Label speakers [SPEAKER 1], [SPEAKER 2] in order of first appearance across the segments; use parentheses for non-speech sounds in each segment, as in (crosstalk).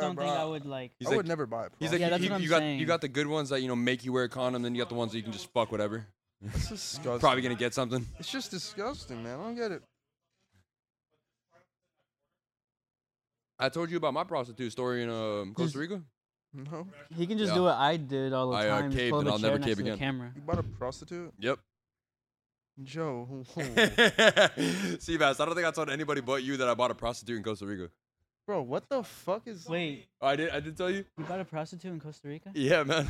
[SPEAKER 1] don't think I
[SPEAKER 2] bruh.
[SPEAKER 1] would like.
[SPEAKER 3] He's
[SPEAKER 2] I
[SPEAKER 3] like-
[SPEAKER 2] would never buy a
[SPEAKER 3] He's
[SPEAKER 2] Prada.
[SPEAKER 3] like,
[SPEAKER 1] Yeah, that's
[SPEAKER 3] you,
[SPEAKER 1] what I'm
[SPEAKER 3] you got you
[SPEAKER 1] saying.
[SPEAKER 3] got the good ones that you know make you wear a condom, then you got the ones that you can just fuck (laughs) whatever.
[SPEAKER 2] It's disgusting.
[SPEAKER 3] Probably gonna get something.
[SPEAKER 2] It's just disgusting, man. I don't get it.
[SPEAKER 3] I told you about my prostitute story in um,
[SPEAKER 1] Just-
[SPEAKER 3] Costa Rica.
[SPEAKER 2] No,
[SPEAKER 1] He can just
[SPEAKER 3] Yeah.
[SPEAKER 1] do what I did all the
[SPEAKER 3] I, uh,
[SPEAKER 1] time. just
[SPEAKER 3] caved
[SPEAKER 1] pull
[SPEAKER 3] and
[SPEAKER 1] up a
[SPEAKER 3] I'll
[SPEAKER 1] chair
[SPEAKER 3] never
[SPEAKER 1] next
[SPEAKER 3] cave
[SPEAKER 1] to the
[SPEAKER 3] again.
[SPEAKER 1] Camera.
[SPEAKER 2] you bought a prostitute,
[SPEAKER 3] Yep.
[SPEAKER 2] Joe.
[SPEAKER 3] (laughs)
[SPEAKER 2] (laughs)
[SPEAKER 3] See, Bass, I don't think I told anybody but you that I bought a prostitute in Costa Rica.
[SPEAKER 2] Bro, what the fuck is?
[SPEAKER 1] Wait,
[SPEAKER 3] Oh, I did. I did tell you.
[SPEAKER 1] you got a prostitute in Costa Rica? (laughs)
[SPEAKER 3] Yeah, man.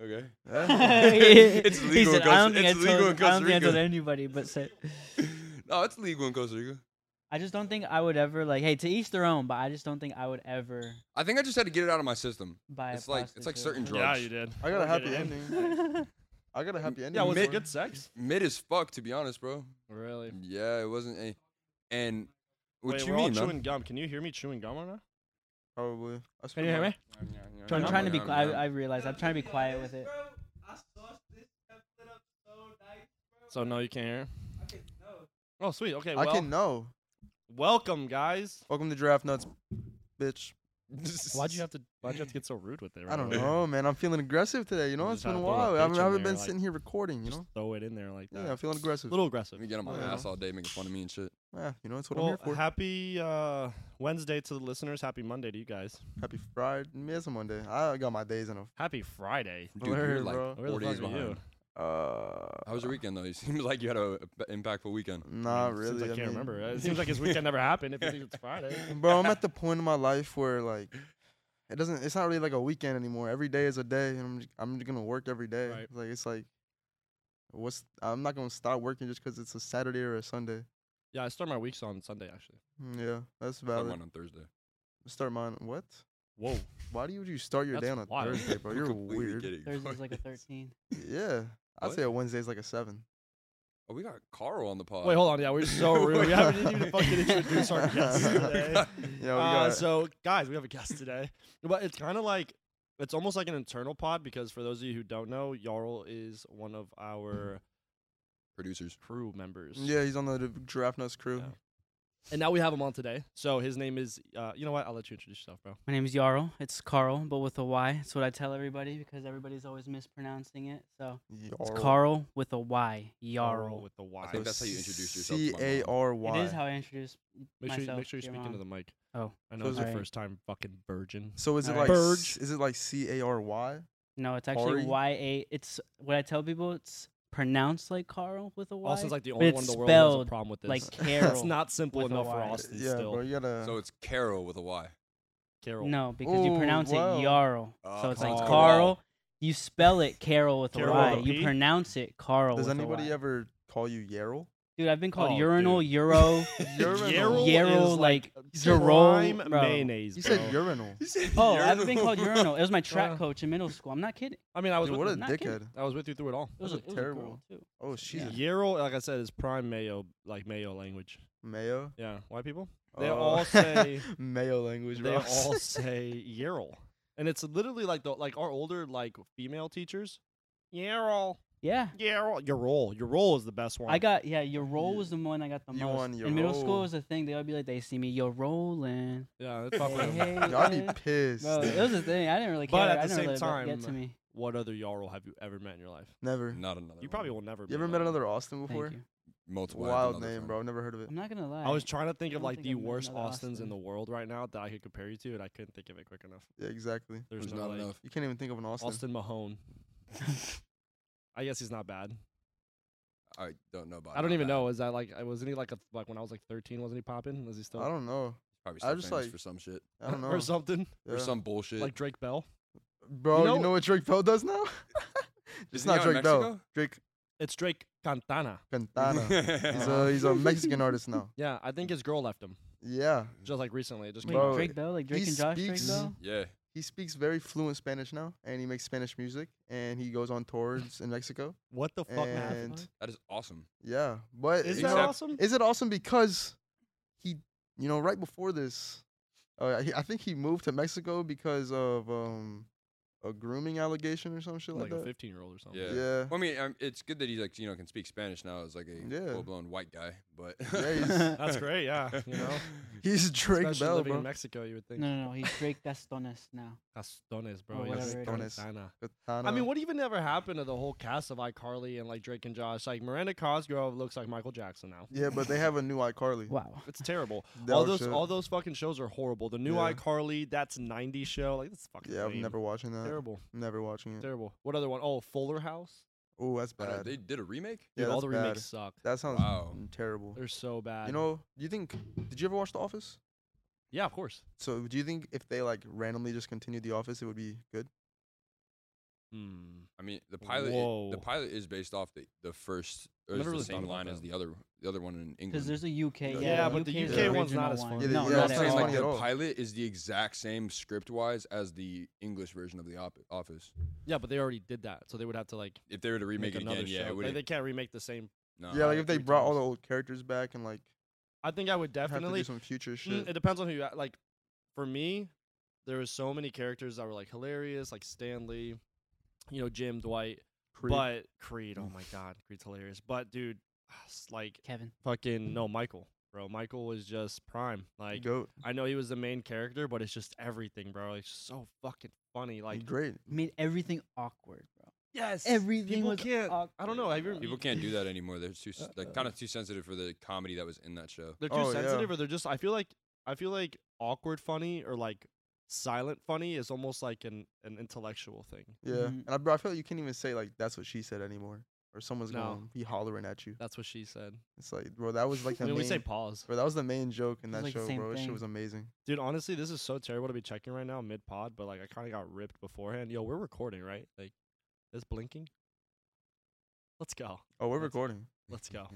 [SPEAKER 3] okay.
[SPEAKER 2] Eh?
[SPEAKER 3] (laughs)
[SPEAKER 4] (laughs)
[SPEAKER 3] It's
[SPEAKER 1] He
[SPEAKER 3] legal in
[SPEAKER 1] said, I don't
[SPEAKER 3] Costa-
[SPEAKER 1] think
[SPEAKER 3] it's
[SPEAKER 1] I
[SPEAKER 3] legal
[SPEAKER 1] told-
[SPEAKER 3] in Costa
[SPEAKER 1] I don't think I
[SPEAKER 3] Rica."
[SPEAKER 1] told anybody, but said, (laughs)
[SPEAKER 3] No, it's legal in Costa Rica.
[SPEAKER 1] I just don't think I would ever like. Hey, to each their own, but I just don't think I would ever
[SPEAKER 3] I think I just had to get it out of my system.
[SPEAKER 1] buy.
[SPEAKER 3] It's
[SPEAKER 1] a
[SPEAKER 3] like- it's like certain
[SPEAKER 1] prostitute.
[SPEAKER 3] drugs.
[SPEAKER 4] Yeah, you did.
[SPEAKER 2] I got a
[SPEAKER 4] We'll get
[SPEAKER 2] happy
[SPEAKER 4] it in.
[SPEAKER 2] ending.
[SPEAKER 1] (laughs)
[SPEAKER 4] (laughs)
[SPEAKER 1] yeah,
[SPEAKER 2] I got a happy ending.
[SPEAKER 4] Yeah, was
[SPEAKER 2] for
[SPEAKER 4] it
[SPEAKER 2] it.
[SPEAKER 4] good sex?
[SPEAKER 3] Mid as fuck, to be honest, bro.
[SPEAKER 4] Really?
[SPEAKER 3] Yeah, it wasn't a. And what
[SPEAKER 4] Wait,
[SPEAKER 3] you
[SPEAKER 4] we're all
[SPEAKER 3] mean, man?
[SPEAKER 4] chewing gum. Can you hear me chewing gum right now?
[SPEAKER 2] Probably. I
[SPEAKER 4] Can you hear me?
[SPEAKER 1] So I'm
[SPEAKER 4] Yeah,
[SPEAKER 1] trying to be.
[SPEAKER 3] Yeah,
[SPEAKER 1] qui- I,
[SPEAKER 3] yeah.
[SPEAKER 1] I realized I'm trying to be quiet
[SPEAKER 3] (laughs)
[SPEAKER 1] with it.
[SPEAKER 4] So no, you can't hear. Oh, sweet. Okay.
[SPEAKER 2] I
[SPEAKER 4] well,
[SPEAKER 2] can know.
[SPEAKER 3] (laughs)
[SPEAKER 4] welcome, guys.
[SPEAKER 2] Welcome to Draft Nuts, bitch.
[SPEAKER 4] Why'd you have to? Why'd you have to get so rude with it? Right
[SPEAKER 2] I don't
[SPEAKER 4] away?
[SPEAKER 2] know, man. I'm feeling aggressive today. You know,
[SPEAKER 4] You
[SPEAKER 2] it's
[SPEAKER 4] just
[SPEAKER 2] been a
[SPEAKER 4] had to throw
[SPEAKER 2] while.
[SPEAKER 4] that
[SPEAKER 2] I haven't,
[SPEAKER 4] bitch in
[SPEAKER 2] haven't
[SPEAKER 4] there,
[SPEAKER 2] been
[SPEAKER 4] like,
[SPEAKER 2] sitting here recording. You
[SPEAKER 4] Just
[SPEAKER 2] know.
[SPEAKER 4] throw it in there like that.
[SPEAKER 2] Yeah, I'm feeling aggressive.
[SPEAKER 4] a little
[SPEAKER 3] Let
[SPEAKER 4] aggressive.
[SPEAKER 3] me get on my
[SPEAKER 2] Yeah.
[SPEAKER 3] ass all day making fun of me and shit.
[SPEAKER 2] Yeah, you know, that's what I'm
[SPEAKER 4] Well,
[SPEAKER 2] here for.
[SPEAKER 4] happy uh, Wednesday to the listeners. Happy Monday to you guys.
[SPEAKER 2] Happy Friday. It's a Monday. I got my days in a.
[SPEAKER 4] Happy Friday.
[SPEAKER 3] Dude, you're
[SPEAKER 2] Word,
[SPEAKER 3] like
[SPEAKER 2] bro.
[SPEAKER 4] Where
[SPEAKER 3] four
[SPEAKER 4] the
[SPEAKER 3] days
[SPEAKER 4] fuck are
[SPEAKER 3] behind.
[SPEAKER 4] you?
[SPEAKER 2] Uh,
[SPEAKER 3] How was your weekend though? (laughs) You seemed like you had a a
[SPEAKER 2] (laughs)
[SPEAKER 3] impactful weekend.
[SPEAKER 2] Not
[SPEAKER 4] Since
[SPEAKER 2] really.
[SPEAKER 4] I can't
[SPEAKER 2] mean,
[SPEAKER 4] remember.
[SPEAKER 2] (laughs)
[SPEAKER 4] It seems like his weekend never happened. If you think it's Friday.
[SPEAKER 2] bro, I'm at the point in my life where like it doesn't. It's not really like a weekend anymore. Every day is a day, and I'm just, I'm just gonna work every day.
[SPEAKER 4] Right.
[SPEAKER 2] Like it's like, what's? I'm not gonna stop working just because it's a Saturday or a Sunday.
[SPEAKER 4] Yeah, I start my weeks on Sunday actually.
[SPEAKER 2] Mm, Yeah, that's
[SPEAKER 3] I
[SPEAKER 2] valid.
[SPEAKER 3] went on Thursday.
[SPEAKER 2] Start mine. What?
[SPEAKER 4] Whoa.
[SPEAKER 2] Why do you, would you start your day
[SPEAKER 4] That's
[SPEAKER 2] on a (laughs)
[SPEAKER 4] wild.
[SPEAKER 2] Thursday,
[SPEAKER 3] (laughs)
[SPEAKER 2] bro?
[SPEAKER 3] I
[SPEAKER 2] You're
[SPEAKER 3] completely
[SPEAKER 2] weird.
[SPEAKER 3] get it.
[SPEAKER 1] Thursday's like a 13.
[SPEAKER 2] (laughs) Yeah, I'd
[SPEAKER 3] What?
[SPEAKER 2] say a Wednesday's like a seven.
[SPEAKER 3] (laughs) Oh, we got Carl on the pod.
[SPEAKER 4] Wait, hold on. Yeah,
[SPEAKER 3] (laughs)
[SPEAKER 4] we're so rude. We haven't even fucking
[SPEAKER 2] (laughs)
[SPEAKER 4] introduced our guest today.
[SPEAKER 2] Yeah, we
[SPEAKER 4] Uh,
[SPEAKER 2] got.
[SPEAKER 4] so guys, we have a guest today, but it's kind of like it's almost like an internal pod because for those of you who don't know, Jarl is one of our
[SPEAKER 3] Producers.
[SPEAKER 4] crew members.
[SPEAKER 2] yeah, he's on the d- Giraffe Nuts crew.
[SPEAKER 4] Yeah. And now we have him on today. So his name is, uh, you know what? I'll let you introduce yourself, bro.
[SPEAKER 1] My name is Jarl. It's Carl, but with a Y. That's what I tell everybody because everybody's always mispronouncing it. So it's
[SPEAKER 2] Yarl.
[SPEAKER 1] Carl with a Y. Jarl.
[SPEAKER 4] with the Y.
[SPEAKER 3] I think that's how you introduce yourself to my mom.
[SPEAKER 2] C A R Y.
[SPEAKER 1] It is how I introduce
[SPEAKER 4] make sure you,
[SPEAKER 1] myself.
[SPEAKER 4] make sure you
[SPEAKER 1] your
[SPEAKER 4] speak into
[SPEAKER 1] mom.
[SPEAKER 4] the mic.
[SPEAKER 1] Oh.
[SPEAKER 4] I know
[SPEAKER 2] So
[SPEAKER 4] it's
[SPEAKER 2] is
[SPEAKER 4] your
[SPEAKER 1] it-
[SPEAKER 4] first time fucking virgin.
[SPEAKER 2] So is it
[SPEAKER 1] Alright.
[SPEAKER 2] like s-
[SPEAKER 4] Burge.
[SPEAKER 2] is it like C A R Y?
[SPEAKER 1] No, it's actually
[SPEAKER 2] Kari?
[SPEAKER 1] Y A. It's what I tell people. It's pronounced like Carl with a Y.
[SPEAKER 4] Austin's like the only one in
[SPEAKER 1] it's
[SPEAKER 4] the world who has a
[SPEAKER 1] spelled
[SPEAKER 4] problem with this. (laughs)
[SPEAKER 1] like Carol.
[SPEAKER 4] it's not simple
[SPEAKER 1] with a
[SPEAKER 4] enough for
[SPEAKER 1] Y.
[SPEAKER 4] Austin
[SPEAKER 2] Yeah,
[SPEAKER 4] still.
[SPEAKER 2] bro, you gotta.
[SPEAKER 3] So it's Carol with a Y.
[SPEAKER 4] Carol.
[SPEAKER 1] No, because you
[SPEAKER 2] Oh,
[SPEAKER 1] pronounce
[SPEAKER 2] wow.
[SPEAKER 1] it Jarl. so
[SPEAKER 3] Oh,
[SPEAKER 1] it's like
[SPEAKER 4] Carl.
[SPEAKER 1] Carl. You spell it Carol with
[SPEAKER 4] Carol
[SPEAKER 1] a Y.
[SPEAKER 4] with a P?
[SPEAKER 1] You pronounce it Carl.
[SPEAKER 2] Does
[SPEAKER 1] with a
[SPEAKER 2] anybody
[SPEAKER 1] Y.
[SPEAKER 2] ever call you Yarrow?
[SPEAKER 1] Dude, I've been called
[SPEAKER 4] Oh,
[SPEAKER 1] urinal,
[SPEAKER 4] dude.
[SPEAKER 1] Euro.
[SPEAKER 4] (laughs)
[SPEAKER 2] Urinal.
[SPEAKER 4] Yarrow
[SPEAKER 1] Yarrow,
[SPEAKER 4] is like,
[SPEAKER 1] like,
[SPEAKER 4] prime
[SPEAKER 1] Jerome, bro.
[SPEAKER 4] mayonnaise.
[SPEAKER 2] You
[SPEAKER 4] Bro.
[SPEAKER 2] said urinal.
[SPEAKER 1] Oh, I've been called urinal. It was my track
[SPEAKER 4] Yeah.
[SPEAKER 1] coach in middle school. I'm not kidding.
[SPEAKER 4] I mean, I was
[SPEAKER 2] Dude,
[SPEAKER 4] with
[SPEAKER 2] what a
[SPEAKER 1] I'm not kidding.
[SPEAKER 2] dickhead.
[SPEAKER 4] I was with you through it all.
[SPEAKER 1] It
[SPEAKER 2] Those
[SPEAKER 1] was, a,
[SPEAKER 2] are
[SPEAKER 1] it was a girl,
[SPEAKER 2] terrible.
[SPEAKER 1] too.
[SPEAKER 2] Oh, she's
[SPEAKER 1] Yeah.
[SPEAKER 2] a
[SPEAKER 4] Yarrow, like I said, is prime mayo, like mayo language.
[SPEAKER 2] mayo.
[SPEAKER 4] Yeah, white people. They
[SPEAKER 2] Oh.
[SPEAKER 4] all say
[SPEAKER 2] (laughs) mayo language.
[SPEAKER 4] they
[SPEAKER 2] bro. (laughs)
[SPEAKER 4] all (laughs) say Yarrow, and it's literally like the like our older like female teachers. Yarrow,
[SPEAKER 1] Yeah.
[SPEAKER 4] Yarrow, Yarrow, Yarrow is the best one.
[SPEAKER 1] I got yeah. Your roll was the one I got the
[SPEAKER 2] You
[SPEAKER 1] most.
[SPEAKER 2] won your
[SPEAKER 1] in middle
[SPEAKER 2] roll.
[SPEAKER 1] school, it was a thing. They would be like, they see me, you're rolling.
[SPEAKER 4] yeah. That's (laughs)
[SPEAKER 1] Hey,
[SPEAKER 4] probably
[SPEAKER 1] hey,
[SPEAKER 2] Y'all be
[SPEAKER 1] man.
[SPEAKER 2] pissed.
[SPEAKER 1] Bro, it was a thing. I didn't really care.
[SPEAKER 4] But at
[SPEAKER 1] I
[SPEAKER 4] the
[SPEAKER 1] didn't
[SPEAKER 4] same
[SPEAKER 1] really let it
[SPEAKER 4] time,
[SPEAKER 1] get to me.
[SPEAKER 4] what other Yarrow have you ever met in your life?
[SPEAKER 2] Never.
[SPEAKER 3] Not another.
[SPEAKER 4] You probably
[SPEAKER 3] one.
[SPEAKER 4] will never.
[SPEAKER 2] You ever met another Austin
[SPEAKER 1] Thank
[SPEAKER 2] before?
[SPEAKER 1] you.
[SPEAKER 3] multiple. I've
[SPEAKER 2] Wild
[SPEAKER 3] another
[SPEAKER 2] name,
[SPEAKER 3] friend.
[SPEAKER 2] bro. I've never heard of it.
[SPEAKER 1] I'm not gonna lie.
[SPEAKER 4] I was trying to think
[SPEAKER 1] don't
[SPEAKER 4] of like
[SPEAKER 1] think
[SPEAKER 4] the
[SPEAKER 1] I've met
[SPEAKER 4] worst
[SPEAKER 1] another
[SPEAKER 4] Austins in
[SPEAKER 1] Austin.
[SPEAKER 4] the world right now that I could compare you to, and I couldn't think of it quick enough.
[SPEAKER 2] Yeah, exactly.
[SPEAKER 4] There's,
[SPEAKER 3] There's
[SPEAKER 4] no
[SPEAKER 3] not
[SPEAKER 4] like,
[SPEAKER 3] enough.
[SPEAKER 2] You can't even think of an Austin.
[SPEAKER 4] Austin Mahone. I guess he's not bad.
[SPEAKER 3] I don't know about.
[SPEAKER 4] I don't
[SPEAKER 3] that.
[SPEAKER 4] even know. Is that like uh, wasn't he like a, like when I was like 13? Wasn't he popping? Was he still
[SPEAKER 2] I don't know.
[SPEAKER 3] Probably
[SPEAKER 2] I
[SPEAKER 3] still
[SPEAKER 2] just,
[SPEAKER 3] famous
[SPEAKER 2] like-
[SPEAKER 3] for some shit
[SPEAKER 2] I
[SPEAKER 4] (laughs)
[SPEAKER 2] don't know.
[SPEAKER 4] or something
[SPEAKER 3] or
[SPEAKER 2] Yeah.
[SPEAKER 3] some bullshit.
[SPEAKER 4] like Drake Bell?
[SPEAKER 2] Bro,
[SPEAKER 4] You
[SPEAKER 2] you know,
[SPEAKER 4] know-
[SPEAKER 2] what Drake Bell does now? (laughs) it's
[SPEAKER 3] Isn't he
[SPEAKER 2] not
[SPEAKER 3] out in
[SPEAKER 2] Drake Bell.
[SPEAKER 3] Mexico?
[SPEAKER 2] Drake
[SPEAKER 3] (laughs)
[SPEAKER 4] It's Drake Cantana.
[SPEAKER 2] Cantana. he's a he's a Mexican artist now.
[SPEAKER 4] Yeah, I think his girl left him
[SPEAKER 2] Yeah,
[SPEAKER 4] just like recently. It just
[SPEAKER 1] Wait,
[SPEAKER 4] came
[SPEAKER 2] Bro,
[SPEAKER 4] out.
[SPEAKER 1] Drake Bell, like Drake
[SPEAKER 2] he
[SPEAKER 1] and Josh Drake
[SPEAKER 2] speaks-
[SPEAKER 1] Bell.
[SPEAKER 3] Yeah.
[SPEAKER 2] he speaks very fluent Spanish now, and he makes Spanish music, and he goes on tours in Mexico.
[SPEAKER 4] What the fuck
[SPEAKER 2] and
[SPEAKER 4] happened?
[SPEAKER 3] That is awesome.
[SPEAKER 2] Yeah, but
[SPEAKER 4] Is
[SPEAKER 2] it's
[SPEAKER 4] that
[SPEAKER 3] Except-
[SPEAKER 4] awesome?
[SPEAKER 2] Is it awesome because he, you know, right before this, uh, he, I think he moved to Mexico because of um, a grooming allegation or some shit like,
[SPEAKER 4] like a
[SPEAKER 2] that.
[SPEAKER 4] 15 year old or something.
[SPEAKER 3] Yeah.
[SPEAKER 2] Yeah.
[SPEAKER 3] Well, I mean, um, it's good that he like you know can speak Spanish now as like a
[SPEAKER 2] Yeah.
[SPEAKER 3] full blown white guy, but (laughs)
[SPEAKER 2] Yeah, he's-
[SPEAKER 4] (laughs) That's
[SPEAKER 2] (laughs)
[SPEAKER 4] great. Yeah. You know,
[SPEAKER 2] (laughs) He's Drake
[SPEAKER 4] Especially
[SPEAKER 2] Bell,
[SPEAKER 4] living
[SPEAKER 2] bro.
[SPEAKER 4] in Mexico, you would think.
[SPEAKER 1] No, no, no. He's Drake Gastones now.
[SPEAKER 4] (laughs) Castones, bro.
[SPEAKER 1] Or
[SPEAKER 4] you know,
[SPEAKER 1] whatever it
[SPEAKER 2] Castones. is.
[SPEAKER 4] Castana. I
[SPEAKER 2] Katana.
[SPEAKER 4] mean, what even ever happened to the whole cast of iCarly and like Drake and Josh? Like Miranda Cosgrove looks like Michael Jackson now.
[SPEAKER 2] Yeah, but they have a new iCarly.
[SPEAKER 1] Wow.
[SPEAKER 4] It's terrible.
[SPEAKER 2] That
[SPEAKER 4] all
[SPEAKER 2] was
[SPEAKER 4] those
[SPEAKER 2] shit.
[SPEAKER 4] all those fucking shows are horrible. The new
[SPEAKER 2] Yeah.
[SPEAKER 4] iCarly, that's 90 show. Like that's fucking
[SPEAKER 2] Yeah, I'm
[SPEAKER 4] lame.
[SPEAKER 2] never watching that.
[SPEAKER 4] terrible.
[SPEAKER 2] Never watching it.
[SPEAKER 4] Terrible. What other one? Oh, Fuller House.
[SPEAKER 2] Oh, that's
[SPEAKER 3] I don't-
[SPEAKER 2] bad.
[SPEAKER 3] uh, they did a remake.
[SPEAKER 2] Yeah,
[SPEAKER 4] Dude, all
[SPEAKER 2] that's
[SPEAKER 4] the
[SPEAKER 2] bad.
[SPEAKER 4] remakes suck.
[SPEAKER 2] That sounds mm,
[SPEAKER 3] Wow.
[SPEAKER 2] terrible.
[SPEAKER 4] They're so bad.
[SPEAKER 2] You know, do you think? Did you ever watch The Office?
[SPEAKER 4] Yeah, of course.
[SPEAKER 2] So, do you think if they like randomly just continued The Office, it would be good?
[SPEAKER 4] Hmm.
[SPEAKER 3] I mean, the pilot i-
[SPEAKER 4] Whoa.
[SPEAKER 3] the pilot is based off the the first
[SPEAKER 4] I
[SPEAKER 3] or it's
[SPEAKER 4] never really
[SPEAKER 3] the
[SPEAKER 4] thought
[SPEAKER 3] same
[SPEAKER 4] about
[SPEAKER 3] line as
[SPEAKER 4] that.
[SPEAKER 3] the other the other one in
[SPEAKER 1] Because
[SPEAKER 3] England.
[SPEAKER 1] there's a UK.
[SPEAKER 2] Yeah,
[SPEAKER 1] Yeah,
[SPEAKER 4] but the
[SPEAKER 1] is
[SPEAKER 2] UK
[SPEAKER 4] one's
[SPEAKER 1] original
[SPEAKER 4] not as
[SPEAKER 1] one.
[SPEAKER 4] funny.
[SPEAKER 2] Yeah,
[SPEAKER 1] No,
[SPEAKER 2] yeah,
[SPEAKER 1] not
[SPEAKER 2] it's
[SPEAKER 1] at
[SPEAKER 2] not as
[SPEAKER 1] all.
[SPEAKER 2] funny
[SPEAKER 3] like
[SPEAKER 2] at
[SPEAKER 3] the
[SPEAKER 2] all.
[SPEAKER 3] pilot is the exact same script wise as the English version of the op- Office.
[SPEAKER 4] Yeah, but they already did that, so they would have to like
[SPEAKER 3] If they were to remake it
[SPEAKER 4] another
[SPEAKER 3] again, yeah,
[SPEAKER 4] show.
[SPEAKER 3] it
[SPEAKER 4] Like,
[SPEAKER 3] would. (laughs)
[SPEAKER 4] they can't remake the same.
[SPEAKER 3] no.
[SPEAKER 2] yeah, like
[SPEAKER 4] uh,
[SPEAKER 2] if they
[SPEAKER 4] three
[SPEAKER 2] brought all the
[SPEAKER 4] times.
[SPEAKER 2] old characters back and like
[SPEAKER 4] I think I would
[SPEAKER 2] have to do
[SPEAKER 4] definitely.
[SPEAKER 2] some future
[SPEAKER 4] Mm,
[SPEAKER 2] shit.
[SPEAKER 4] it depends on who you a- like. For me, there was so many characters that were like hilarious, like Stanley, you know, Jim Dwight,
[SPEAKER 2] Creed.
[SPEAKER 4] but Creed. Oh my God, Creed's hilarious. But dude, (sighs) s- like
[SPEAKER 1] Kevin.
[SPEAKER 4] fucking no, Michael, bro. Michael was just prime. Like
[SPEAKER 2] Goat.
[SPEAKER 4] I know he was the main character, but it's just everything, bro. It's so fucking funny. Like
[SPEAKER 2] great.
[SPEAKER 1] Made everything awkward, bro.
[SPEAKER 4] yes,
[SPEAKER 1] Everything
[SPEAKER 4] people
[SPEAKER 1] was
[SPEAKER 4] can't.
[SPEAKER 1] awkward.
[SPEAKER 4] I don't know. Have you
[SPEAKER 3] People can't do that anymore. They're too
[SPEAKER 4] Uh,
[SPEAKER 3] s- like kind of too sensitive for the comedy that was in that show.
[SPEAKER 4] They're too
[SPEAKER 2] Oh, yeah.
[SPEAKER 4] sensitive, or they're just. I feel like I feel like awkward funny or like silent funny is almost like an an intellectual thing.
[SPEAKER 2] Yeah,
[SPEAKER 4] mm-hmm.
[SPEAKER 1] Mhm.
[SPEAKER 2] and I, bro, I feel like you can't even say like that's what she said anymore, or someone's
[SPEAKER 4] No.
[SPEAKER 2] gonna be hollering at you.
[SPEAKER 4] That's what she said.
[SPEAKER 2] It's like, bro, that was like the
[SPEAKER 4] I mean,
[SPEAKER 2] main.
[SPEAKER 4] we say pause,
[SPEAKER 2] bro, that was the main joke in
[SPEAKER 1] It's
[SPEAKER 2] that
[SPEAKER 1] like the
[SPEAKER 2] show,
[SPEAKER 1] same
[SPEAKER 2] bro. That shit
[SPEAKER 1] thing.
[SPEAKER 2] was amazing.
[SPEAKER 4] dude. Honestly, this is so terrible to be checking right now mid pod, but like I kind of got ripped beforehand. Yo, we're recording, right? Like, it's blinking. Let's go.
[SPEAKER 2] Oh, we're
[SPEAKER 4] That's-
[SPEAKER 2] recording.
[SPEAKER 4] Let's
[SPEAKER 3] (laughs)
[SPEAKER 4] go.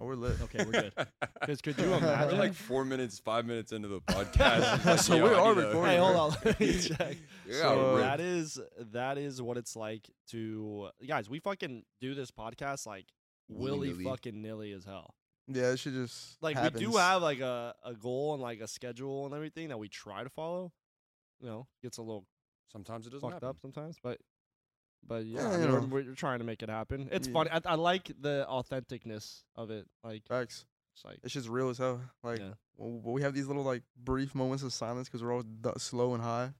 [SPEAKER 2] Oh, we're lit.
[SPEAKER 4] Okay, we're good. Because could you
[SPEAKER 2] We're
[SPEAKER 4] imagine?
[SPEAKER 3] like four minutes, five minutes into
[SPEAKER 4] (laughs)
[SPEAKER 3] the podcast. he's like,
[SPEAKER 2] So
[SPEAKER 3] "Yo,
[SPEAKER 2] we
[SPEAKER 3] I
[SPEAKER 2] are
[SPEAKER 3] need a-"
[SPEAKER 2] recording,
[SPEAKER 4] hey, hold
[SPEAKER 2] right?
[SPEAKER 3] (laughs)
[SPEAKER 4] on. Let me check.
[SPEAKER 3] Yeah,
[SPEAKER 4] So
[SPEAKER 2] bro.
[SPEAKER 4] that is that is what it's like to guys. We fucking do this podcast like willy
[SPEAKER 3] Willy-nilly.
[SPEAKER 4] fucking nilly as hell.
[SPEAKER 2] (laughs) Yeah, it should just
[SPEAKER 4] Like
[SPEAKER 2] happens.
[SPEAKER 4] we do have like a, a goal and like a schedule and everything that we try to follow. You know, gets a little
[SPEAKER 3] Sometimes it doesn't
[SPEAKER 4] fucked
[SPEAKER 3] happen.
[SPEAKER 4] up sometimes, but but yeah,
[SPEAKER 2] Yeah,
[SPEAKER 4] I
[SPEAKER 2] you
[SPEAKER 4] mean, we're,
[SPEAKER 2] know.
[SPEAKER 4] we're trying to make it happen. It's
[SPEAKER 2] Yeah.
[SPEAKER 4] funny. I, I like the authenticness of it. Like
[SPEAKER 2] facts.
[SPEAKER 4] it's like
[SPEAKER 2] (laughs)
[SPEAKER 3] (laughs)
[SPEAKER 2] It's just real as hell. Like
[SPEAKER 4] Yeah.
[SPEAKER 2] w- w- we have these little like brief moments of silence because we're all d- slow and high.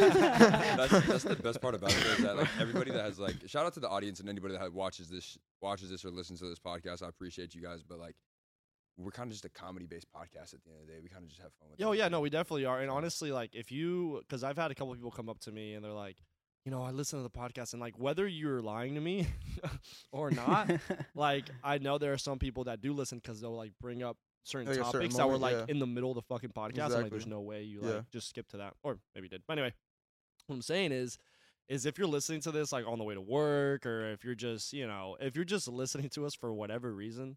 [SPEAKER 3] that's, that's the best part about it is that like
[SPEAKER 4] (laughs)
[SPEAKER 3] everybody that has like shout out to the audience and anybody that watches this watches this or listens to this podcast. I appreciate you guys, but like we're kind of just a comedy based podcast at the end of the day. We kind of just have fun with it.
[SPEAKER 4] Oh yeah, no, we definitely are. And honestly, like if you, because I've had a couple people come up to me and they're like, you know, I listen to the podcast, and like whether you're lying to me (laughs)
[SPEAKER 1] (laughs)
[SPEAKER 4] or not, like I know there are some people that do listen because they'll like bring up certain
[SPEAKER 2] Like a certain
[SPEAKER 4] topics that were like
[SPEAKER 2] moment,
[SPEAKER 4] in the middle of the fucking podcast. I'm like,
[SPEAKER 2] Exactly.
[SPEAKER 4] there's no way you like
[SPEAKER 2] Yeah.
[SPEAKER 4] just skip to that, or maybe you did. But anyway, what I'm saying is. Is if you're listening to this like on the way to work, or if you're just you know if you're just listening to us for whatever reason,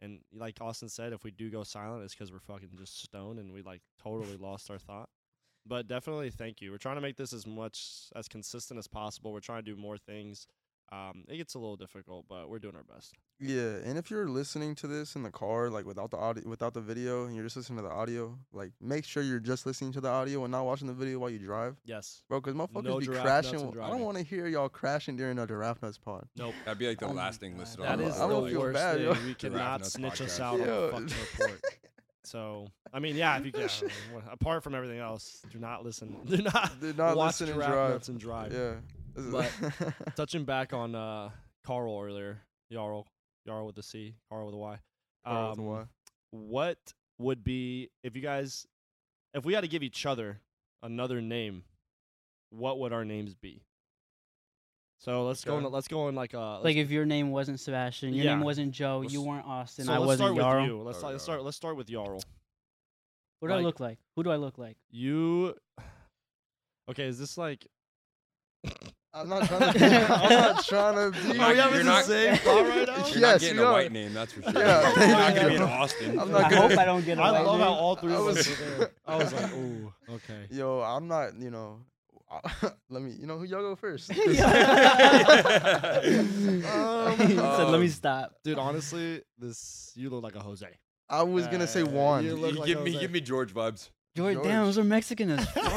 [SPEAKER 4] and like Austin said, if we do go silent, it's because we're fucking just stoned and we like totally lost our thought. But definitely, thank you. We're trying to make this as much as consistent as possible. We're trying to do more things. Um, it gets a little difficult, but we're doing our best.
[SPEAKER 2] Yeah, and if you're listening to this in the car, like without the audio, without the video, and you're just listening to the audio, like make sure you're just listening to the audio and not watching the video while you drive,
[SPEAKER 4] Yes.
[SPEAKER 2] bro. Because motherfuckers
[SPEAKER 4] No
[SPEAKER 2] be
[SPEAKER 4] giraffe nuts
[SPEAKER 2] crashing.
[SPEAKER 4] when
[SPEAKER 2] w- I don't
[SPEAKER 4] driving.
[SPEAKER 2] want to hear y'all crashing during a giraffe nuts pod.
[SPEAKER 4] Nope.
[SPEAKER 3] That'd be like the
[SPEAKER 1] Oh my
[SPEAKER 3] last thing
[SPEAKER 1] God.
[SPEAKER 3] listed
[SPEAKER 4] That
[SPEAKER 3] on
[SPEAKER 4] is
[SPEAKER 2] I
[SPEAKER 4] the
[SPEAKER 2] don't
[SPEAKER 3] the
[SPEAKER 2] feel
[SPEAKER 4] worst
[SPEAKER 2] bad, yo. (laughs)
[SPEAKER 4] thing. We cannot
[SPEAKER 3] Nuts
[SPEAKER 4] snitch us
[SPEAKER 3] podcast.
[SPEAKER 4] out on
[SPEAKER 2] Yo.
[SPEAKER 4] the fucking
[SPEAKER 2] (laughs)
[SPEAKER 4] report. So, I mean, yeah. If you can, apart from everything else, do not listen. (laughs) Do not,
[SPEAKER 2] Do not
[SPEAKER 4] watch
[SPEAKER 2] listen and
[SPEAKER 4] Giraffe
[SPEAKER 2] drive.
[SPEAKER 4] Nuts and drive.
[SPEAKER 2] Yeah. This is- (laughs)
[SPEAKER 4] touching back on uh Carl earlier, Jarl, Jarl with a C, Carl with a Y.
[SPEAKER 2] Or with a
[SPEAKER 4] Um,
[SPEAKER 2] Y.
[SPEAKER 4] What would be if you guys, if we had to give each other another name, what would our names be? So let's go.
[SPEAKER 2] Okay.
[SPEAKER 4] In, let's go in like a
[SPEAKER 1] like if your name wasn't Sebastian, your name
[SPEAKER 4] Yeah.
[SPEAKER 1] wasn't Joe,
[SPEAKER 3] Let's-
[SPEAKER 1] you weren't Austin,
[SPEAKER 4] so
[SPEAKER 1] I
[SPEAKER 4] let's
[SPEAKER 1] wasn't
[SPEAKER 4] start
[SPEAKER 1] Yarl.
[SPEAKER 4] with you. Let's,
[SPEAKER 3] Oh,
[SPEAKER 4] let's start. Let's start with Jarl.
[SPEAKER 1] What do I
[SPEAKER 4] Like-
[SPEAKER 1] look like? Who do I look like?
[SPEAKER 4] You. (sighs) Okay, is this (laughs) like?
[SPEAKER 2] I'm
[SPEAKER 4] (laughs)
[SPEAKER 2] not trying to. Be, I'm not trying to be.
[SPEAKER 3] You're
[SPEAKER 2] (laughs)
[SPEAKER 3] not- you're not-
[SPEAKER 4] thought right now? (laughs)
[SPEAKER 3] You're
[SPEAKER 2] Yes,
[SPEAKER 3] not getting
[SPEAKER 2] we
[SPEAKER 3] a
[SPEAKER 2] are.
[SPEAKER 3] white name, that's for sure.
[SPEAKER 2] Yeah.
[SPEAKER 3] You're not
[SPEAKER 2] (laughs)
[SPEAKER 3] gonna be in
[SPEAKER 2] Yeah.
[SPEAKER 3] Austin.
[SPEAKER 2] I'm
[SPEAKER 1] i
[SPEAKER 2] not gonna-
[SPEAKER 1] hope I don't get away.
[SPEAKER 4] I love
[SPEAKER 1] (laughs)
[SPEAKER 4] how
[SPEAKER 1] dude.
[SPEAKER 4] all (laughs) three
[SPEAKER 2] I
[SPEAKER 4] of us
[SPEAKER 2] was-
[SPEAKER 4] were there. I was (laughs) like, ooh, okay.
[SPEAKER 2] Yo, I'm not. You know. uh, (laughs) let me. You know who y'all go first.
[SPEAKER 1] (laughs)
[SPEAKER 4] (laughs)
[SPEAKER 1] he said, "Let me
[SPEAKER 3] Um,
[SPEAKER 1] stop."
[SPEAKER 4] Dude, honestly, this you look like a Jose.
[SPEAKER 2] I was gonna say
[SPEAKER 4] Uh,
[SPEAKER 2] Juan.
[SPEAKER 4] you look
[SPEAKER 3] You
[SPEAKER 4] like
[SPEAKER 3] give me
[SPEAKER 4] Jose.
[SPEAKER 1] (laughs)
[SPEAKER 3] give me George vibes.
[SPEAKER 1] Jordan, damn,
[SPEAKER 2] George.
[SPEAKER 1] those are Mexican as
[SPEAKER 3] (laughs)
[SPEAKER 1] fuck. I'll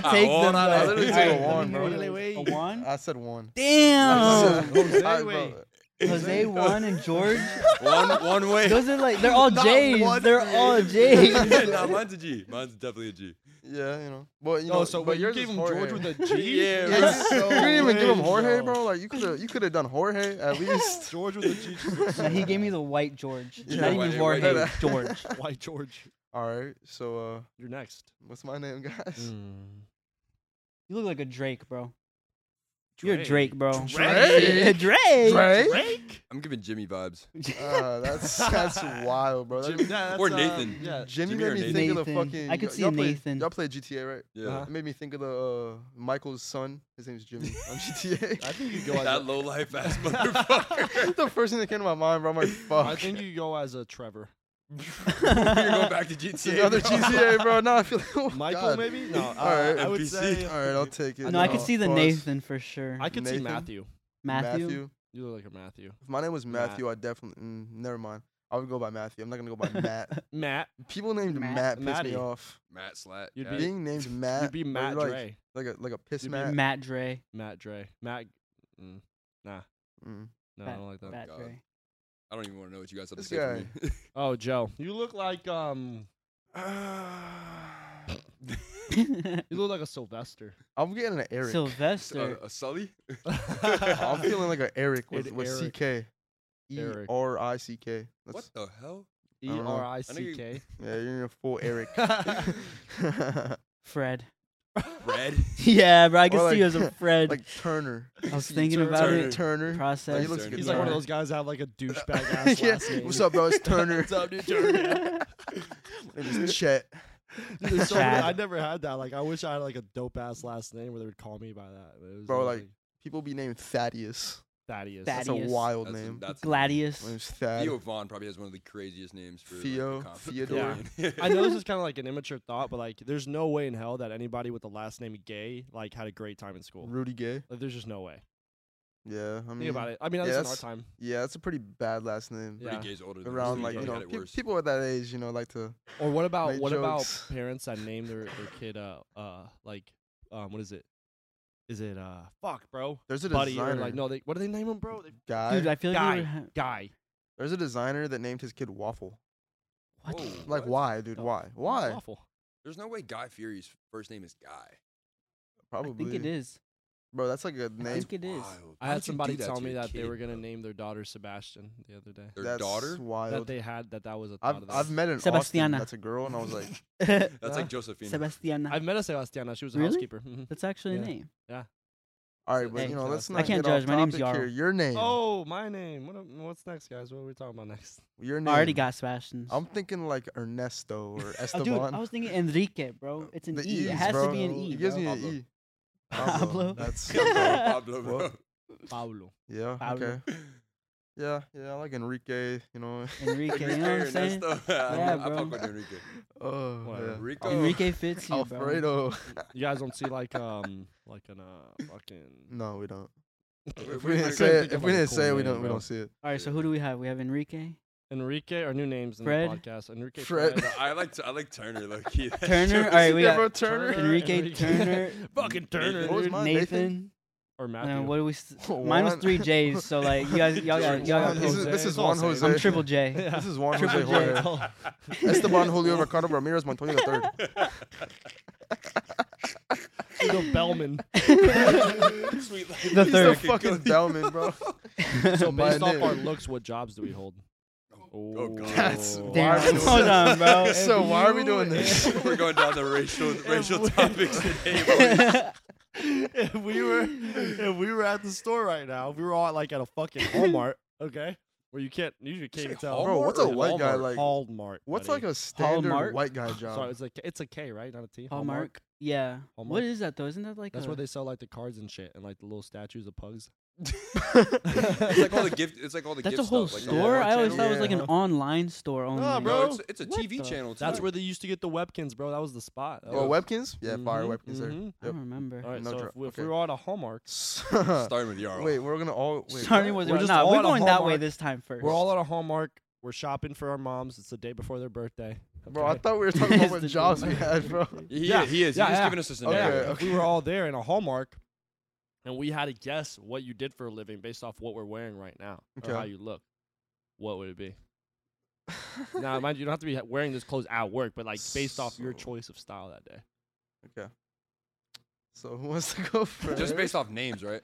[SPEAKER 1] take
[SPEAKER 3] Oh,
[SPEAKER 1] them.
[SPEAKER 3] no, no,
[SPEAKER 1] back.
[SPEAKER 2] literally took a
[SPEAKER 1] Alright,
[SPEAKER 2] one,
[SPEAKER 1] let me
[SPEAKER 2] bro. Uh,
[SPEAKER 1] realize. A
[SPEAKER 4] Wait.
[SPEAKER 1] one?
[SPEAKER 2] I said one.
[SPEAKER 1] Damn.
[SPEAKER 4] (laughs)
[SPEAKER 2] (laughs)
[SPEAKER 4] Jose
[SPEAKER 2] Alright,
[SPEAKER 4] way.
[SPEAKER 2] bro.
[SPEAKER 3] (laughs)
[SPEAKER 1] Jose one and George.
[SPEAKER 3] one one way.
[SPEAKER 1] Those are like they're all
[SPEAKER 2] Not
[SPEAKER 1] J's.
[SPEAKER 2] one
[SPEAKER 1] They're
[SPEAKER 2] creative.
[SPEAKER 3] (laughs)
[SPEAKER 1] all J's.
[SPEAKER 3] nah, mine's a G. Mine's definitely a G.
[SPEAKER 2] Yeah, you know. But you know,
[SPEAKER 4] Oh, so
[SPEAKER 2] but
[SPEAKER 4] wait, you
[SPEAKER 2] yours
[SPEAKER 4] gave
[SPEAKER 2] is
[SPEAKER 4] him George
[SPEAKER 2] Jorge.
[SPEAKER 4] with (laughs) a G?
[SPEAKER 3] Yeah,
[SPEAKER 2] (laughs) Yeah,
[SPEAKER 3] That's
[SPEAKER 4] (laughs)
[SPEAKER 2] you, you didn't even give him
[SPEAKER 4] way,
[SPEAKER 2] Jorge,
[SPEAKER 4] bro.
[SPEAKER 2] bro. Like you could have, you could have done Jorge at
[SPEAKER 4] (laughs)
[SPEAKER 2] least.
[SPEAKER 4] George with a G.
[SPEAKER 1] (laughs) Nah, he gave me the white George.
[SPEAKER 2] Yeah,
[SPEAKER 1] Not even
[SPEAKER 3] white-
[SPEAKER 1] Jorge.
[SPEAKER 2] white- (laughs)
[SPEAKER 1] George.
[SPEAKER 4] (laughs) Why George?
[SPEAKER 2] All right, so uh,
[SPEAKER 4] You're next.
[SPEAKER 2] what's my name,
[SPEAKER 1] Mm.
[SPEAKER 2] guys?
[SPEAKER 4] Hmm.
[SPEAKER 1] You look like a Drake, bro. You're a Drake, bro.
[SPEAKER 4] (laughs)
[SPEAKER 2] Drake?
[SPEAKER 1] Drake. (laughs)
[SPEAKER 2] Drake?
[SPEAKER 4] Drake?
[SPEAKER 3] I'm giving Jimmy vibes.
[SPEAKER 2] Uh, that's that's wild, bro. That-
[SPEAKER 4] Jim- yeah,
[SPEAKER 3] Or
[SPEAKER 4] that's, uh,
[SPEAKER 3] Nathan.
[SPEAKER 4] (laughs) yeah.
[SPEAKER 2] Jimmy,
[SPEAKER 3] Jimmy or
[SPEAKER 2] made me think of the
[SPEAKER 1] Nathan.
[SPEAKER 2] fucking.
[SPEAKER 1] I could
[SPEAKER 2] y-
[SPEAKER 1] see
[SPEAKER 2] y'all
[SPEAKER 1] a
[SPEAKER 2] play-
[SPEAKER 1] Nathan.
[SPEAKER 2] Y'all play GTA, right?
[SPEAKER 3] Yeah.
[SPEAKER 4] Uh-huh.
[SPEAKER 2] It made me think of the uh, Michael's son. His name's Jimmy on
[SPEAKER 4] I
[SPEAKER 2] GTA.
[SPEAKER 4] think (laughs) you go as
[SPEAKER 3] That
[SPEAKER 4] a,
[SPEAKER 3] low life ass motherfucker. (laughs)
[SPEAKER 2] the first thing that came to my mind, bro. I'm like, fuck.
[SPEAKER 4] I think you go as a Trevor.
[SPEAKER 3] We're going back to
[SPEAKER 2] it's
[SPEAKER 3] GTA.
[SPEAKER 2] another
[SPEAKER 3] bro.
[SPEAKER 2] GTA, bro. No, I feel like oh,
[SPEAKER 4] Michael,
[SPEAKER 2] God.
[SPEAKER 4] maybe? No,
[SPEAKER 2] (laughs) All
[SPEAKER 4] I-
[SPEAKER 2] right,
[SPEAKER 4] I would
[SPEAKER 3] NPC.
[SPEAKER 4] say.
[SPEAKER 2] All right, I'll take it.
[SPEAKER 1] No, I could
[SPEAKER 4] No,
[SPEAKER 1] see the
[SPEAKER 2] Buzz.
[SPEAKER 1] Nathan for sure.
[SPEAKER 4] I could see
[SPEAKER 2] Nathan?
[SPEAKER 4] Matthew.
[SPEAKER 1] Matthew.
[SPEAKER 4] You look like a Matthew.
[SPEAKER 2] If my name was
[SPEAKER 4] Matt.
[SPEAKER 2] Matthew, I definitely mm, never mind. I would go by Matthew. I'm not gonna go by
[SPEAKER 4] (laughs)
[SPEAKER 2] Matt.
[SPEAKER 4] Matt.
[SPEAKER 2] People named
[SPEAKER 1] Matt?
[SPEAKER 2] Matt, piss
[SPEAKER 4] Matty.
[SPEAKER 2] me off.
[SPEAKER 3] Matt Slat.
[SPEAKER 4] You'd
[SPEAKER 3] yeah.
[SPEAKER 4] be-
[SPEAKER 2] Being named Matt,
[SPEAKER 4] (laughs) You'd be
[SPEAKER 2] or
[SPEAKER 4] Matt
[SPEAKER 2] like,
[SPEAKER 4] Dre.
[SPEAKER 2] like a like a piss
[SPEAKER 4] You'd be
[SPEAKER 2] Matt.
[SPEAKER 1] Matt Dre.
[SPEAKER 4] Matt Dre. Matt. Mm, nah.
[SPEAKER 2] Mm.
[SPEAKER 4] No, I
[SPEAKER 1] Matt-
[SPEAKER 4] don't like that.
[SPEAKER 1] Matt
[SPEAKER 3] God.
[SPEAKER 1] Dre.
[SPEAKER 3] I don't even want to know what you guys have
[SPEAKER 2] This
[SPEAKER 3] to say for me. (laughs)
[SPEAKER 4] Oh, Joe. You look like um.
[SPEAKER 3] Uh,
[SPEAKER 1] (laughs)
[SPEAKER 4] You look like
[SPEAKER 2] (laughs)
[SPEAKER 4] a Sylvester. (laughs)
[SPEAKER 2] I'm getting an Eric.
[SPEAKER 3] S- uh,
[SPEAKER 1] Sylvester.
[SPEAKER 3] a Sully?
[SPEAKER 2] I'm feeling like an Eric with,
[SPEAKER 4] An
[SPEAKER 2] with
[SPEAKER 4] Eric.
[SPEAKER 2] CK. E
[SPEAKER 4] Eric.
[SPEAKER 2] R I C K. That's
[SPEAKER 3] What the hell?
[SPEAKER 4] E
[SPEAKER 2] don't know.
[SPEAKER 4] R I C K.
[SPEAKER 2] yeah, you're a full
[SPEAKER 4] (laughs)
[SPEAKER 2] Eric. (laughs)
[SPEAKER 1] Fred.
[SPEAKER 3] Red?
[SPEAKER 1] (laughs) Yeah, bro. I could
[SPEAKER 2] Or
[SPEAKER 1] see you as a
[SPEAKER 2] like-
[SPEAKER 1] Fred.
[SPEAKER 2] (laughs) like Turner.
[SPEAKER 1] I was
[SPEAKER 3] see
[SPEAKER 1] thinking
[SPEAKER 3] Turner.
[SPEAKER 1] about (laughs) it.
[SPEAKER 2] Turner.
[SPEAKER 1] Process.
[SPEAKER 2] he looks
[SPEAKER 3] Turner.
[SPEAKER 2] good.
[SPEAKER 4] He's like one of
[SPEAKER 2] Yeah.
[SPEAKER 1] (laughs)
[SPEAKER 4] those guys that have like
[SPEAKER 2] (laughs)
[SPEAKER 4] a douchebag ass
[SPEAKER 2] Yeah,
[SPEAKER 4] last name.
[SPEAKER 2] What's
[SPEAKER 4] (laughs)
[SPEAKER 2] up, bro? It's Turner.
[SPEAKER 4] What's up,
[SPEAKER 2] (laughs)
[SPEAKER 4] dude? Turner.
[SPEAKER 2] It is Chet.
[SPEAKER 4] Dude, there's so many-
[SPEAKER 1] Chad.
[SPEAKER 4] I never had that. Like, I wish I had like a dope ass last name where they would call me by that. It was
[SPEAKER 2] Bro,
[SPEAKER 4] always,
[SPEAKER 2] like, People be named Thaddeus.
[SPEAKER 4] Thaddeus.
[SPEAKER 2] That's
[SPEAKER 1] Thaddeus.
[SPEAKER 2] a wild
[SPEAKER 3] That's a-
[SPEAKER 2] name.
[SPEAKER 3] that's a-
[SPEAKER 1] Gladius.
[SPEAKER 2] My name's Thad.
[SPEAKER 3] Theo Vaughn probably has one of the craziest names for like, the
[SPEAKER 2] Theo,
[SPEAKER 3] comp-
[SPEAKER 2] Theodore.
[SPEAKER 3] (laughs) Yeah.
[SPEAKER 4] I know this is kind of like an immature thought, but like, there's no way in hell that anybody with the last name Gay like had a great time in school.
[SPEAKER 2] Rudy Gay.
[SPEAKER 4] Like, there's just no way.
[SPEAKER 2] Yeah, I mean,
[SPEAKER 4] Think about it. I mean, at
[SPEAKER 2] yeah,
[SPEAKER 4] least in our
[SPEAKER 2] that's-
[SPEAKER 4] time.
[SPEAKER 2] yeah, that's a pretty bad last name.
[SPEAKER 4] Yeah.
[SPEAKER 3] Pretty gays older than us, so
[SPEAKER 2] Around
[SPEAKER 3] we
[SPEAKER 2] like you
[SPEAKER 3] probably
[SPEAKER 2] know
[SPEAKER 3] had it
[SPEAKER 2] pe-
[SPEAKER 3] worse.
[SPEAKER 2] people at that age, you know, like to
[SPEAKER 4] Or what about
[SPEAKER 2] Made
[SPEAKER 4] what
[SPEAKER 2] jokes.
[SPEAKER 4] about parents that name their, their kid uh uh like um what is it? Is it uh fuck, bro?
[SPEAKER 2] There's a
[SPEAKER 4] Buddy or
[SPEAKER 2] designer Mm.
[SPEAKER 4] like no, they what do they name him, bro? They,
[SPEAKER 2] guy.
[SPEAKER 1] Dude, I feel like we would ha-
[SPEAKER 4] guy.
[SPEAKER 2] There's a designer that named his kid Waffle.
[SPEAKER 1] what? the
[SPEAKER 3] Whoa,
[SPEAKER 1] f-
[SPEAKER 2] Like
[SPEAKER 3] what?
[SPEAKER 2] why, dude?
[SPEAKER 4] No.
[SPEAKER 2] Why?
[SPEAKER 4] That's
[SPEAKER 2] Why?
[SPEAKER 4] Awful.
[SPEAKER 3] There's no way Guy Fury's first name is Guy.
[SPEAKER 1] I
[SPEAKER 2] Probably.
[SPEAKER 1] think it is.
[SPEAKER 2] Bro, that's like a
[SPEAKER 1] I
[SPEAKER 2] name.
[SPEAKER 1] think it is.
[SPEAKER 3] Wild.
[SPEAKER 4] I
[SPEAKER 3] How'd you
[SPEAKER 4] had
[SPEAKER 3] do
[SPEAKER 4] somebody
[SPEAKER 3] that
[SPEAKER 4] tell
[SPEAKER 3] to
[SPEAKER 4] me
[SPEAKER 3] your
[SPEAKER 4] that they
[SPEAKER 3] kid,
[SPEAKER 4] were gonna
[SPEAKER 3] bro?
[SPEAKER 4] name their daughter Sebastian the other day.
[SPEAKER 3] their
[SPEAKER 2] That's
[SPEAKER 3] daughter.
[SPEAKER 4] That
[SPEAKER 2] Wild.
[SPEAKER 4] they had that that was a thought
[SPEAKER 2] I've
[SPEAKER 4] of
[SPEAKER 2] I've
[SPEAKER 4] theirs.
[SPEAKER 2] met an Austin
[SPEAKER 1] Sebastiana.
[SPEAKER 2] that's a girl, and I
[SPEAKER 4] (laughs)
[SPEAKER 2] was like,
[SPEAKER 3] (laughs)
[SPEAKER 1] (laughs)
[SPEAKER 3] That's
[SPEAKER 4] Huh?
[SPEAKER 3] like Josephine.
[SPEAKER 1] Sebastiana.
[SPEAKER 4] I've met a Sebastiana. She was a
[SPEAKER 1] Really?
[SPEAKER 4] housekeeper. Mhm.
[SPEAKER 1] That's actually
[SPEAKER 4] Yeah.
[SPEAKER 1] a name.
[SPEAKER 2] all
[SPEAKER 4] So
[SPEAKER 2] right, but
[SPEAKER 1] hey,
[SPEAKER 2] you know, let's
[SPEAKER 4] I
[SPEAKER 2] not
[SPEAKER 1] can't
[SPEAKER 2] get off
[SPEAKER 1] judge. My name's
[SPEAKER 2] topic here.
[SPEAKER 1] Yarl.
[SPEAKER 2] Your name.
[SPEAKER 4] Oh, my name. What, am- what's next, guys? What are we talking about next?
[SPEAKER 2] your name.
[SPEAKER 1] I already got Sebastian's.
[SPEAKER 2] I'm thinking like Ernesto or
[SPEAKER 1] Oh,
[SPEAKER 2] Esteban. Uh, (laughs)
[SPEAKER 1] dude, (laughs) I was thinking Enrique, bro. It's an
[SPEAKER 2] The
[SPEAKER 1] E. It
[SPEAKER 2] E's,
[SPEAKER 1] has
[SPEAKER 2] bro.
[SPEAKER 1] to be an
[SPEAKER 4] No,
[SPEAKER 1] E.
[SPEAKER 2] It
[SPEAKER 1] (laughs)
[SPEAKER 2] gives
[SPEAKER 1] bro.
[SPEAKER 2] me an
[SPEAKER 4] Pablo.
[SPEAKER 2] E.
[SPEAKER 1] Pablo.
[SPEAKER 2] (laughs)
[SPEAKER 1] (laughs)
[SPEAKER 2] That's
[SPEAKER 3] Pablo, (laughs) Pablo, bro.
[SPEAKER 2] What?
[SPEAKER 4] Paulo.
[SPEAKER 2] yeah.
[SPEAKER 1] Pablo.
[SPEAKER 2] Okay. Yeah, yeah. I like Enrique. You know. (laughs)
[SPEAKER 1] Enrique, you know what I'm saying?
[SPEAKER 3] Ernesto. I-
[SPEAKER 1] Yeah,
[SPEAKER 3] I
[SPEAKER 1] bro.
[SPEAKER 3] fuck with
[SPEAKER 4] (laughs)
[SPEAKER 3] Enrique.
[SPEAKER 2] Oh,
[SPEAKER 4] Whatever.
[SPEAKER 2] yeah.
[SPEAKER 3] Rico.
[SPEAKER 2] (laughs)
[SPEAKER 1] Enrique fits you, bro.
[SPEAKER 2] Alfredo.
[SPEAKER 4] You guys don't see like um like an uh fucking
[SPEAKER 2] No, we don't. If
[SPEAKER 3] If
[SPEAKER 2] we
[SPEAKER 3] we
[SPEAKER 2] didn't
[SPEAKER 3] couldn't
[SPEAKER 2] say
[SPEAKER 4] think
[SPEAKER 2] it, if
[SPEAKER 4] of,
[SPEAKER 2] we
[SPEAKER 4] like, a
[SPEAKER 2] didn't
[SPEAKER 4] cool
[SPEAKER 2] say it, we
[SPEAKER 4] name,
[SPEAKER 2] don't we
[SPEAKER 4] bro.
[SPEAKER 2] don't see it.
[SPEAKER 1] All right, so who do we have? We have Enrique,
[SPEAKER 4] Enrique. Our new names in
[SPEAKER 1] Fred?
[SPEAKER 4] the podcast. Enrique.
[SPEAKER 2] Fred.
[SPEAKER 4] Fred.
[SPEAKER 3] I like I like Turner. Low key. (laughs) That
[SPEAKER 1] Turner.
[SPEAKER 3] joke
[SPEAKER 1] All
[SPEAKER 3] is-
[SPEAKER 1] right, we
[SPEAKER 2] Yeah,
[SPEAKER 1] got
[SPEAKER 2] bro, (laughs) (laughs) Turner.
[SPEAKER 1] Enrique, Turner,
[SPEAKER 4] (laughs) Fucking Turner.
[SPEAKER 2] What was
[SPEAKER 4] dude.
[SPEAKER 2] mine?
[SPEAKER 1] Nathan.
[SPEAKER 2] Nathan?
[SPEAKER 4] Or Matthew.
[SPEAKER 1] And then
[SPEAKER 4] (laughs)
[SPEAKER 1] what do
[SPEAKER 2] (laughs)
[SPEAKER 1] we? s mine was
[SPEAKER 2] Juan.
[SPEAKER 1] three J's. So like you guys, y'all got, y'all got.
[SPEAKER 2] (laughs)
[SPEAKER 4] Juan
[SPEAKER 2] this, is,
[SPEAKER 4] Jose.
[SPEAKER 2] this is
[SPEAKER 4] It's all
[SPEAKER 2] Juan
[SPEAKER 4] the same.
[SPEAKER 2] Jose.
[SPEAKER 1] I'm
[SPEAKER 2] (laughs)
[SPEAKER 1] triple J.
[SPEAKER 4] Yeah.
[SPEAKER 2] This is Juan
[SPEAKER 1] Triple
[SPEAKER 2] Jose
[SPEAKER 1] J.
[SPEAKER 2] Jorge. Esteban Julio Ricardo Ramirez Montoya III.
[SPEAKER 4] the Bellman.
[SPEAKER 2] (laughs)
[SPEAKER 3] Sweet life.
[SPEAKER 1] The
[SPEAKER 2] He's
[SPEAKER 1] third.
[SPEAKER 2] the fucking (laughs) bellman, bro.
[SPEAKER 4] So
[SPEAKER 2] My
[SPEAKER 4] based off
[SPEAKER 1] (laughs)
[SPEAKER 4] our
[SPEAKER 2] name.
[SPEAKER 4] looks, what jobs do we hold?
[SPEAKER 3] Oh, God.
[SPEAKER 2] That's-
[SPEAKER 4] Oh.
[SPEAKER 2] Why are
[SPEAKER 1] Damn.
[SPEAKER 2] we
[SPEAKER 1] (laughs)
[SPEAKER 2] doing
[SPEAKER 1] Hold
[SPEAKER 2] this?
[SPEAKER 1] on, bro.
[SPEAKER 2] So why are we doing this?
[SPEAKER 3] (laughs) We're going down
[SPEAKER 2] (laughs)
[SPEAKER 3] the racial racial
[SPEAKER 4] we-
[SPEAKER 3] topics today. Boys.
[SPEAKER 4] if we were if we were at the store right now, if we were all like at
[SPEAKER 2] (laughs)
[SPEAKER 4] a fucking Walmart, okay, where you can't usually can't even
[SPEAKER 3] Say
[SPEAKER 4] tell.
[SPEAKER 2] Bro, what's a
[SPEAKER 3] Hallmark or
[SPEAKER 2] white guy
[SPEAKER 3] Walmart?
[SPEAKER 2] like?
[SPEAKER 4] Walmart.
[SPEAKER 2] What's
[SPEAKER 4] buddy.
[SPEAKER 2] like a standard
[SPEAKER 1] Hallmark?
[SPEAKER 2] white guy
[SPEAKER 4] Sorry, (laughs)
[SPEAKER 2] job?
[SPEAKER 4] it's a K- it's a K, right? Not a T.
[SPEAKER 1] Hallmark. Yeah.
[SPEAKER 4] Hallmark?
[SPEAKER 1] What is that though? Isn't that like
[SPEAKER 4] That's
[SPEAKER 1] a,
[SPEAKER 4] where they sell like the cards and shit, and like the little statues of pugs.
[SPEAKER 3] it's
[SPEAKER 2] (laughs)
[SPEAKER 3] like all the gift. It's like all the
[SPEAKER 1] That's
[SPEAKER 3] gift
[SPEAKER 1] a whole
[SPEAKER 3] stuff, like the
[SPEAKER 1] store.
[SPEAKER 3] Walmart
[SPEAKER 1] I always
[SPEAKER 3] channel.
[SPEAKER 1] thought it was like an
[SPEAKER 4] Yeah.
[SPEAKER 1] online store only.
[SPEAKER 4] Nah,
[SPEAKER 3] No,
[SPEAKER 4] bro.
[SPEAKER 3] it's, it's a
[SPEAKER 1] What
[SPEAKER 3] TV
[SPEAKER 1] the-
[SPEAKER 3] channel.
[SPEAKER 4] That's
[SPEAKER 3] too.
[SPEAKER 4] where they used to get the Webkins, bro. That was the spot. That
[SPEAKER 2] Or
[SPEAKER 4] was-
[SPEAKER 2] Webkins? Oh, Yeah, fire
[SPEAKER 4] Mhm,
[SPEAKER 2] Webkins (laughs) there.
[SPEAKER 4] mhm.
[SPEAKER 1] I don't remember.
[SPEAKER 4] All right,
[SPEAKER 2] No
[SPEAKER 4] so
[SPEAKER 2] dra-
[SPEAKER 4] if we, if we
[SPEAKER 2] okay.
[SPEAKER 4] were on a Hallmark,
[SPEAKER 3] starting with Yarl.
[SPEAKER 2] Wait, we're gonna all. Wait,
[SPEAKER 1] Starting
[SPEAKER 2] what?
[SPEAKER 1] with
[SPEAKER 4] We're just
[SPEAKER 1] nah,
[SPEAKER 4] all
[SPEAKER 1] we're
[SPEAKER 4] at a
[SPEAKER 1] going that way
[SPEAKER 4] Hallmark.
[SPEAKER 1] this time 1st
[SPEAKER 4] we're all on a Hallmark. We're shopping for our moms. It's the day before their birthday.
[SPEAKER 2] Bro, I thought we were talking about
[SPEAKER 1] It's
[SPEAKER 2] what
[SPEAKER 1] the
[SPEAKER 2] jobs we
[SPEAKER 1] truth.
[SPEAKER 2] had, bro.
[SPEAKER 3] He
[SPEAKER 4] Yeah,
[SPEAKER 3] is. He is.
[SPEAKER 4] yeah,
[SPEAKER 3] He's
[SPEAKER 4] yeah.
[SPEAKER 3] giving us a
[SPEAKER 4] Yeah,
[SPEAKER 3] scenario.
[SPEAKER 2] Okay,
[SPEAKER 4] if we were all there in a Hallmark, and we had to guess what you did for a living based off what we're wearing right now
[SPEAKER 2] Okay.
[SPEAKER 4] or how you look. What would it be? now, mind you, you don't have to be ha- wearing this clothes at work, but like based off your
[SPEAKER 2] So-
[SPEAKER 4] choice of style that day.
[SPEAKER 2] So who wants to go first?
[SPEAKER 3] Just based off names, right?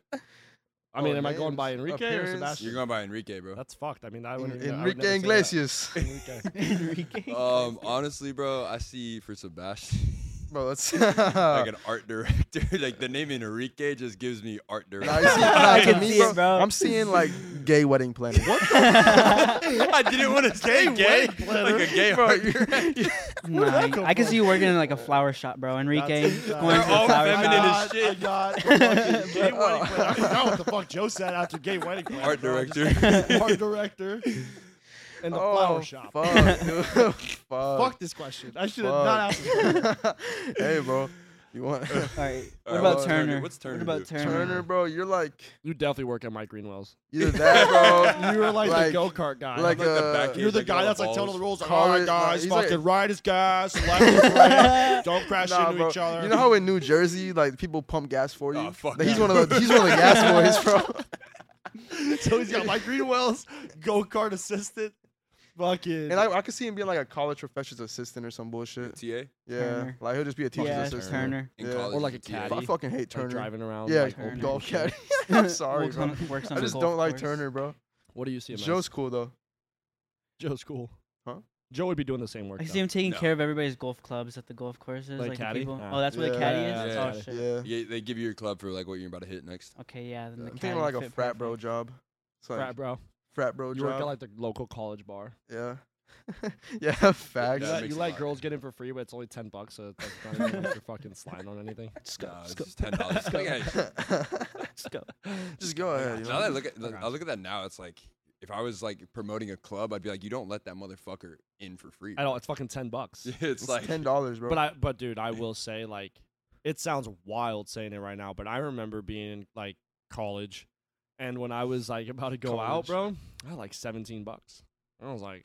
[SPEAKER 4] I mean,
[SPEAKER 2] Oh,
[SPEAKER 4] am I going by
[SPEAKER 2] names,
[SPEAKER 4] Enrique or
[SPEAKER 2] appearance.
[SPEAKER 4] Sebastian?
[SPEAKER 3] You're going by Enrique,
[SPEAKER 4] (laughs)
[SPEAKER 3] bro.
[SPEAKER 4] That's fucked. I mean, I
[SPEAKER 2] En-
[SPEAKER 4] wouldn't. even, I would
[SPEAKER 2] Enrique
[SPEAKER 4] never say
[SPEAKER 2] Iglesias.
[SPEAKER 4] that. Enrique.
[SPEAKER 1] Enrique.
[SPEAKER 3] Um, honestly, bro, I see for Sebastian (laughs)
[SPEAKER 2] Bro, uh, let's. (laughs)
[SPEAKER 3] like an art director. (laughs) like the name Enrique just gives me art director.
[SPEAKER 2] (laughs) Nah, you see-
[SPEAKER 1] I
[SPEAKER 3] (laughs)
[SPEAKER 2] nah, to
[SPEAKER 1] can
[SPEAKER 2] me,
[SPEAKER 1] see it, bro.
[SPEAKER 2] I'm seeing like gay wedding planning. What? (laughs)
[SPEAKER 3] I didn't want to say gay, like a gay
[SPEAKER 2] Bro, (laughs)
[SPEAKER 3] art
[SPEAKER 2] you-
[SPEAKER 3] director.
[SPEAKER 4] Where did
[SPEAKER 1] Nah,
[SPEAKER 4] that come
[SPEAKER 1] I can see
[SPEAKER 4] from?
[SPEAKER 1] you working in like a flower shop, bro. Enrique going to
[SPEAKER 4] That's-
[SPEAKER 1] the
[SPEAKER 4] They're all
[SPEAKER 1] flower
[SPEAKER 3] feminine
[SPEAKER 1] shop.
[SPEAKER 3] as shit.
[SPEAKER 4] God.
[SPEAKER 1] Gay
[SPEAKER 2] wedding plan. I forgot what
[SPEAKER 4] the fuck Joe said after gay wedding plan.
[SPEAKER 3] Art director.
[SPEAKER 4] (laughs)
[SPEAKER 3] (laughs)
[SPEAKER 4] art director. And the
[SPEAKER 2] Oh,
[SPEAKER 4] flower shop.
[SPEAKER 2] Fuck, dude. (laughs) fuck.
[SPEAKER 4] Fuck this question. I should have
[SPEAKER 2] fuck.
[SPEAKER 4] not asked this question.
[SPEAKER 2] (laughs) hey, bro. You want (laughs)
[SPEAKER 1] All right. What
[SPEAKER 3] All right,
[SPEAKER 1] about
[SPEAKER 2] what's
[SPEAKER 3] Turner-
[SPEAKER 1] Turner?
[SPEAKER 3] what's Turner
[SPEAKER 1] What about
[SPEAKER 3] do?
[SPEAKER 1] Turner?
[SPEAKER 2] Turner, bro? You're like
[SPEAKER 4] (laughs) You definitely work at Mike Greenwell's.
[SPEAKER 2] (laughs) either that, bro.
[SPEAKER 4] You were like,
[SPEAKER 2] Like-
[SPEAKER 4] the go kart
[SPEAKER 2] like,
[SPEAKER 4] guy.
[SPEAKER 3] I'm like the
[SPEAKER 2] uh,
[SPEAKER 3] back
[SPEAKER 4] You're
[SPEAKER 3] end,
[SPEAKER 4] the
[SPEAKER 3] like,
[SPEAKER 4] guy
[SPEAKER 3] all
[SPEAKER 4] that's like telling
[SPEAKER 3] balls.
[SPEAKER 4] the rules. Like,
[SPEAKER 2] Call
[SPEAKER 4] All
[SPEAKER 2] it-
[SPEAKER 4] right,
[SPEAKER 2] nah,
[SPEAKER 4] guys,
[SPEAKER 2] he's like-
[SPEAKER 4] fucking ride his
[SPEAKER 2] (laughs)
[SPEAKER 4] gas, left his right, don't crash
[SPEAKER 2] Nah,
[SPEAKER 4] into
[SPEAKER 2] bro.
[SPEAKER 4] each other.
[SPEAKER 2] You know how in New Jersey, like people pump gas for you.
[SPEAKER 3] Oh, fuck
[SPEAKER 2] Like, he's
[SPEAKER 3] that.
[SPEAKER 2] one of the he's one of the (laughs) gas boys, bro.
[SPEAKER 4] (laughs) so he's got Mike Greenwell's go kart assistant. Fucking.
[SPEAKER 2] And I, I could see him being like a college professor's assistant or some bullshit.
[SPEAKER 3] TA
[SPEAKER 2] Yeah,
[SPEAKER 1] Turner.
[SPEAKER 2] like he'll just be a teacher's
[SPEAKER 1] Yeah,
[SPEAKER 3] Turner.
[SPEAKER 2] assistant.
[SPEAKER 1] Turner.
[SPEAKER 3] in
[SPEAKER 2] Yeah.
[SPEAKER 3] college.
[SPEAKER 4] Or like
[SPEAKER 3] he's
[SPEAKER 4] a caddy.
[SPEAKER 2] I fucking hate
[SPEAKER 4] like,
[SPEAKER 2] Turner.
[SPEAKER 4] driving around.
[SPEAKER 2] yeah,
[SPEAKER 4] like,
[SPEAKER 1] Turner.
[SPEAKER 4] open
[SPEAKER 2] golf
[SPEAKER 4] and shit.
[SPEAKER 2] caddy. I'm sorry,
[SPEAKER 1] Works on,
[SPEAKER 2] bro.
[SPEAKER 1] a- works on
[SPEAKER 2] I
[SPEAKER 1] a
[SPEAKER 2] just
[SPEAKER 1] golf
[SPEAKER 2] don't like
[SPEAKER 1] course.
[SPEAKER 2] Turner, bro.
[SPEAKER 4] (laughs) What do you see him as?
[SPEAKER 2] Joe's cool though.
[SPEAKER 4] Joe's cool.
[SPEAKER 2] Huh?
[SPEAKER 4] Joe would be doing the same work.
[SPEAKER 1] I
[SPEAKER 4] though.
[SPEAKER 1] see him taking
[SPEAKER 3] No.
[SPEAKER 1] care of everybody's golf clubs at the golf courses,
[SPEAKER 4] Like
[SPEAKER 1] like, the
[SPEAKER 4] caddy?
[SPEAKER 1] people.
[SPEAKER 4] Ah.
[SPEAKER 1] Oh, that's where the
[SPEAKER 2] Yeah.
[SPEAKER 1] caddy
[SPEAKER 4] Yeah,
[SPEAKER 1] is.
[SPEAKER 3] yeah,
[SPEAKER 1] oh
[SPEAKER 4] yeah.
[SPEAKER 1] shit.
[SPEAKER 2] Yeah.
[SPEAKER 3] Yeah, they give you your club for like what you're about to hit next.
[SPEAKER 1] Okay, yeah. Then the
[SPEAKER 2] I'm
[SPEAKER 1] caddy
[SPEAKER 2] thinking like a
[SPEAKER 1] fit
[SPEAKER 2] frat bro
[SPEAKER 1] perfect.
[SPEAKER 2] job. It's like
[SPEAKER 4] Frat
[SPEAKER 2] frat,
[SPEAKER 4] bro.
[SPEAKER 2] bro
[SPEAKER 4] You work
[SPEAKER 2] job.
[SPEAKER 4] at like the local college bar.
[SPEAKER 2] yeah. yeah,
[SPEAKER 4] You
[SPEAKER 2] facts.
[SPEAKER 3] that
[SPEAKER 4] let,
[SPEAKER 3] makes
[SPEAKER 4] you
[SPEAKER 3] a
[SPEAKER 4] let
[SPEAKER 3] lot.
[SPEAKER 4] girls get in for free, but it's only ten bucks, so it's like not even like you're fucking sliding on anything.
[SPEAKER 1] Just go.
[SPEAKER 3] No, it's
[SPEAKER 1] Just go.
[SPEAKER 3] just ten dollars.
[SPEAKER 1] Just go.
[SPEAKER 2] (laughs) just
[SPEAKER 1] Just
[SPEAKER 3] (laughs)
[SPEAKER 1] go.
[SPEAKER 2] go ahead. You
[SPEAKER 3] Now that I
[SPEAKER 2] know?
[SPEAKER 3] look at
[SPEAKER 4] Okay.
[SPEAKER 3] I look at that now, it's like if I was like promoting a club, I'd be like, you don't let that motherfucker in for free.
[SPEAKER 4] I know
[SPEAKER 3] bro."
[SPEAKER 4] it's fucking ten bucks.
[SPEAKER 3] (laughs) it's, like
[SPEAKER 2] ten dollars, bro.
[SPEAKER 4] But I, but dude, I will say like, it sounds wild saying it right now, but I remember being in like college, and when I was like about to go out, bro, I had like seventeen bucks. I was like,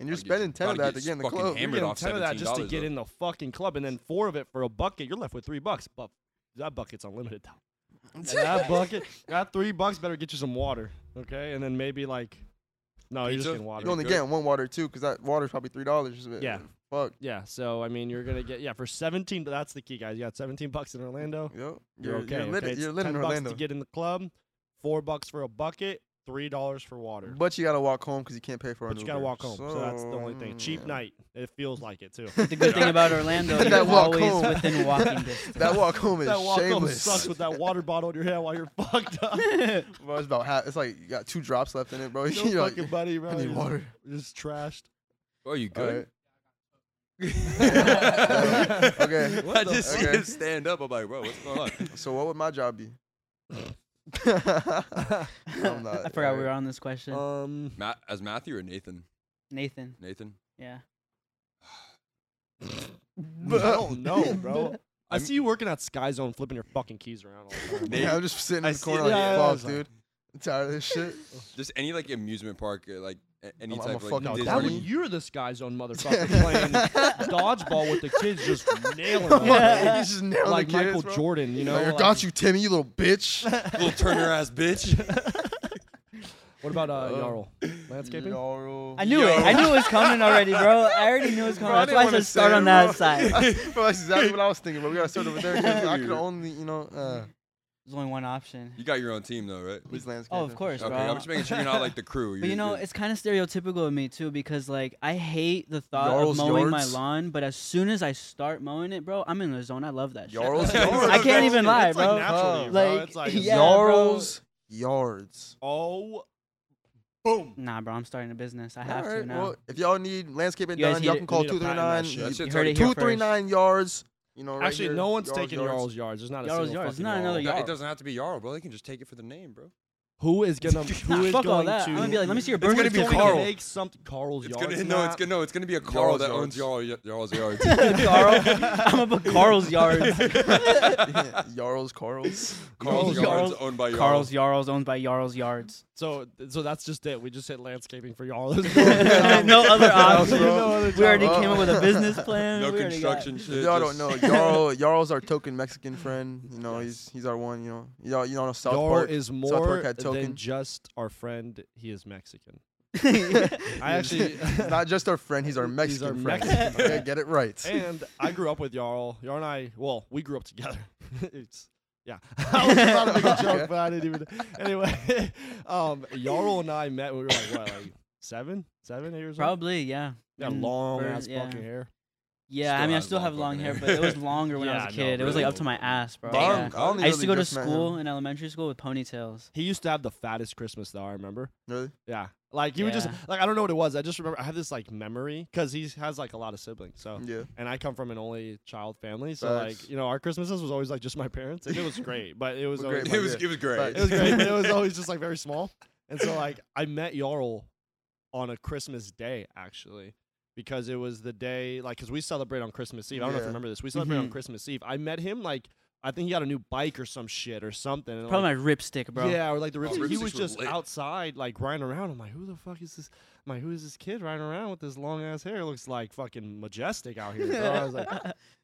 [SPEAKER 2] and you're
[SPEAKER 3] Gotta get-
[SPEAKER 2] spending ten of
[SPEAKER 3] gotta
[SPEAKER 2] that
[SPEAKER 3] get
[SPEAKER 2] to get in the
[SPEAKER 3] fucking
[SPEAKER 4] (laughs)
[SPEAKER 2] club.
[SPEAKER 4] you're
[SPEAKER 3] hammered
[SPEAKER 4] getting
[SPEAKER 3] off
[SPEAKER 4] ten of that just to
[SPEAKER 3] $17
[SPEAKER 4] get
[SPEAKER 3] though.
[SPEAKER 4] in the fucking club, and then four of it for a bucket. You're left with three bucks, but that bucket's unlimited.
[SPEAKER 2] (laughs)
[SPEAKER 4] though. And that bucket, that three bucks better get you some water, okay? And then maybe like, no, you're just
[SPEAKER 3] Pizza?
[SPEAKER 4] getting water.
[SPEAKER 2] You're only
[SPEAKER 3] Good.
[SPEAKER 2] getting one water too, because that water's probably three dollars.
[SPEAKER 4] Yeah.
[SPEAKER 2] Fuck.
[SPEAKER 4] Yeah, so I mean, you're gonna get yeah for seventeen. But that's the key, guys. You got seventeen bucks in Orlando.
[SPEAKER 2] Yo.
[SPEAKER 4] You're, okay.
[SPEAKER 2] You're lit,
[SPEAKER 4] okay? It's
[SPEAKER 2] you're lit in
[SPEAKER 4] 10
[SPEAKER 2] Orlando.
[SPEAKER 4] Bucks to get in the club, four bucks for a bucket, three dollars for water.
[SPEAKER 2] But you gotta walk home because you can't pay for it.
[SPEAKER 4] But you gotta walk home, so, that's the only thing. Cheap night. It feels like it too.
[SPEAKER 2] (laughs)
[SPEAKER 1] The good thing about Orlando,
[SPEAKER 2] That
[SPEAKER 1] you're
[SPEAKER 2] walk
[SPEAKER 1] always
[SPEAKER 2] home. (laughs)
[SPEAKER 1] within walking distance.
[SPEAKER 2] That walk home is
[SPEAKER 4] that walk home
[SPEAKER 2] shameless.
[SPEAKER 4] sucks with that water bottle in your hand while you're (laughs) fucked up.
[SPEAKER 2] (laughs) Bro, it's about half. It's like you got two drops left in it, bro. (laughs)
[SPEAKER 4] No
[SPEAKER 2] You're like,
[SPEAKER 4] fucking buddy, bro.
[SPEAKER 2] I need
[SPEAKER 4] You're (laughs)
[SPEAKER 2] water.
[SPEAKER 4] Just trashed.
[SPEAKER 3] Oh, you
[SPEAKER 2] All
[SPEAKER 3] good?
[SPEAKER 2] right. (laughs) Yeah.
[SPEAKER 3] (laughs)
[SPEAKER 2] okay.
[SPEAKER 4] (laughs) What
[SPEAKER 3] I
[SPEAKER 4] the
[SPEAKER 3] just see
[SPEAKER 2] Okay.
[SPEAKER 3] him stand up. I'm like, bro, what's going on? (laughs)
[SPEAKER 2] So what would my job
[SPEAKER 4] (laughs)
[SPEAKER 2] be? I'm not.
[SPEAKER 1] (laughs) I forgot
[SPEAKER 2] (laughs)
[SPEAKER 1] we
[SPEAKER 2] alright.
[SPEAKER 1] were on this question.
[SPEAKER 2] Oh.
[SPEAKER 4] Um, (laughs)
[SPEAKER 3] Matt, as Matthew or Nathan?
[SPEAKER 1] Nathan.
[SPEAKER 3] Nathan.
[SPEAKER 1] Yeah.
[SPEAKER 4] no, no, bro. I
[SPEAKER 3] I'm-
[SPEAKER 4] see you working at Sky Zone, flipping your fucking keys around. All the time.
[SPEAKER 2] (laughs)
[SPEAKER 3] Nate-
[SPEAKER 2] Yeah, I'm just sitting
[SPEAKER 3] I
[SPEAKER 2] in the
[SPEAKER 3] see
[SPEAKER 2] corner
[SPEAKER 3] it.
[SPEAKER 2] like,
[SPEAKER 4] Yeah, yeah,
[SPEAKER 2] fuck,
[SPEAKER 4] yeah.
[SPEAKER 2] dude. I'm tired of this
[SPEAKER 4] (laughs)
[SPEAKER 2] shit.
[SPEAKER 3] Just any like amusement park, uh, like a- any
[SPEAKER 2] I'm-
[SPEAKER 3] type
[SPEAKER 2] I'm a
[SPEAKER 3] of like
[SPEAKER 2] fucking
[SPEAKER 4] No,
[SPEAKER 2] Disney.
[SPEAKER 4] that
[SPEAKER 3] Disney.
[SPEAKER 4] when you're the Sky Zone motherfucker playing
[SPEAKER 2] (laughs)
[SPEAKER 4] dodgeball with the kids, just nailing them.
[SPEAKER 1] Yeah.
[SPEAKER 2] He's just nailing
[SPEAKER 4] Like
[SPEAKER 2] the kids,
[SPEAKER 4] Michael
[SPEAKER 2] bro.
[SPEAKER 4] Jordan, you know.
[SPEAKER 2] Like, I
[SPEAKER 4] like-
[SPEAKER 2] got you, Timmy, you little
[SPEAKER 4] (laughs)
[SPEAKER 2] bitch. (laughs)
[SPEAKER 3] little Turner ass bitch.
[SPEAKER 4] What about uh,
[SPEAKER 2] Um,
[SPEAKER 4] Yarl?
[SPEAKER 2] (laughs)
[SPEAKER 4] Landscaping? (laughs)
[SPEAKER 2] Yarrow.
[SPEAKER 1] I knew
[SPEAKER 3] Yo.
[SPEAKER 1] it. I knew it was coming already, (laughs) bro. I already knew it was
[SPEAKER 2] Bro,
[SPEAKER 1] coming.
[SPEAKER 2] I
[SPEAKER 1] That's why I
[SPEAKER 2] didn't
[SPEAKER 1] said start on
[SPEAKER 2] wanna
[SPEAKER 1] that
[SPEAKER 2] say it, (laughs) bro.
[SPEAKER 1] side. There's (laughs)
[SPEAKER 2] bro, that's exactly what I was thinking, but we gotta start over there 'cause
[SPEAKER 4] (laughs)
[SPEAKER 2] I could only, you know, uh,
[SPEAKER 1] only one option.
[SPEAKER 3] You got your own team though, right?
[SPEAKER 2] these landscapes.
[SPEAKER 1] Oh, of course,
[SPEAKER 3] Okay,
[SPEAKER 1] bro.
[SPEAKER 3] I'm just making sure you're not like the crew.
[SPEAKER 1] But
[SPEAKER 3] You're-
[SPEAKER 1] you know,
[SPEAKER 3] you're-
[SPEAKER 1] it's kind of stereotypical of me too because like I hate the thought
[SPEAKER 2] Yarl's
[SPEAKER 1] of mowing my
[SPEAKER 2] yards?
[SPEAKER 1] lawn, but as soon as I start mowing it, bro, I'm in the zone. I love that
[SPEAKER 4] (laughs)
[SPEAKER 1] shit.
[SPEAKER 2] Yarl's
[SPEAKER 3] I
[SPEAKER 2] yards.
[SPEAKER 1] can't even
[SPEAKER 4] It's
[SPEAKER 1] lie,
[SPEAKER 4] like
[SPEAKER 1] bro.
[SPEAKER 4] naturally, bro.
[SPEAKER 1] Like,
[SPEAKER 4] It's (laughs) like,
[SPEAKER 1] yeah, bro.
[SPEAKER 2] Yarl's yards.
[SPEAKER 4] oh, boom.
[SPEAKER 1] Nah, bro, I'm starting a business. I have to
[SPEAKER 2] Alright,
[SPEAKER 1] now.
[SPEAKER 2] Well, if y'all need landscaping
[SPEAKER 1] You guys
[SPEAKER 2] done,
[SPEAKER 1] need
[SPEAKER 2] y'all
[SPEAKER 1] it-
[SPEAKER 2] can
[SPEAKER 1] we
[SPEAKER 2] call
[SPEAKER 4] need to patent that shit.
[SPEAKER 2] 239.
[SPEAKER 3] That
[SPEAKER 1] you
[SPEAKER 3] shit's
[SPEAKER 1] heard
[SPEAKER 3] already-
[SPEAKER 1] it here first.
[SPEAKER 2] 239 yards. You know, right
[SPEAKER 4] Actually,
[SPEAKER 2] here,
[SPEAKER 4] no one's
[SPEAKER 2] yards,
[SPEAKER 4] taking
[SPEAKER 2] yards.
[SPEAKER 4] Yarl's yards. There's not a
[SPEAKER 1] Yarl's
[SPEAKER 4] single
[SPEAKER 1] yards.
[SPEAKER 4] fucking
[SPEAKER 1] Not another
[SPEAKER 4] Yarl.
[SPEAKER 3] No,
[SPEAKER 1] yard.
[SPEAKER 3] it doesn't have to be Yarl, bro. They can just take it for the name, bro.
[SPEAKER 4] Who is (laughs) gonna? Who
[SPEAKER 1] Nah,
[SPEAKER 4] is
[SPEAKER 1] fuck
[SPEAKER 4] going
[SPEAKER 1] all that.
[SPEAKER 4] to?
[SPEAKER 1] I'm gonna be like, let me see your
[SPEAKER 3] It's
[SPEAKER 1] burger.
[SPEAKER 3] gonna
[SPEAKER 4] Burger's
[SPEAKER 3] be
[SPEAKER 4] going to
[SPEAKER 3] Carl.
[SPEAKER 4] Make some Carl's
[SPEAKER 3] It's
[SPEAKER 4] Yard.
[SPEAKER 3] gonna, (laughs) no, it's gonna no, it's gonna be a Carl
[SPEAKER 2] Yards,
[SPEAKER 3] that owns Jarl
[SPEAKER 2] yards. (laughs)
[SPEAKER 3] Jarl's Yards.
[SPEAKER 1] (laughs) Carl. (laughs) I'm gonna put Carl's Yards.
[SPEAKER 2] (laughs) Yeah, Jarls,
[SPEAKER 4] (laughs)
[SPEAKER 2] Carls.
[SPEAKER 3] Carl's
[SPEAKER 1] Yarls.
[SPEAKER 3] Yards owned by Jarl.
[SPEAKER 1] Carl's Yards owned by Yarl's (laughs) Yards.
[SPEAKER 4] So, so that's just it. We just hit landscaping for (laughs) y'all. no
[SPEAKER 1] no other option.
[SPEAKER 2] bro.
[SPEAKER 1] We already
[SPEAKER 2] Oh.
[SPEAKER 1] came up with a
[SPEAKER 4] (laughs)
[SPEAKER 1] business plan.
[SPEAKER 3] no
[SPEAKER 1] We already got- (laughs)
[SPEAKER 3] construction shit.
[SPEAKER 2] Y'all don't
[SPEAKER 3] just- (laughs)
[SPEAKER 2] know. Jarl, Jarl's our token Mexican friend. You know, he's he's our one. You know, y'all you know South
[SPEAKER 4] Jarl
[SPEAKER 2] Park. (laughs)
[SPEAKER 4] is
[SPEAKER 2] Park
[SPEAKER 4] more
[SPEAKER 2] had
[SPEAKER 4] than
[SPEAKER 2] token.
[SPEAKER 4] just our friend. He is (laughs) Mexican. I
[SPEAKER 1] I
[SPEAKER 4] actually (laughs)
[SPEAKER 2] He's not just our friend. He's our
[SPEAKER 4] He's our
[SPEAKER 2] Mexican friend.
[SPEAKER 4] Mexican
[SPEAKER 2] okay,
[SPEAKER 4] friend.
[SPEAKER 2] get it right.
[SPEAKER 4] and I grew up with Jarl. Jarl and I, well, we grew up together. (laughs) it's yeah. (laughs) I was about to make a joke, but I didn't even. (laughs) Anyway, (laughs) um, Jarl and I met. when We were like what, like seven, seven, eight years old.
[SPEAKER 1] Probably, yeah.
[SPEAKER 4] Yeah,
[SPEAKER 1] Mm,
[SPEAKER 4] long
[SPEAKER 1] or-
[SPEAKER 4] ass
[SPEAKER 1] yeah.
[SPEAKER 4] fucking hair.
[SPEAKER 1] Yeah,
[SPEAKER 3] Still
[SPEAKER 1] I mean, I
[SPEAKER 3] has
[SPEAKER 1] still
[SPEAKER 3] long
[SPEAKER 1] have long
[SPEAKER 3] fucking
[SPEAKER 1] hair,
[SPEAKER 3] hair.
[SPEAKER 1] but it was longer when I was
[SPEAKER 4] (laughs) Yeah,
[SPEAKER 1] a
[SPEAKER 4] no,
[SPEAKER 1] kid. it was
[SPEAKER 3] really
[SPEAKER 1] like up to
[SPEAKER 3] long.
[SPEAKER 1] my ass, bro.
[SPEAKER 2] Bong,
[SPEAKER 1] Yeah.
[SPEAKER 2] I, only
[SPEAKER 1] I used to
[SPEAKER 2] really
[SPEAKER 1] go to
[SPEAKER 2] just met him.
[SPEAKER 1] school in elementary school with ponytails.
[SPEAKER 4] He used to have the fattest Christmas though. I remember.
[SPEAKER 2] Really?
[SPEAKER 4] Yeah. Like you would just
[SPEAKER 1] Yeah.
[SPEAKER 4] like I don't know what it was. I just remember I had this like memory because he has like a lot of siblings. So
[SPEAKER 1] Mm.
[SPEAKER 2] Yeah.
[SPEAKER 4] and I come from an only child family, so
[SPEAKER 2] Facts.
[SPEAKER 4] like you know our Christmases was always like just my parents, and it
[SPEAKER 1] (laughs)
[SPEAKER 4] was great. But it was
[SPEAKER 2] Well,
[SPEAKER 4] always,
[SPEAKER 2] great,
[SPEAKER 3] It was
[SPEAKER 2] Like,
[SPEAKER 3] it was great.
[SPEAKER 4] it was great. but it was
[SPEAKER 3] (laughs)
[SPEAKER 4] always just like very small. And so like I met Jarl on a Christmas day actually because it was the day like because we celebrate on Christmas Eve. I don't know if you
[SPEAKER 2] Yeah.
[SPEAKER 4] remember this. We celebrate on
[SPEAKER 1] Mhm.
[SPEAKER 4] Christmas Eve. I met him like I think he got a new bike or some shit or something. And, like,
[SPEAKER 1] Probably my ripstick, bro. (laughs)
[SPEAKER 4] yeah, or like the rips.
[SPEAKER 3] Oh,
[SPEAKER 4] he
[SPEAKER 3] Ripsticks
[SPEAKER 4] was
[SPEAKER 3] were
[SPEAKER 4] just
[SPEAKER 3] lit.
[SPEAKER 4] outside, like riding around. I'm like, who the fuck is this? I'm like, who is this kid riding around with this long ass hair? It looks like fucking majestic out here. bro." Oh, I
[SPEAKER 3] (laughs)
[SPEAKER 4] was like,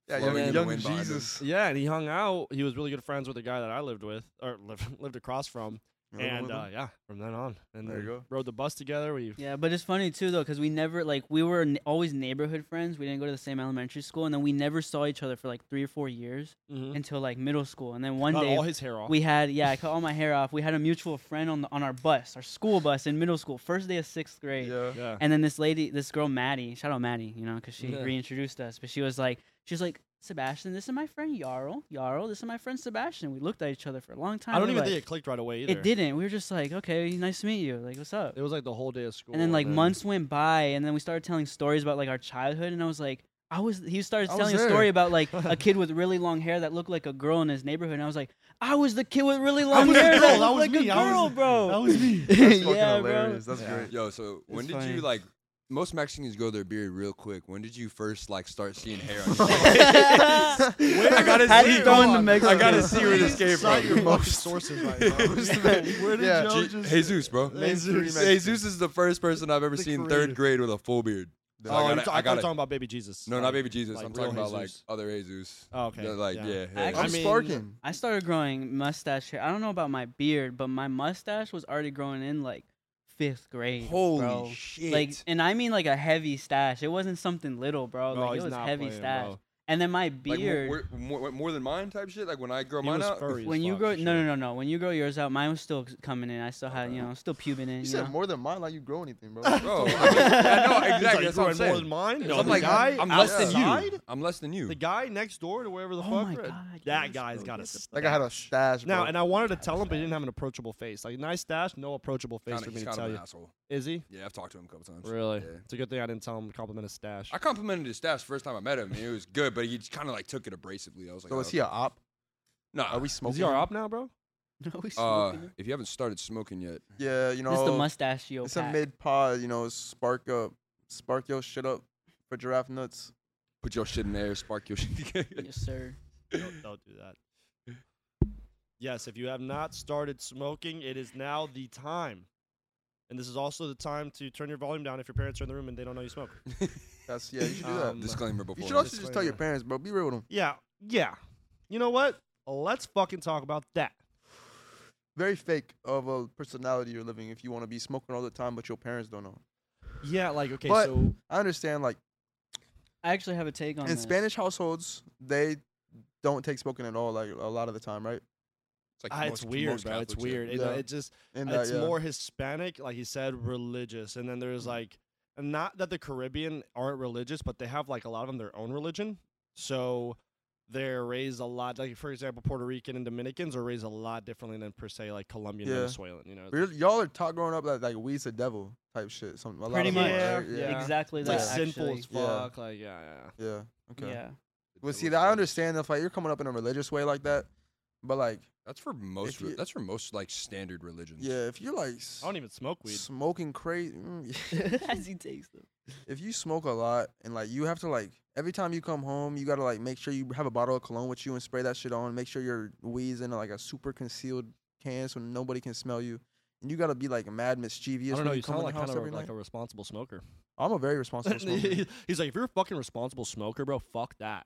[SPEAKER 2] Yeah,
[SPEAKER 3] Floating
[SPEAKER 2] young,
[SPEAKER 3] in the
[SPEAKER 2] young
[SPEAKER 3] wind behind him.
[SPEAKER 2] Jesus.
[SPEAKER 4] yeah, and he hung out. He was really good friends with the guy that I lived with or (laughs) lived, lived across from,
[SPEAKER 2] You wanna go
[SPEAKER 4] and
[SPEAKER 2] with him?
[SPEAKER 4] uh, yeah, from then on, and
[SPEAKER 2] There
[SPEAKER 4] we
[SPEAKER 2] you go.
[SPEAKER 4] rode the bus together. We
[SPEAKER 1] (laughs) Yeah, but it's funny too though, because we never like we were n- always neighborhood friends. We didn't go to the same elementary school, and then we never saw each other for like three or four years
[SPEAKER 4] mhm.
[SPEAKER 1] until like middle school. And then one
[SPEAKER 4] got
[SPEAKER 1] day
[SPEAKER 4] all his hair off.
[SPEAKER 1] we had yeah, I cut all my hair off. We had a mutual friend on the, on our bus, our school bus in middle school, first day of sixth grade.
[SPEAKER 2] Yeah.
[SPEAKER 4] yeah,
[SPEAKER 1] And then this lady, this girl Maddie, shout out Maddie, you know, because she
[SPEAKER 4] Yeah.
[SPEAKER 1] reintroduced us. But she was like, she was like, Sebastian, this is my friend Jarl. Jarl, this is my friend Sebastian. We looked at each other for a long time.
[SPEAKER 4] I don't
[SPEAKER 1] We're
[SPEAKER 4] even
[SPEAKER 1] like-
[SPEAKER 4] think it clicked right away either.
[SPEAKER 1] it didn't. We were just like, okay, nice to meet you. Like, what's up?
[SPEAKER 4] It was like the whole day of school,
[SPEAKER 1] And then like
[SPEAKER 4] (laughs)
[SPEAKER 1] months went by, and then we started telling stories about like our childhood, and I was like, I was. He started
[SPEAKER 2] I was
[SPEAKER 1] telling a
[SPEAKER 2] there.
[SPEAKER 1] story about like
[SPEAKER 4] (laughs)
[SPEAKER 1] a kid with really long hair that looked like a girl in his neighborhood, and I was like, I was the kid with really long
[SPEAKER 4] was the
[SPEAKER 1] hair
[SPEAKER 4] girl,
[SPEAKER 1] that
[SPEAKER 4] that
[SPEAKER 1] looked
[SPEAKER 4] was
[SPEAKER 1] like a
[SPEAKER 4] me, I was-
[SPEAKER 1] girl, bro.
[SPEAKER 4] (laughs) That was
[SPEAKER 1] (laughs)
[SPEAKER 4] me.
[SPEAKER 2] That's fucking
[SPEAKER 1] yeah, bro.
[SPEAKER 2] hilarious. That's
[SPEAKER 4] Yeah.
[SPEAKER 2] great.
[SPEAKER 3] Yo, so when
[SPEAKER 1] It's
[SPEAKER 3] did
[SPEAKER 1] funny.
[SPEAKER 3] you like? Most Mexicans grow their beard real quick. When did you first like start seeing hair
[SPEAKER 4] (laughs)
[SPEAKER 3] on your
[SPEAKER 2] (laughs)
[SPEAKER 3] I gotta
[SPEAKER 1] Had
[SPEAKER 3] see
[SPEAKER 1] to
[SPEAKER 3] it.
[SPEAKER 1] throw in
[SPEAKER 4] Hold
[SPEAKER 1] the
[SPEAKER 4] on.
[SPEAKER 1] Mexican.
[SPEAKER 3] I gotta see where
[SPEAKER 4] (laughs)
[SPEAKER 3] this came
[SPEAKER 4] Cite
[SPEAKER 3] from.
[SPEAKER 4] your fucking sources
[SPEAKER 2] (laughs)
[SPEAKER 3] (laughs)
[SPEAKER 4] right now. (laughs) Where did
[SPEAKER 2] Yeah.
[SPEAKER 4] Joe
[SPEAKER 3] Je-
[SPEAKER 4] just-
[SPEAKER 3] Jesus, bro.
[SPEAKER 4] Jesus.
[SPEAKER 3] Jesus is the first person I've ever
[SPEAKER 4] The
[SPEAKER 3] seen
[SPEAKER 4] creator.
[SPEAKER 3] third grade with a full beard.
[SPEAKER 2] Yeah.
[SPEAKER 4] Oh,
[SPEAKER 3] I gotta-
[SPEAKER 4] I, I,
[SPEAKER 3] I
[SPEAKER 4] thought you were
[SPEAKER 3] gotta-
[SPEAKER 4] talking about baby Jesus.
[SPEAKER 3] No, not baby Jesus.
[SPEAKER 4] like
[SPEAKER 3] I'm talking
[SPEAKER 4] real
[SPEAKER 3] about like
[SPEAKER 4] Jesus.
[SPEAKER 3] other Jesus.
[SPEAKER 4] Oh, okay.
[SPEAKER 3] Yeah, like yeah,
[SPEAKER 1] I
[SPEAKER 3] yeah.
[SPEAKER 2] I'm
[SPEAKER 1] I mean-
[SPEAKER 2] sparking.
[SPEAKER 1] (laughs) I started growing mustache hair. I don't know about my beard, but my mustache was already growing in like fifth grade.
[SPEAKER 3] Holy
[SPEAKER 1] bro.
[SPEAKER 3] shit!
[SPEAKER 1] Like, and I mean like a heavy stash. It wasn't something little, bro.
[SPEAKER 4] No,
[SPEAKER 1] like it
[SPEAKER 4] he's
[SPEAKER 1] was
[SPEAKER 4] not
[SPEAKER 1] heavy
[SPEAKER 4] playing,
[SPEAKER 1] stash.
[SPEAKER 4] bro.
[SPEAKER 1] And then my
[SPEAKER 3] Like,
[SPEAKER 1] beard.
[SPEAKER 3] more, more, more than mine type shit. Like when I grow
[SPEAKER 4] He
[SPEAKER 3] mine
[SPEAKER 4] was
[SPEAKER 3] out,
[SPEAKER 4] furry as
[SPEAKER 1] when you
[SPEAKER 4] fuck,
[SPEAKER 1] grow,
[SPEAKER 4] for
[SPEAKER 1] no, no,
[SPEAKER 4] (laughs) sure.
[SPEAKER 1] no, no. When you grow yours out, mine was still coming in. I still had, you
[SPEAKER 3] Okay.
[SPEAKER 1] know, still pubing in.
[SPEAKER 2] You
[SPEAKER 1] You
[SPEAKER 2] said
[SPEAKER 1] know?
[SPEAKER 2] more than mine. Like you grow anything,
[SPEAKER 4] (laughs)
[SPEAKER 2] bro.
[SPEAKER 3] bro. I mean, yeah, no, exactly.
[SPEAKER 4] He's like,
[SPEAKER 3] that's what
[SPEAKER 4] "You had
[SPEAKER 3] I'm saying.
[SPEAKER 4] More than mine.
[SPEAKER 3] No,
[SPEAKER 4] the
[SPEAKER 3] I'm like,
[SPEAKER 4] guy
[SPEAKER 3] I'm less than you.
[SPEAKER 4] outside?
[SPEAKER 3] I'm less than you.
[SPEAKER 4] The guy next door to wherever the
[SPEAKER 1] Oh
[SPEAKER 4] fuck.
[SPEAKER 1] my
[SPEAKER 4] right?
[SPEAKER 1] God,
[SPEAKER 4] That
[SPEAKER 1] yes,
[SPEAKER 4] guy's
[SPEAKER 1] bro,
[SPEAKER 4] got a
[SPEAKER 1] yes.
[SPEAKER 4] stash.
[SPEAKER 2] (laughs) Like I had a stash.
[SPEAKER 4] now,
[SPEAKER 2] bro.
[SPEAKER 4] and I wanted to tell him, but he didn't have an approachable face. Like nice stash, no approachable face
[SPEAKER 3] Kinda-
[SPEAKER 4] for me
[SPEAKER 3] he's
[SPEAKER 4] to
[SPEAKER 3] kind
[SPEAKER 4] tell
[SPEAKER 3] of an
[SPEAKER 4] you.
[SPEAKER 3] asshole.
[SPEAKER 4] Is he?
[SPEAKER 3] Yeah, I've talked to him a couple times.
[SPEAKER 4] Really?
[SPEAKER 3] Yeah.
[SPEAKER 4] It's a good thing I didn't tell him to compliment his stash.
[SPEAKER 3] I complimented his stash first time I met him. and It was good, but he just kind of like took it abrasively. I was like,
[SPEAKER 2] so
[SPEAKER 3] oh,
[SPEAKER 2] is he a op?
[SPEAKER 3] No,
[SPEAKER 2] Are we
[SPEAKER 4] Is
[SPEAKER 2] smoking?
[SPEAKER 4] he our op now, bro?
[SPEAKER 1] (laughs) No, we
[SPEAKER 3] Uh,
[SPEAKER 1] smoking it.
[SPEAKER 3] if you haven't started smoking yet,
[SPEAKER 2] Yeah, you know.
[SPEAKER 1] This is the mustachio.
[SPEAKER 2] It's a
[SPEAKER 1] pack.
[SPEAKER 2] mid pod, you know, spark up, spark your shit up for giraffe nuts.
[SPEAKER 3] put your shit in there, spark your shit. (laughs)
[SPEAKER 1] Yes, sir.
[SPEAKER 4] don't, don't do that. Yes, if you have not started smoking, it is now the time. And this is also the time to turn your volume down if your parents are in the room and they don't know you (laughs) smoke.
[SPEAKER 2] That's yeah, you should do that.
[SPEAKER 4] Um,
[SPEAKER 3] Disclaimer before.
[SPEAKER 2] You should also
[SPEAKER 4] just
[SPEAKER 2] just
[SPEAKER 4] like
[SPEAKER 2] tell your
[SPEAKER 4] that.
[SPEAKER 2] parents, bro. Be real with them.
[SPEAKER 4] Yeah, yeah. You know what? Let's fucking talk about that.
[SPEAKER 2] Very fake of a personality you're living if you want to be smoking all the time, but your parents don't know.
[SPEAKER 4] Yeah, like okay,
[SPEAKER 2] But-
[SPEAKER 4] so
[SPEAKER 2] I understand, like
[SPEAKER 1] I actually have a take on
[SPEAKER 2] in
[SPEAKER 1] this.
[SPEAKER 2] Spanish households, they don't take smoking at all, like a lot of the time, right?
[SPEAKER 3] like
[SPEAKER 4] ah,
[SPEAKER 3] most-
[SPEAKER 4] it's weird,
[SPEAKER 3] most
[SPEAKER 4] bro. It's
[SPEAKER 3] Catholic shit.
[SPEAKER 4] weird. It,
[SPEAKER 2] Yeah. Mm.
[SPEAKER 4] it just
[SPEAKER 2] And uh,
[SPEAKER 4] it's more Hispanic, like you said, religious, and then there's like not that the Caribbean aren't religious, but they have like a lot of them their own religion. So they're raised a lot like for example, Puerto Rican and Dominicans are raised a lot differently than per se like Colombian
[SPEAKER 2] Yeah.
[SPEAKER 4] Venezuelan, you know. it's
[SPEAKER 2] We're- y'all are taught growing up like like weed's the devil type shit. Something a lot
[SPEAKER 1] Pretty
[SPEAKER 2] of them,
[SPEAKER 1] much.
[SPEAKER 2] right?
[SPEAKER 4] Yeah.
[SPEAKER 2] yeah,
[SPEAKER 1] Exactly
[SPEAKER 4] It's
[SPEAKER 1] that.
[SPEAKER 4] like sinful
[SPEAKER 1] actually.
[SPEAKER 4] as
[SPEAKER 2] Yeah.
[SPEAKER 4] fuck. Like yeah, yeah.
[SPEAKER 2] yeah. Okay.
[SPEAKER 1] Yeah.
[SPEAKER 2] Well, see, that I understand if like you're coming up in a religious way like that, but like
[SPEAKER 3] That's for most.
[SPEAKER 2] If
[SPEAKER 3] re-
[SPEAKER 2] you-
[SPEAKER 3] that's for most like standard religions.
[SPEAKER 2] Yeah, if you're like s-
[SPEAKER 4] I don't even smoke weed.
[SPEAKER 2] smoking crazy, mm, (laughs)
[SPEAKER 1] (laughs)
[SPEAKER 4] (laughs)
[SPEAKER 1] As he takes them.
[SPEAKER 2] if you smoke a lot and like you have to like every time you come home, you gotta like make sure you have a bottle of cologne with you and spray that shit on. Make sure your weed's in like a super concealed can so nobody can smell you. And you gotta be like mad
[SPEAKER 4] I
[SPEAKER 2] mischievous
[SPEAKER 4] don't
[SPEAKER 2] when
[SPEAKER 4] know.
[SPEAKER 2] you
[SPEAKER 4] You
[SPEAKER 2] come
[SPEAKER 4] sound
[SPEAKER 2] in
[SPEAKER 4] like
[SPEAKER 2] the
[SPEAKER 4] kind
[SPEAKER 2] house
[SPEAKER 4] of
[SPEAKER 2] every
[SPEAKER 4] like
[SPEAKER 2] night.
[SPEAKER 4] a responsible smoker.
[SPEAKER 2] I'm a very responsible
[SPEAKER 4] (laughs)
[SPEAKER 2] smoker.
[SPEAKER 4] He's like, if you're a fucking responsible smoker, bro, fuck that.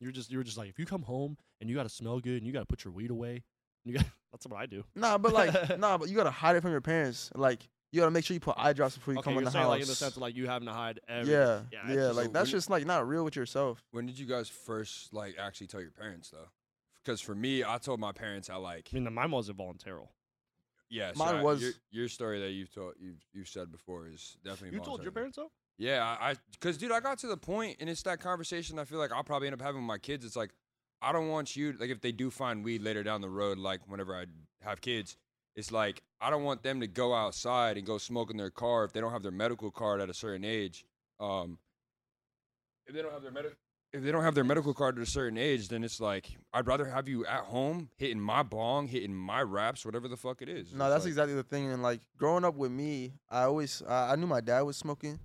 [SPEAKER 4] You're just you're just like, if you come home and you gotta smell good and you gotta put your weed away, and you got (laughs) that's what I do.
[SPEAKER 2] nah, but
[SPEAKER 4] (laughs)
[SPEAKER 2] like nah, but you gotta hide it from your parents. Like you gotta make sure you put eye drops before you
[SPEAKER 4] okay,
[SPEAKER 2] come
[SPEAKER 4] you're
[SPEAKER 2] in the
[SPEAKER 4] saying
[SPEAKER 2] house.
[SPEAKER 4] like in the sense of like you having to hide everything.
[SPEAKER 2] yeah,
[SPEAKER 4] Yeah,
[SPEAKER 2] yeah,
[SPEAKER 4] it's just-
[SPEAKER 2] like that's
[SPEAKER 3] When-
[SPEAKER 2] just like not real with yourself.
[SPEAKER 3] When did you guys first like actually tell your parents though? Because for me, I told my parents I like.
[SPEAKER 4] I mean, mine wasn't voluntarily.
[SPEAKER 3] Yeah, so
[SPEAKER 2] Mine
[SPEAKER 3] I-
[SPEAKER 2] was-
[SPEAKER 3] your, your story that you've told you've, you've said before is definitely.
[SPEAKER 4] You told your
[SPEAKER 3] voluntary.
[SPEAKER 4] parents so?
[SPEAKER 3] Yeah, I because dude, I got to the point, and it's that conversation I feel like I'll probably end up having with my kids. It's like I don't want you like if they do find weed later down the road, like whenever I have kids, it's like I don't want them to go outside and go smoke in their car if they don't have their medical card at a certain age. Um, if they don't have their medical if they don't have their medical card at a certain age, then it's like I'd rather have you at home hitting my bong, hitting my raps, whatever the fuck it is.
[SPEAKER 2] No,
[SPEAKER 3] It's
[SPEAKER 2] that's
[SPEAKER 3] like,
[SPEAKER 2] exactly the thing. And like growing up with me, I always I, I knew my dad was smoking,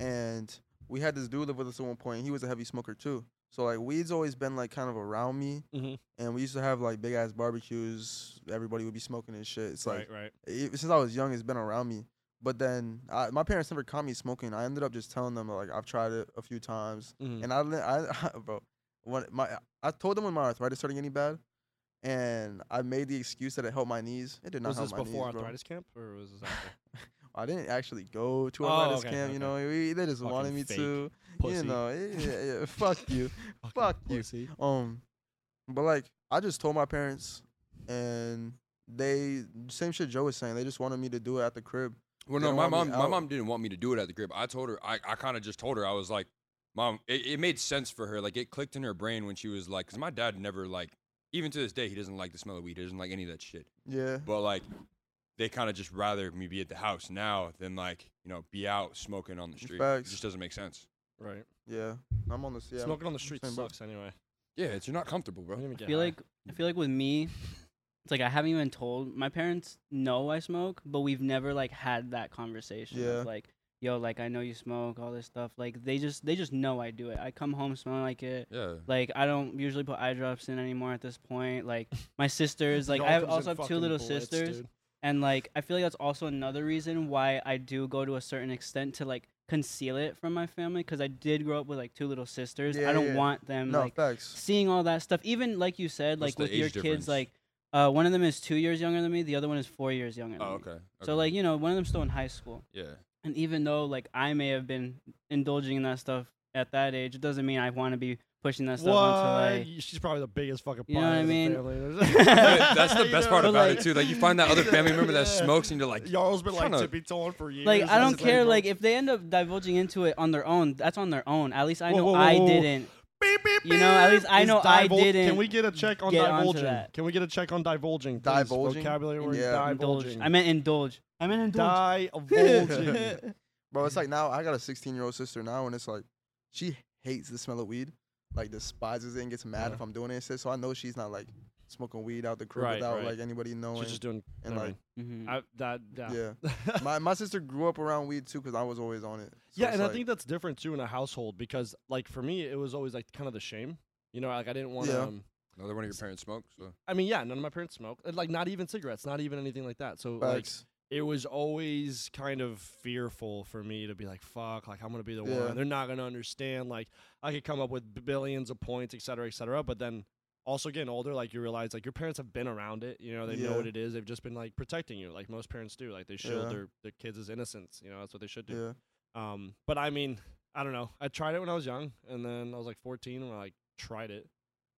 [SPEAKER 2] and we had this dude live with us at one point. And he was a heavy smoker too. So like weed's always been like kind of around me,
[SPEAKER 4] Mhm.
[SPEAKER 2] and we used to have like big ass barbecues. Everybody would be smoking and shit. It's like
[SPEAKER 4] right, right.
[SPEAKER 2] e- since I was young, it's been around me. But then I, my parents never caught me smoking. I ended up just telling them like I've tried it a few times,
[SPEAKER 4] Mhm.
[SPEAKER 2] and I, li- I, (laughs) bro, when my, I told them when my arthritis started getting bad, and I made the excuse that it helped my knees. It did not
[SPEAKER 4] was
[SPEAKER 2] help
[SPEAKER 4] this
[SPEAKER 2] my knees,
[SPEAKER 4] before
[SPEAKER 2] bro.
[SPEAKER 4] arthritis camp or was this after?
[SPEAKER 2] I didn't actually go to
[SPEAKER 4] Oh,
[SPEAKER 2] arthritis
[SPEAKER 4] okay,
[SPEAKER 2] camp. You know,
[SPEAKER 4] okay.
[SPEAKER 2] we, they just
[SPEAKER 4] Fucking
[SPEAKER 2] wanted me
[SPEAKER 4] fake
[SPEAKER 2] to.
[SPEAKER 4] Pussy.
[SPEAKER 2] You know, (laughs) yeah, yeah, yeah,
[SPEAKER 4] (laughs)
[SPEAKER 2] fuck you.
[SPEAKER 4] Fucking
[SPEAKER 2] fuck you.
[SPEAKER 4] pussy.
[SPEAKER 2] Um, but like, I just told my parents, and they same shit Joe was saying. They just wanted me to do it at the crib.
[SPEAKER 3] Well,
[SPEAKER 2] They
[SPEAKER 3] no,
[SPEAKER 2] don't
[SPEAKER 3] my
[SPEAKER 2] want
[SPEAKER 3] mom,
[SPEAKER 2] me
[SPEAKER 3] my
[SPEAKER 2] out.
[SPEAKER 3] mom didn't want me to do it at the crib. I told her, I, I kind of just told her, I was like, mom, it, it made sense for her. Like it clicked in her brain when she was like, because my dad never like, even to this day, he doesn't like the smell of weed. He doesn't like any of that shit.
[SPEAKER 2] Yeah,
[SPEAKER 3] But like, they kind of just rather me be at the house now than like, you know, be out smoking on the street.
[SPEAKER 2] Facts.
[SPEAKER 3] It just doesn't make sense.
[SPEAKER 4] Right.
[SPEAKER 2] yeah. I'm on this. Yeah, I'm-
[SPEAKER 4] Smoking on the street
[SPEAKER 2] same boat.
[SPEAKER 4] sucks anyway.
[SPEAKER 3] Yeah, it's you're not comfortable,
[SPEAKER 4] I don't
[SPEAKER 3] bro.
[SPEAKER 4] even
[SPEAKER 1] I
[SPEAKER 4] get
[SPEAKER 1] feel
[SPEAKER 4] high.
[SPEAKER 1] like I feel like with me, it's like I haven't even told my parents know I smoke, but we've never like had that conversation. of,
[SPEAKER 2] Yeah.
[SPEAKER 1] like, yo, like I know you smoke, all this stuff. Like they just they just know I do it. I come home smelling like it.
[SPEAKER 3] Yeah.
[SPEAKER 1] Like I don't usually put eye drops in anymore at this point.
[SPEAKER 3] (laughs)
[SPEAKER 1] Like my sisters,
[SPEAKER 4] It
[SPEAKER 1] like
[SPEAKER 4] all
[SPEAKER 1] I have,
[SPEAKER 4] comes in
[SPEAKER 1] also have two
[SPEAKER 4] fucking
[SPEAKER 1] little
[SPEAKER 4] bullets,
[SPEAKER 1] sisters,
[SPEAKER 4] dude.
[SPEAKER 1] and like I feel like that's also another reason why I do go to a certain extent to like conceal it from my family because I did grow up with like two little sisters.
[SPEAKER 2] Yeah,
[SPEAKER 1] I don't
[SPEAKER 2] yeah.
[SPEAKER 1] want them
[SPEAKER 2] no
[SPEAKER 1] like
[SPEAKER 2] facts.
[SPEAKER 1] seeing all that stuff even like you said
[SPEAKER 3] What's
[SPEAKER 1] like
[SPEAKER 3] the
[SPEAKER 1] with your
[SPEAKER 3] age difference?
[SPEAKER 1] kids like uh, one of them is two years younger than me the other one is four years younger than
[SPEAKER 3] Oh,
[SPEAKER 1] me.
[SPEAKER 3] okay.
[SPEAKER 1] so
[SPEAKER 3] okay.
[SPEAKER 1] like you know one of them's still in high school (laughs)
[SPEAKER 3] yeah.
[SPEAKER 1] and even though like i may have been indulging in that stuff at that age it doesn't mean i want to be pushing that stuff onto
[SPEAKER 4] Why?
[SPEAKER 1] like
[SPEAKER 4] She's probably the biggest fucking.
[SPEAKER 1] You know what
[SPEAKER 4] pie
[SPEAKER 1] I
[SPEAKER 4] in the
[SPEAKER 1] mean? (laughs)
[SPEAKER 4] family. (laughs)
[SPEAKER 3] Yeah,
[SPEAKER 2] (laughs)
[SPEAKER 3] That's the
[SPEAKER 4] You
[SPEAKER 3] best
[SPEAKER 4] know?
[SPEAKER 3] part
[SPEAKER 1] but,
[SPEAKER 3] about
[SPEAKER 1] like-
[SPEAKER 3] it too. Like you find that other family member that
[SPEAKER 4] (laughs) Yeah.
[SPEAKER 3] smokes, and you're like,
[SPEAKER 4] Y'all's been like
[SPEAKER 3] Kinda-
[SPEAKER 4] tippy toeing for years.
[SPEAKER 1] like i
[SPEAKER 4] It's
[SPEAKER 1] don't
[SPEAKER 4] just
[SPEAKER 1] care
[SPEAKER 4] bro,
[SPEAKER 1] like if they end up divulging into it on their own that's on their own at least i
[SPEAKER 4] Whoa,
[SPEAKER 1] know
[SPEAKER 4] whoa, whoa,
[SPEAKER 1] i
[SPEAKER 4] whoa.
[SPEAKER 1] didn't
[SPEAKER 4] beep, beep,
[SPEAKER 1] you know, at
[SPEAKER 4] beep,
[SPEAKER 1] least I
[SPEAKER 4] is
[SPEAKER 1] know I
[SPEAKER 4] divul- Can
[SPEAKER 1] didn't
[SPEAKER 4] we get a check on
[SPEAKER 1] get onto
[SPEAKER 4] divulging?
[SPEAKER 1] that.
[SPEAKER 4] Can we get a check on divulging? please?
[SPEAKER 2] Divulging?
[SPEAKER 4] vocabulary word.
[SPEAKER 2] Yeah.
[SPEAKER 1] indulge
[SPEAKER 4] Divulging.
[SPEAKER 1] i meant indulge i meant indulge
[SPEAKER 2] (laughs)
[SPEAKER 4] divulging.
[SPEAKER 1] (laughs)
[SPEAKER 2] Bro, it's like now I got a 16 year old sister now, and it's like she hates the smell of weed, like despises it and gets mad
[SPEAKER 4] Yeah.
[SPEAKER 2] if I'm doing it. and shit, So I know she's not like smoking weed out the crib
[SPEAKER 4] Right,
[SPEAKER 2] without
[SPEAKER 4] right.
[SPEAKER 2] like anybody knowing.
[SPEAKER 4] (laughs) She's just doing.
[SPEAKER 2] and
[SPEAKER 4] never
[SPEAKER 2] like,
[SPEAKER 1] Mhm.
[SPEAKER 4] mind. I, that.
[SPEAKER 2] yeah.
[SPEAKER 4] Yeah.
[SPEAKER 1] (laughs)
[SPEAKER 4] (laughs)
[SPEAKER 2] my my sister grew up around weed too, cause I was always on it. So
[SPEAKER 4] yeah,
[SPEAKER 2] it's
[SPEAKER 4] and I
[SPEAKER 2] like-
[SPEAKER 4] think that's different too in a household because, like, for me, it was always like kind of the shame. You know, like I didn't want to.
[SPEAKER 2] Yeah.
[SPEAKER 4] Um,
[SPEAKER 3] another one of your parents smokes. So.
[SPEAKER 4] I mean, yeah, none of my parents smoke. and, Like, not even cigarettes, not even anything like that. So, like,
[SPEAKER 2] Facts.
[SPEAKER 4] it was always kind of fearful for me to be like, fuck, like I'm gonna be the
[SPEAKER 2] Yeah.
[SPEAKER 4] one. They're not gonna understand. Like I could come up with b- billions of points, et cetera, et cetera. But then also getting older, like you realize like your parents have been around it. You know, they know
[SPEAKER 2] Yeah. Uh-huh.
[SPEAKER 4] what it is. They've just been like protecting you, like most parents do. Like they shield
[SPEAKER 2] Yeah.
[SPEAKER 4] their, their kids' innocence. You know, that's what they should do.
[SPEAKER 2] yeah,
[SPEAKER 4] Um, but I mean, I don't know. I tried it when I was young, and then I was like 14 when I like tried it,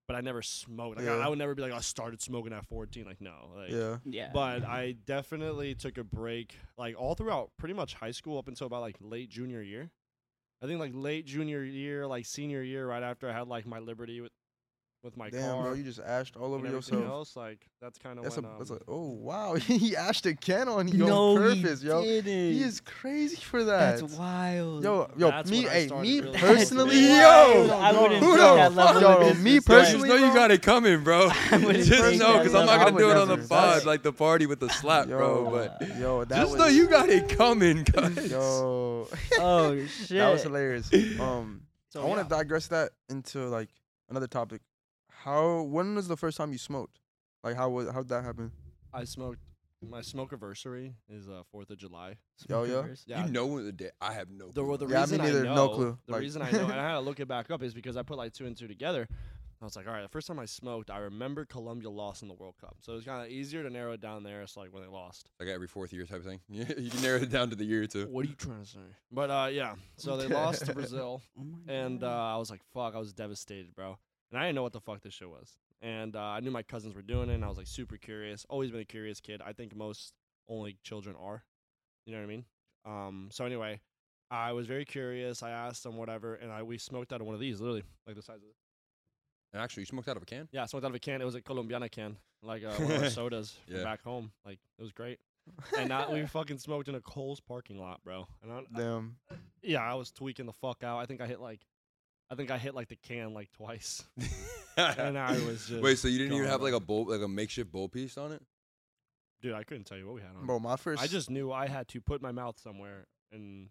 [SPEAKER 4] but I never smoked. Like I,
[SPEAKER 2] Yeah.
[SPEAKER 4] I would never be like I started smoking at 14. Like no, like,
[SPEAKER 2] yeah,
[SPEAKER 1] yeah
[SPEAKER 4] But I definitely took a break, like all throughout pretty much high school up until about like late junior year. I think like late junior year, like senior year, right after I had like my liberty with with my
[SPEAKER 2] Damn,
[SPEAKER 4] car
[SPEAKER 2] bro, you just ashed all
[SPEAKER 4] and
[SPEAKER 2] over
[SPEAKER 4] everything
[SPEAKER 2] yourself.
[SPEAKER 4] else. Like that's kind of
[SPEAKER 2] That's a,
[SPEAKER 4] when
[SPEAKER 2] that's
[SPEAKER 4] um,
[SPEAKER 2] a, oh wow, (laughs) he ashed again on you
[SPEAKER 1] no,
[SPEAKER 2] on purpose,
[SPEAKER 1] he
[SPEAKER 2] yo.
[SPEAKER 1] Didn't.
[SPEAKER 2] He is crazy for that.
[SPEAKER 1] That's wild.
[SPEAKER 2] Yo, yo,
[SPEAKER 4] That's
[SPEAKER 2] me,
[SPEAKER 4] when I
[SPEAKER 2] hey,
[SPEAKER 4] started
[SPEAKER 2] me
[SPEAKER 4] really
[SPEAKER 2] personally,
[SPEAKER 4] listening.
[SPEAKER 2] yo,
[SPEAKER 1] I wouldn't
[SPEAKER 2] who
[SPEAKER 1] do
[SPEAKER 2] the
[SPEAKER 1] that
[SPEAKER 2] fuck,
[SPEAKER 1] level
[SPEAKER 2] yo,
[SPEAKER 1] of
[SPEAKER 2] me
[SPEAKER 1] business, right?
[SPEAKER 3] Just
[SPEAKER 2] personally,
[SPEAKER 3] know you
[SPEAKER 2] bro,
[SPEAKER 3] got it coming,
[SPEAKER 4] (laughs)
[SPEAKER 3] bro.
[SPEAKER 1] I
[SPEAKER 3] (laughs)
[SPEAKER 1] wouldn't
[SPEAKER 3] Just
[SPEAKER 1] think
[SPEAKER 3] know,
[SPEAKER 1] that
[SPEAKER 3] because
[SPEAKER 1] level.
[SPEAKER 3] I'm not
[SPEAKER 2] I
[SPEAKER 3] gonna
[SPEAKER 2] would
[SPEAKER 3] do it on the
[SPEAKER 2] never.
[SPEAKER 3] pod
[SPEAKER 2] That's-
[SPEAKER 3] like the party with the slap, bro. But
[SPEAKER 4] (laughs)
[SPEAKER 2] yo, that
[SPEAKER 3] (laughs) just
[SPEAKER 2] was,
[SPEAKER 3] know you got it coming, guys.
[SPEAKER 2] yo,
[SPEAKER 1] (laughs)
[SPEAKER 2] (laughs)
[SPEAKER 1] Oh shit.
[SPEAKER 2] that was hilarious. Um,
[SPEAKER 1] So,
[SPEAKER 2] I want
[SPEAKER 1] yeah.
[SPEAKER 2] to digress that into like another topic. How? When was the first time you smoked? Like how was how'd that happen?
[SPEAKER 4] I smoked. My smoke anniversary is uh Fourth of July.
[SPEAKER 2] Yo,
[SPEAKER 1] Smoke
[SPEAKER 2] yo.
[SPEAKER 1] reverse.
[SPEAKER 4] Yeah,
[SPEAKER 3] You know when the day I have no.
[SPEAKER 4] The, well, the
[SPEAKER 2] Yeah, me
[SPEAKER 4] reason
[SPEAKER 2] neither,
[SPEAKER 4] I know,
[SPEAKER 2] no clue,
[SPEAKER 4] The
[SPEAKER 2] like- (laughs)
[SPEAKER 4] reason I know, and I had to look it back up, is because I put like two and two together. I was like, all right, the first time I smoked, I remember Colombia lost in the World Cup, so it was kind of easier to narrow it down there. It's like when they lost.
[SPEAKER 3] like every fourth year type thing. (laughs) Yeah, you can narrow it down to the year or two.
[SPEAKER 4] What are you trying to say? But uh, yeah, so they
[SPEAKER 2] (laughs)
[SPEAKER 4] lost to Brazil,
[SPEAKER 1] Oh my
[SPEAKER 4] and uh,
[SPEAKER 1] God.
[SPEAKER 4] I was like, fuck, I was devastated, bro, and I didn't know what the fuck this shit was, and uh, I knew my cousins were doing it, and I was like super curious. Always been a curious kid. I think most only children are. You know what I mean? Um, so anyway, I was very curious. I asked them whatever, and I we smoked out of one of these, literally like the size of.
[SPEAKER 3] And actually, you smoked out of a can.
[SPEAKER 4] Yeah, smoked out of a can. It was a Colombiana can, like uh, one of our sodas from
[SPEAKER 3] Yeah.
[SPEAKER 4] back home. Like it was great. And now we fucking smoked in a Cole's parking lot, bro. And I,
[SPEAKER 2] Damn.
[SPEAKER 4] yeah, I was tweaking the fuck out. I think I hit like, I think I hit like the can like twice. (laughs) And I
[SPEAKER 3] (laughs)
[SPEAKER 4] was
[SPEAKER 3] Wait,
[SPEAKER 4] just
[SPEAKER 3] so you didn't even have
[SPEAKER 4] gone.
[SPEAKER 3] like a bowl, like a makeshift bowl piece on it?
[SPEAKER 4] Dude, I couldn't tell you what we had on.
[SPEAKER 2] Bro, my first.
[SPEAKER 4] Uh,
[SPEAKER 2] (laughs)
[SPEAKER 4] I just (laughs) knew I had to put my mouth somewhere (laughs) and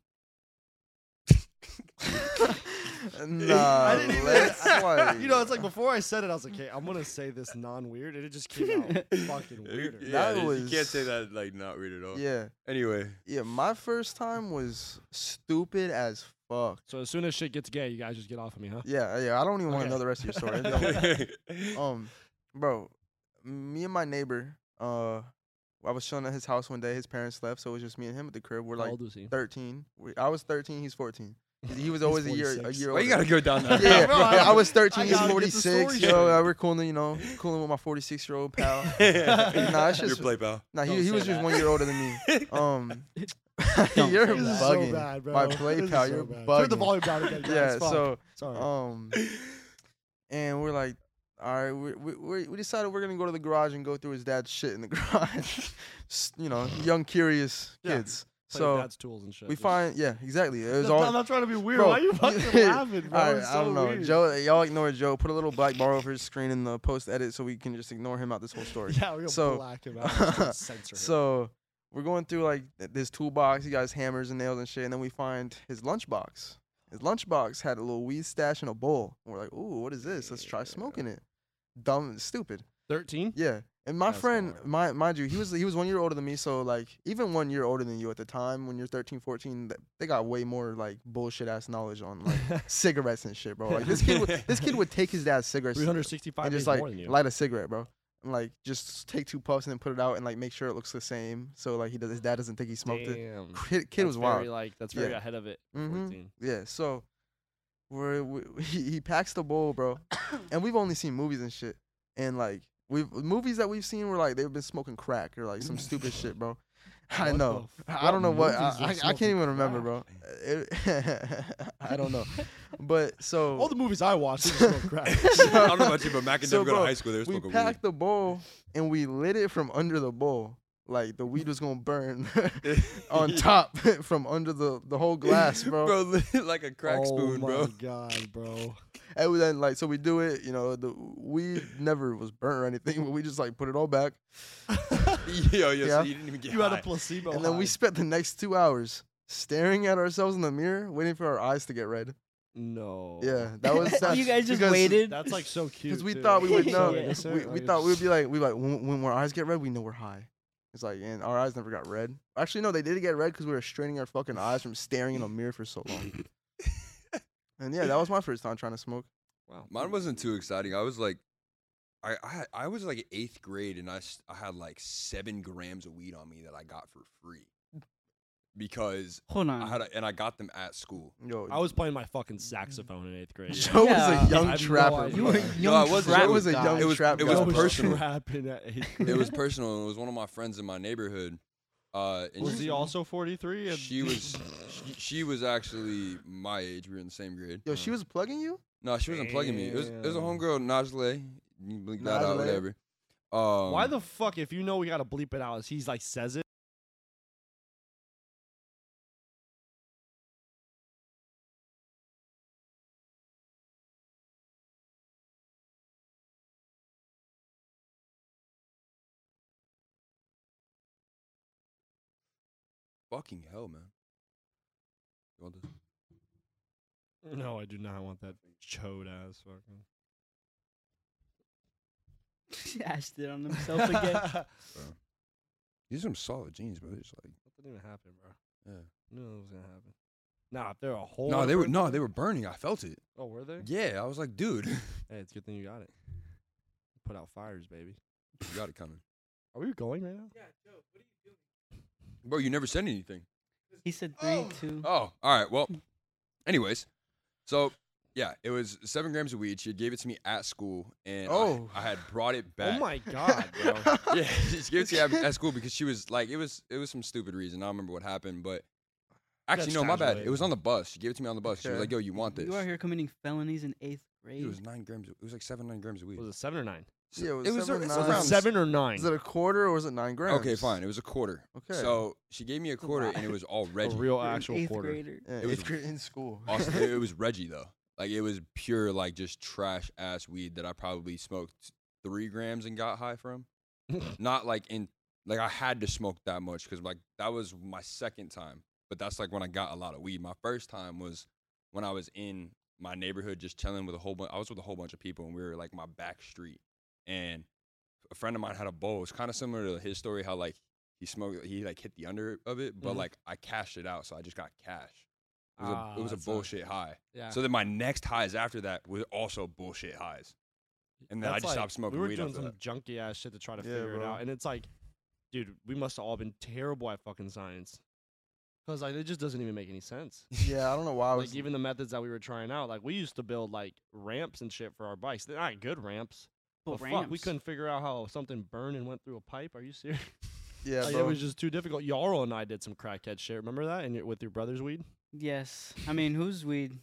[SPEAKER 2] nah,
[SPEAKER 4] (laughs) I didn't even-
[SPEAKER 2] let's like.
[SPEAKER 4] you know, it's like before I said it, I was like, "Okay, I'm gonna say this non-weird," and it just came out
[SPEAKER 2] (laughs)
[SPEAKER 4] fucking weirder.
[SPEAKER 3] (laughs) Yeah,
[SPEAKER 2] That
[SPEAKER 3] you can't
[SPEAKER 2] was-
[SPEAKER 3] say that like not weird at all.
[SPEAKER 2] Yeah,
[SPEAKER 3] Anyway,
[SPEAKER 2] yeah. My first time was stupid as fuck.
[SPEAKER 4] So as soon as shit gets gay, you guys just get off of me, huh?
[SPEAKER 2] Yeah, yeah. I don't even want to
[SPEAKER 4] Okay.
[SPEAKER 2] know the rest of your
[SPEAKER 4] (laughs)
[SPEAKER 2] story.
[SPEAKER 3] (laughs)
[SPEAKER 2] It's dumb.
[SPEAKER 3] Oh,
[SPEAKER 2] um, bro, me and my neighbor, uh, I was chilling at his house one day. His parents left, so it was just me and him at the crib. We're
[SPEAKER 4] How
[SPEAKER 2] like
[SPEAKER 4] old
[SPEAKER 2] (laughs)
[SPEAKER 4] was he?
[SPEAKER 2] 13. We, I was 13. He's 14. He- He was always a year a
[SPEAKER 4] 46.
[SPEAKER 2] year
[SPEAKER 3] Why you
[SPEAKER 2] older.
[SPEAKER 3] gotta go down
[SPEAKER 2] (laughs)
[SPEAKER 3] that?
[SPEAKER 2] yeah,
[SPEAKER 3] (laughs) road?
[SPEAKER 4] Bro,
[SPEAKER 2] yeah, I was 13.
[SPEAKER 4] I
[SPEAKER 2] He's
[SPEAKER 4] gotta get the
[SPEAKER 2] 46.
[SPEAKER 4] story
[SPEAKER 2] Yo, uh, we're cooling, you know, cooling with my 46 year old pal. Nah, it's
[SPEAKER 3] your
[SPEAKER 2] just-
[SPEAKER 3] play pal.
[SPEAKER 2] Nah,
[SPEAKER 1] Don't
[SPEAKER 2] he, he
[SPEAKER 1] say
[SPEAKER 2] was just
[SPEAKER 1] that.
[SPEAKER 2] one year older than me. Um, (laughs)
[SPEAKER 1] Don't
[SPEAKER 2] you're
[SPEAKER 1] say
[SPEAKER 4] This is
[SPEAKER 1] that.
[SPEAKER 2] bugging.
[SPEAKER 4] so bad, bro.
[SPEAKER 2] My play
[SPEAKER 4] This is
[SPEAKER 2] pal,
[SPEAKER 4] so
[SPEAKER 2] you're
[SPEAKER 4] bad. Turn the
[SPEAKER 2] bugging.
[SPEAKER 4] volume
[SPEAKER 2] (laughs)
[SPEAKER 4] down again. Guys.
[SPEAKER 2] yeah,
[SPEAKER 4] Fuck.
[SPEAKER 2] so
[SPEAKER 4] sorry.
[SPEAKER 2] um, and we're like, all right, we we- we we decided we're gonna go to the garage and go through his dad's shit in the (laughs) garage. S- you know, young curious
[SPEAKER 4] Yeah.
[SPEAKER 2] kids.
[SPEAKER 4] Play with
[SPEAKER 2] so
[SPEAKER 4] dad's tools and shit.
[SPEAKER 2] we
[SPEAKER 4] Just-
[SPEAKER 2] find, yeah, exactly. It was
[SPEAKER 4] No,
[SPEAKER 2] all
[SPEAKER 4] I'm not trying to be weird.
[SPEAKER 2] Bro,
[SPEAKER 4] Why are
[SPEAKER 2] (laughs)
[SPEAKER 4] you fucking laughing, bro?
[SPEAKER 2] All right,
[SPEAKER 4] It's
[SPEAKER 2] I don't
[SPEAKER 4] so
[SPEAKER 2] know.
[SPEAKER 4] weird.
[SPEAKER 2] Joe, y'all ignore Joe. Put a little black bar over his screen in the post edit so we can just ignore him out this whole story.
[SPEAKER 4] (laughs) Yeah, we're gonna
[SPEAKER 2] So-
[SPEAKER 4] black him out.
[SPEAKER 2] (laughs)
[SPEAKER 4] Just gonna Censor him.
[SPEAKER 2] So we're going through like th- this toolbox. He got his hammers and nails and shit, and then we find his lunchbox. His lunchbox had a little weed stash in a bowl. And we're like, ooh, what is this? Let's try smoking it. Dumb, stupid.
[SPEAKER 4] 13.
[SPEAKER 2] Yeah. And my
[SPEAKER 3] That's
[SPEAKER 2] friend,
[SPEAKER 3] hard.
[SPEAKER 2] my mind you, he was he was one year older than me. So like even one year older than you at the time, when you're 13, 14, th- they got way more like bullshit ass knowledge on
[SPEAKER 4] (laughs)
[SPEAKER 3] (laughs)
[SPEAKER 2] like cigarettes and shit, bro. Like this kid, would, this kid would take his dad's cigarettes
[SPEAKER 4] 365
[SPEAKER 2] and
[SPEAKER 4] days
[SPEAKER 2] just like
[SPEAKER 4] more than you.
[SPEAKER 2] light a cigarette, bro. And like just take two puffs and then put it out and like make sure it looks the same. So like he does, his dad doesn't think he smoked it.
[SPEAKER 4] Damn.
[SPEAKER 2] Kid, kid
[SPEAKER 4] That's
[SPEAKER 2] was wild.
[SPEAKER 4] Very, like that's very
[SPEAKER 2] Yeah.
[SPEAKER 4] ahead of it.
[SPEAKER 2] Mhm.
[SPEAKER 4] 14.
[SPEAKER 2] Yeah, so we're, we (laughs) he, he packs the bowl,
[SPEAKER 4] (coughs)
[SPEAKER 2] bro, and we've only seen movies and shit, and like we've movies that we've seen were like they've been smoking crack or like some
[SPEAKER 4] (laughs)
[SPEAKER 2] stupid shit, bro. (laughs) (laughs) I
[SPEAKER 4] What the
[SPEAKER 2] know.
[SPEAKER 4] f-
[SPEAKER 2] I don't know what. I,
[SPEAKER 4] movies
[SPEAKER 2] I,
[SPEAKER 4] were
[SPEAKER 2] I can't
[SPEAKER 4] smoking
[SPEAKER 2] even remember, bro.
[SPEAKER 4] crack?
[SPEAKER 2] It- (laughs) I
[SPEAKER 4] (laughs)
[SPEAKER 2] don't know. But so
[SPEAKER 4] All the movies I watched, they just smoke
[SPEAKER 2] (laughs)
[SPEAKER 4] (laughs) crack.
[SPEAKER 3] I don't know about you, but Mac and
[SPEAKER 2] So,
[SPEAKER 3] Deb go to
[SPEAKER 2] bro,
[SPEAKER 3] high school. They were
[SPEAKER 2] we
[SPEAKER 3] smoking weed.
[SPEAKER 2] packed the bowl and we lit it from under the bowl. Like the weed was gonna burn (laughs) on
[SPEAKER 4] (laughs)
[SPEAKER 2] top (laughs) from under the, the whole glass, bro.
[SPEAKER 3] bro, (laughs) like a crack spoon,
[SPEAKER 4] oh
[SPEAKER 3] bro.
[SPEAKER 4] my god, bro.
[SPEAKER 2] And we then like so we do it, you know, the we never was burnt or anything, but we just like put it all back.
[SPEAKER 3] (laughs) yo, yo,
[SPEAKER 2] Yeah.
[SPEAKER 3] so you didn't even get
[SPEAKER 4] (laughs) You had a
[SPEAKER 3] high.
[SPEAKER 4] placebo.
[SPEAKER 2] and then we
[SPEAKER 4] high.
[SPEAKER 2] spent the next two hours staring at ourselves in the mirror, waiting for our eyes to get red.
[SPEAKER 4] no.
[SPEAKER 2] Yeah. That
[SPEAKER 4] (laughs)
[SPEAKER 2] was that,
[SPEAKER 1] (laughs) you guys just
[SPEAKER 2] because-
[SPEAKER 1] waited.
[SPEAKER 4] That's
[SPEAKER 2] (laughs)
[SPEAKER 4] like so cute.
[SPEAKER 2] Because we
[SPEAKER 4] too.
[SPEAKER 2] thought we
[SPEAKER 4] (laughs)
[SPEAKER 2] would
[SPEAKER 4] So
[SPEAKER 2] know.
[SPEAKER 1] Yeah.
[SPEAKER 4] innocent,
[SPEAKER 2] We,
[SPEAKER 4] like,
[SPEAKER 2] we
[SPEAKER 4] it's
[SPEAKER 2] thought we'd be
[SPEAKER 4] (laughs)
[SPEAKER 2] like, we like when, when our eyes get red, we know we're high. It's like, and our eyes never got red. Actually, no, they did get red because we were straining our fucking eyes from staring in a mirror for so long. and yeah, that was my first time trying to smoke.
[SPEAKER 4] Wow.
[SPEAKER 3] Mine wasn't too exciting. I was like, I, I, had- I was like eighth grade, and I, s- I had like seven grams of weed on me that I got for free because
[SPEAKER 1] Hold
[SPEAKER 3] I
[SPEAKER 1] on. (laughs)
[SPEAKER 3] had, a, and I got them at school.
[SPEAKER 2] Yo, (laughs)
[SPEAKER 4] I was playing my fucking saxophone in eighth grade.
[SPEAKER 2] Joe was
[SPEAKER 1] Yeah.
[SPEAKER 2] a young
[SPEAKER 4] I have no
[SPEAKER 2] trapper.
[SPEAKER 4] idea.
[SPEAKER 1] you
[SPEAKER 2] bro.
[SPEAKER 1] were
[SPEAKER 4] No,
[SPEAKER 1] young.
[SPEAKER 3] I wasn't.
[SPEAKER 1] trap
[SPEAKER 2] Joe was a
[SPEAKER 1] guy.
[SPEAKER 2] young
[SPEAKER 3] It was-
[SPEAKER 2] trap.
[SPEAKER 3] it
[SPEAKER 2] guy.
[SPEAKER 3] was
[SPEAKER 2] (laughs)
[SPEAKER 4] Yo,
[SPEAKER 3] personal.
[SPEAKER 4] (laughs) rapping at eighth grade.
[SPEAKER 3] It was personal. and It was one of my friends in my neighborhood. Uh, and
[SPEAKER 4] Was
[SPEAKER 3] she-
[SPEAKER 4] he also 43? And (laughs)
[SPEAKER 3] She was, she, she was actually my age. We were in the same grade. (laughs)
[SPEAKER 2] Yo, she was plugging you?
[SPEAKER 3] No, she wasn't plugging me. It was, it was a
[SPEAKER 4] Damn.
[SPEAKER 3] homegirl, Najle. You bleep that out,
[SPEAKER 2] Najle?
[SPEAKER 3] whatever. Um,
[SPEAKER 4] Why the fuck, if you know we gotta bleep it out, is he's like says it?
[SPEAKER 3] fucking hell, man? You want this?
[SPEAKER 4] No, I do not want that chode ass fucking.
[SPEAKER 1] Ashed it on themselves
[SPEAKER 4] (laughs)
[SPEAKER 1] again.
[SPEAKER 3] These are some solid jeans, bro. It's like,
[SPEAKER 4] Nothing even happened, bro.
[SPEAKER 3] yeah.
[SPEAKER 4] Knew it was gonna happen. Nah, if they're a whole.
[SPEAKER 3] No,
[SPEAKER 4] other
[SPEAKER 3] they were
[SPEAKER 4] person-
[SPEAKER 3] no, they were burning. I felt it.
[SPEAKER 4] Oh, were they?
[SPEAKER 3] Yeah, I was like, (laughs) dude, you
[SPEAKER 4] Hey, it's a good thing you got it. Put out fires, baby.
[SPEAKER 3] got it coming,
[SPEAKER 4] Are we going right now?
[SPEAKER 3] bro. You never said anything.
[SPEAKER 1] He said three, two.
[SPEAKER 3] Oh, all right. Well, anyways, so yeah, it was seven grams of weed. She gave it to me at school, and I-
[SPEAKER 2] Oh.
[SPEAKER 3] I, had brought it back.
[SPEAKER 4] Oh my
[SPEAKER 3] (laughs)
[SPEAKER 4] god,
[SPEAKER 2] (laughs)
[SPEAKER 4] bro.
[SPEAKER 3] Yeah, she gave it to me at, at school because she was like, it was it was some stupid reason. I don't remember what happened, but actually,
[SPEAKER 4] That's
[SPEAKER 3] no, my bad.
[SPEAKER 4] casual.
[SPEAKER 3] It was on the bus. She gave it to me on the bus. She was
[SPEAKER 2] Okay.
[SPEAKER 3] like, "Yo, you want this?"
[SPEAKER 1] You are here committing felonies in eighth grade.
[SPEAKER 3] It was nine grams. Of, it was like seven, nine grams of weed.
[SPEAKER 4] was it seven or nine?
[SPEAKER 3] So
[SPEAKER 2] Yeah, it was seven
[SPEAKER 3] it's
[SPEAKER 2] or nine.
[SPEAKER 4] Was it
[SPEAKER 3] around-
[SPEAKER 4] seven or nine?
[SPEAKER 2] Is
[SPEAKER 4] (laughs)
[SPEAKER 2] it a quarter or is it nine grams?
[SPEAKER 3] (laughs) Okay, fine. It was a quarter.
[SPEAKER 2] Okay.
[SPEAKER 3] So she gave me a quarter, and it
[SPEAKER 2] (laughs)
[SPEAKER 3] was all
[SPEAKER 4] a
[SPEAKER 3] Reggie.
[SPEAKER 4] real
[SPEAKER 1] You're an
[SPEAKER 4] actual
[SPEAKER 1] eighth
[SPEAKER 4] quarter.
[SPEAKER 1] grader.
[SPEAKER 2] Yeah,
[SPEAKER 3] was-
[SPEAKER 2] eighth grade in
[SPEAKER 3] (laughs)
[SPEAKER 2] school. (laughs)
[SPEAKER 3] Also, it it was Reggie though. Like it was pure, like just trash ass weed that I probably smoked three grams and got high from. Not like in like I had to smoke that much because like that was my second time. But that's like when I got a lot of weed. My first time was when I was in my neighborhood just chilling with a whole bunch. I was with a whole bunch of people and we were like my back street. And a friend of mine had a bowl. It's kind of similar to his story how like he smoked, he like hit the under of it, but
[SPEAKER 4] Mhm.
[SPEAKER 3] like I cashed it out, so I just got cash. It was
[SPEAKER 4] Ah,
[SPEAKER 3] a, it was a
[SPEAKER 4] that's a-
[SPEAKER 3] bullshit high.
[SPEAKER 4] Yeah.
[SPEAKER 3] So then my next highs after that were also bullshit highs. And then I
[SPEAKER 4] That's
[SPEAKER 3] just
[SPEAKER 4] like-
[SPEAKER 3] stopped smoking
[SPEAKER 4] We were
[SPEAKER 3] weed
[SPEAKER 4] doing
[SPEAKER 3] after
[SPEAKER 4] some
[SPEAKER 3] that.
[SPEAKER 4] junky ass shit to try to
[SPEAKER 2] Yeah,
[SPEAKER 4] figure it
[SPEAKER 2] bro.
[SPEAKER 4] out, and it's like, dude, we must have all been terrible at fucking science, because like it just doesn't even make any sense.
[SPEAKER 2] Yeah, I don't know why. I was,
[SPEAKER 4] like even the methods that we were trying out, like we used to build like ramps and shit for our bikes. They're not good ramps,
[SPEAKER 1] Well,
[SPEAKER 4] but fuck, we
[SPEAKER 1] ramps.
[SPEAKER 4] couldn't figure out how something burned and went through a pipe. Are you serious?
[SPEAKER 2] yeah,
[SPEAKER 4] like,
[SPEAKER 2] bro.
[SPEAKER 4] it was just too difficult. Yarl and I did some crackhead shit. Remember that? And your- with your
[SPEAKER 1] (laughs)
[SPEAKER 4] brother's weed,
[SPEAKER 1] Yes. I mean, who's weed?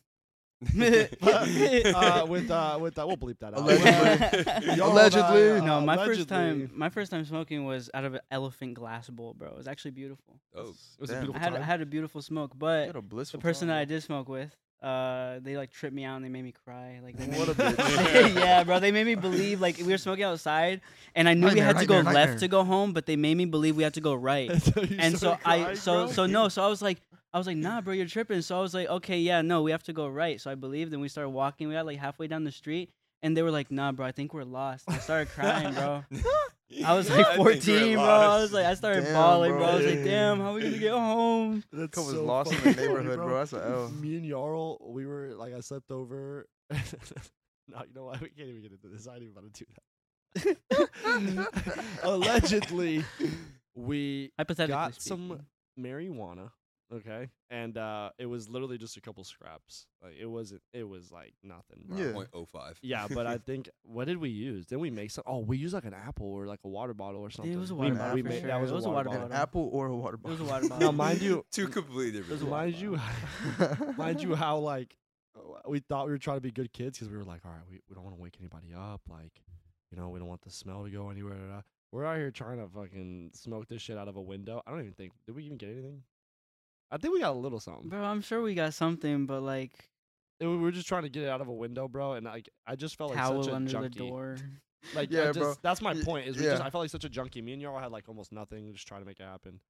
[SPEAKER 4] (laughs)
[SPEAKER 3] (laughs)
[SPEAKER 4] uh, with uh, with uh, we'll bleep that out.
[SPEAKER 2] Allegedly.
[SPEAKER 4] (laughs) Yarl and I,
[SPEAKER 2] Allegedly.
[SPEAKER 4] uh,
[SPEAKER 1] no, my first
[SPEAKER 4] allegedly-
[SPEAKER 1] time,
[SPEAKER 4] (laughs)
[SPEAKER 1] my first time smoking was out of an elephant glass bowl, bro. It was actually beautiful.
[SPEAKER 3] oh,
[SPEAKER 4] It was a
[SPEAKER 2] Damn.
[SPEAKER 4] beautiful
[SPEAKER 1] I had, I
[SPEAKER 4] time.
[SPEAKER 1] had a beautiful smoke, but
[SPEAKER 2] What a
[SPEAKER 1] the
[SPEAKER 2] blissful
[SPEAKER 1] person that I
[SPEAKER 2] time,
[SPEAKER 1] did smoke with, uh, they like tripped me out and they made me cry. Like,
[SPEAKER 2] (laughs)
[SPEAKER 1] they made
[SPEAKER 2] What a
[SPEAKER 1] me-
[SPEAKER 2] bitch.
[SPEAKER 1] (laughs) yeah, bro. They made me believe like we were smoking outside, and I knew we
[SPEAKER 2] Nightmare,
[SPEAKER 1] had to go
[SPEAKER 2] nightmare,
[SPEAKER 1] left
[SPEAKER 2] nightmare.
[SPEAKER 1] to go home, but they made me believe we had to go right.
[SPEAKER 4] (laughs) you
[SPEAKER 1] and so
[SPEAKER 2] (laughs)
[SPEAKER 4] started
[SPEAKER 1] I
[SPEAKER 4] crying,
[SPEAKER 1] so
[SPEAKER 4] bro?
[SPEAKER 1] so no so I was like I was like nah bro you're tripping so I was like okay yeah no we have to go right so I believed and we started walking we got like halfway down the street and they were like nah bro I think we're lost I started crying bro I was like
[SPEAKER 3] think we're
[SPEAKER 1] 14 bro I
[SPEAKER 3] lost.
[SPEAKER 1] was like I started
[SPEAKER 2] Damn,
[SPEAKER 1] bawling
[SPEAKER 2] bro.
[SPEAKER 1] bro I was like
[SPEAKER 4] Yeah.
[SPEAKER 1] damn how are we gonna get home
[SPEAKER 4] That's
[SPEAKER 2] Cub was lost in the
[SPEAKER 4] fucking funny,
[SPEAKER 2] neighborhood, bro. That's a L.
[SPEAKER 4] (laughs) Me and Jarl, we were like, I slept over. (laughs) no, you know what? We can't even get into this. I didn't even want to do
[SPEAKER 2] (laughs)
[SPEAKER 4] that. (laughs) Allegedly, we
[SPEAKER 1] hypothetically
[SPEAKER 4] got
[SPEAKER 1] speaking.
[SPEAKER 4] some marijuana. Okay, and uh, it was literally just a couple scraps. Like it wasn't. It was like nothing. Bro.
[SPEAKER 2] Yeah.
[SPEAKER 3] point oh five.
[SPEAKER 4] Yeah, but I think what did we use? Didn't we make some? Oh, we used like an apple or like a water bottle or something.
[SPEAKER 1] was a
[SPEAKER 4] We
[SPEAKER 1] water
[SPEAKER 4] ma-
[SPEAKER 2] bottle
[SPEAKER 4] we
[SPEAKER 2] for
[SPEAKER 4] made-
[SPEAKER 2] sure.
[SPEAKER 4] That was
[SPEAKER 1] It was
[SPEAKER 4] a water
[SPEAKER 2] An
[SPEAKER 4] bottle.
[SPEAKER 2] apple or a water
[SPEAKER 1] it was
[SPEAKER 2] bottle? (laughs)
[SPEAKER 1] a water bottle
[SPEAKER 4] Now, mind you,
[SPEAKER 3] (laughs) Two completely different.
[SPEAKER 1] Those-
[SPEAKER 4] mind you, (laughs) mind you, how like uh, we thought we were trying to be good kids because we were like, all right, we, we don't want to wake anybody up. Like, you know, we don't want the smell to go anywhere. da, da, da." We're out here trying to fucking smoke this shit out of a window. I don't even think did we even get anything. I think we got a little something.
[SPEAKER 1] bro I'm sure we got something but like
[SPEAKER 4] It- we were just trying to get it out of a window, bro. And like, I just felt like
[SPEAKER 1] towel
[SPEAKER 4] such a
[SPEAKER 1] under
[SPEAKER 4] junkie.
[SPEAKER 1] the door
[SPEAKER 4] Like, I
[SPEAKER 2] Yeah,
[SPEAKER 4] just,
[SPEAKER 2] bro.
[SPEAKER 4] That's my
[SPEAKER 2] Y-
[SPEAKER 4] point. Is we just
[SPEAKER 2] yeah.
[SPEAKER 4] I felt like such a junkie. Me and y'all had like almost nothing. Just trying to make it happen.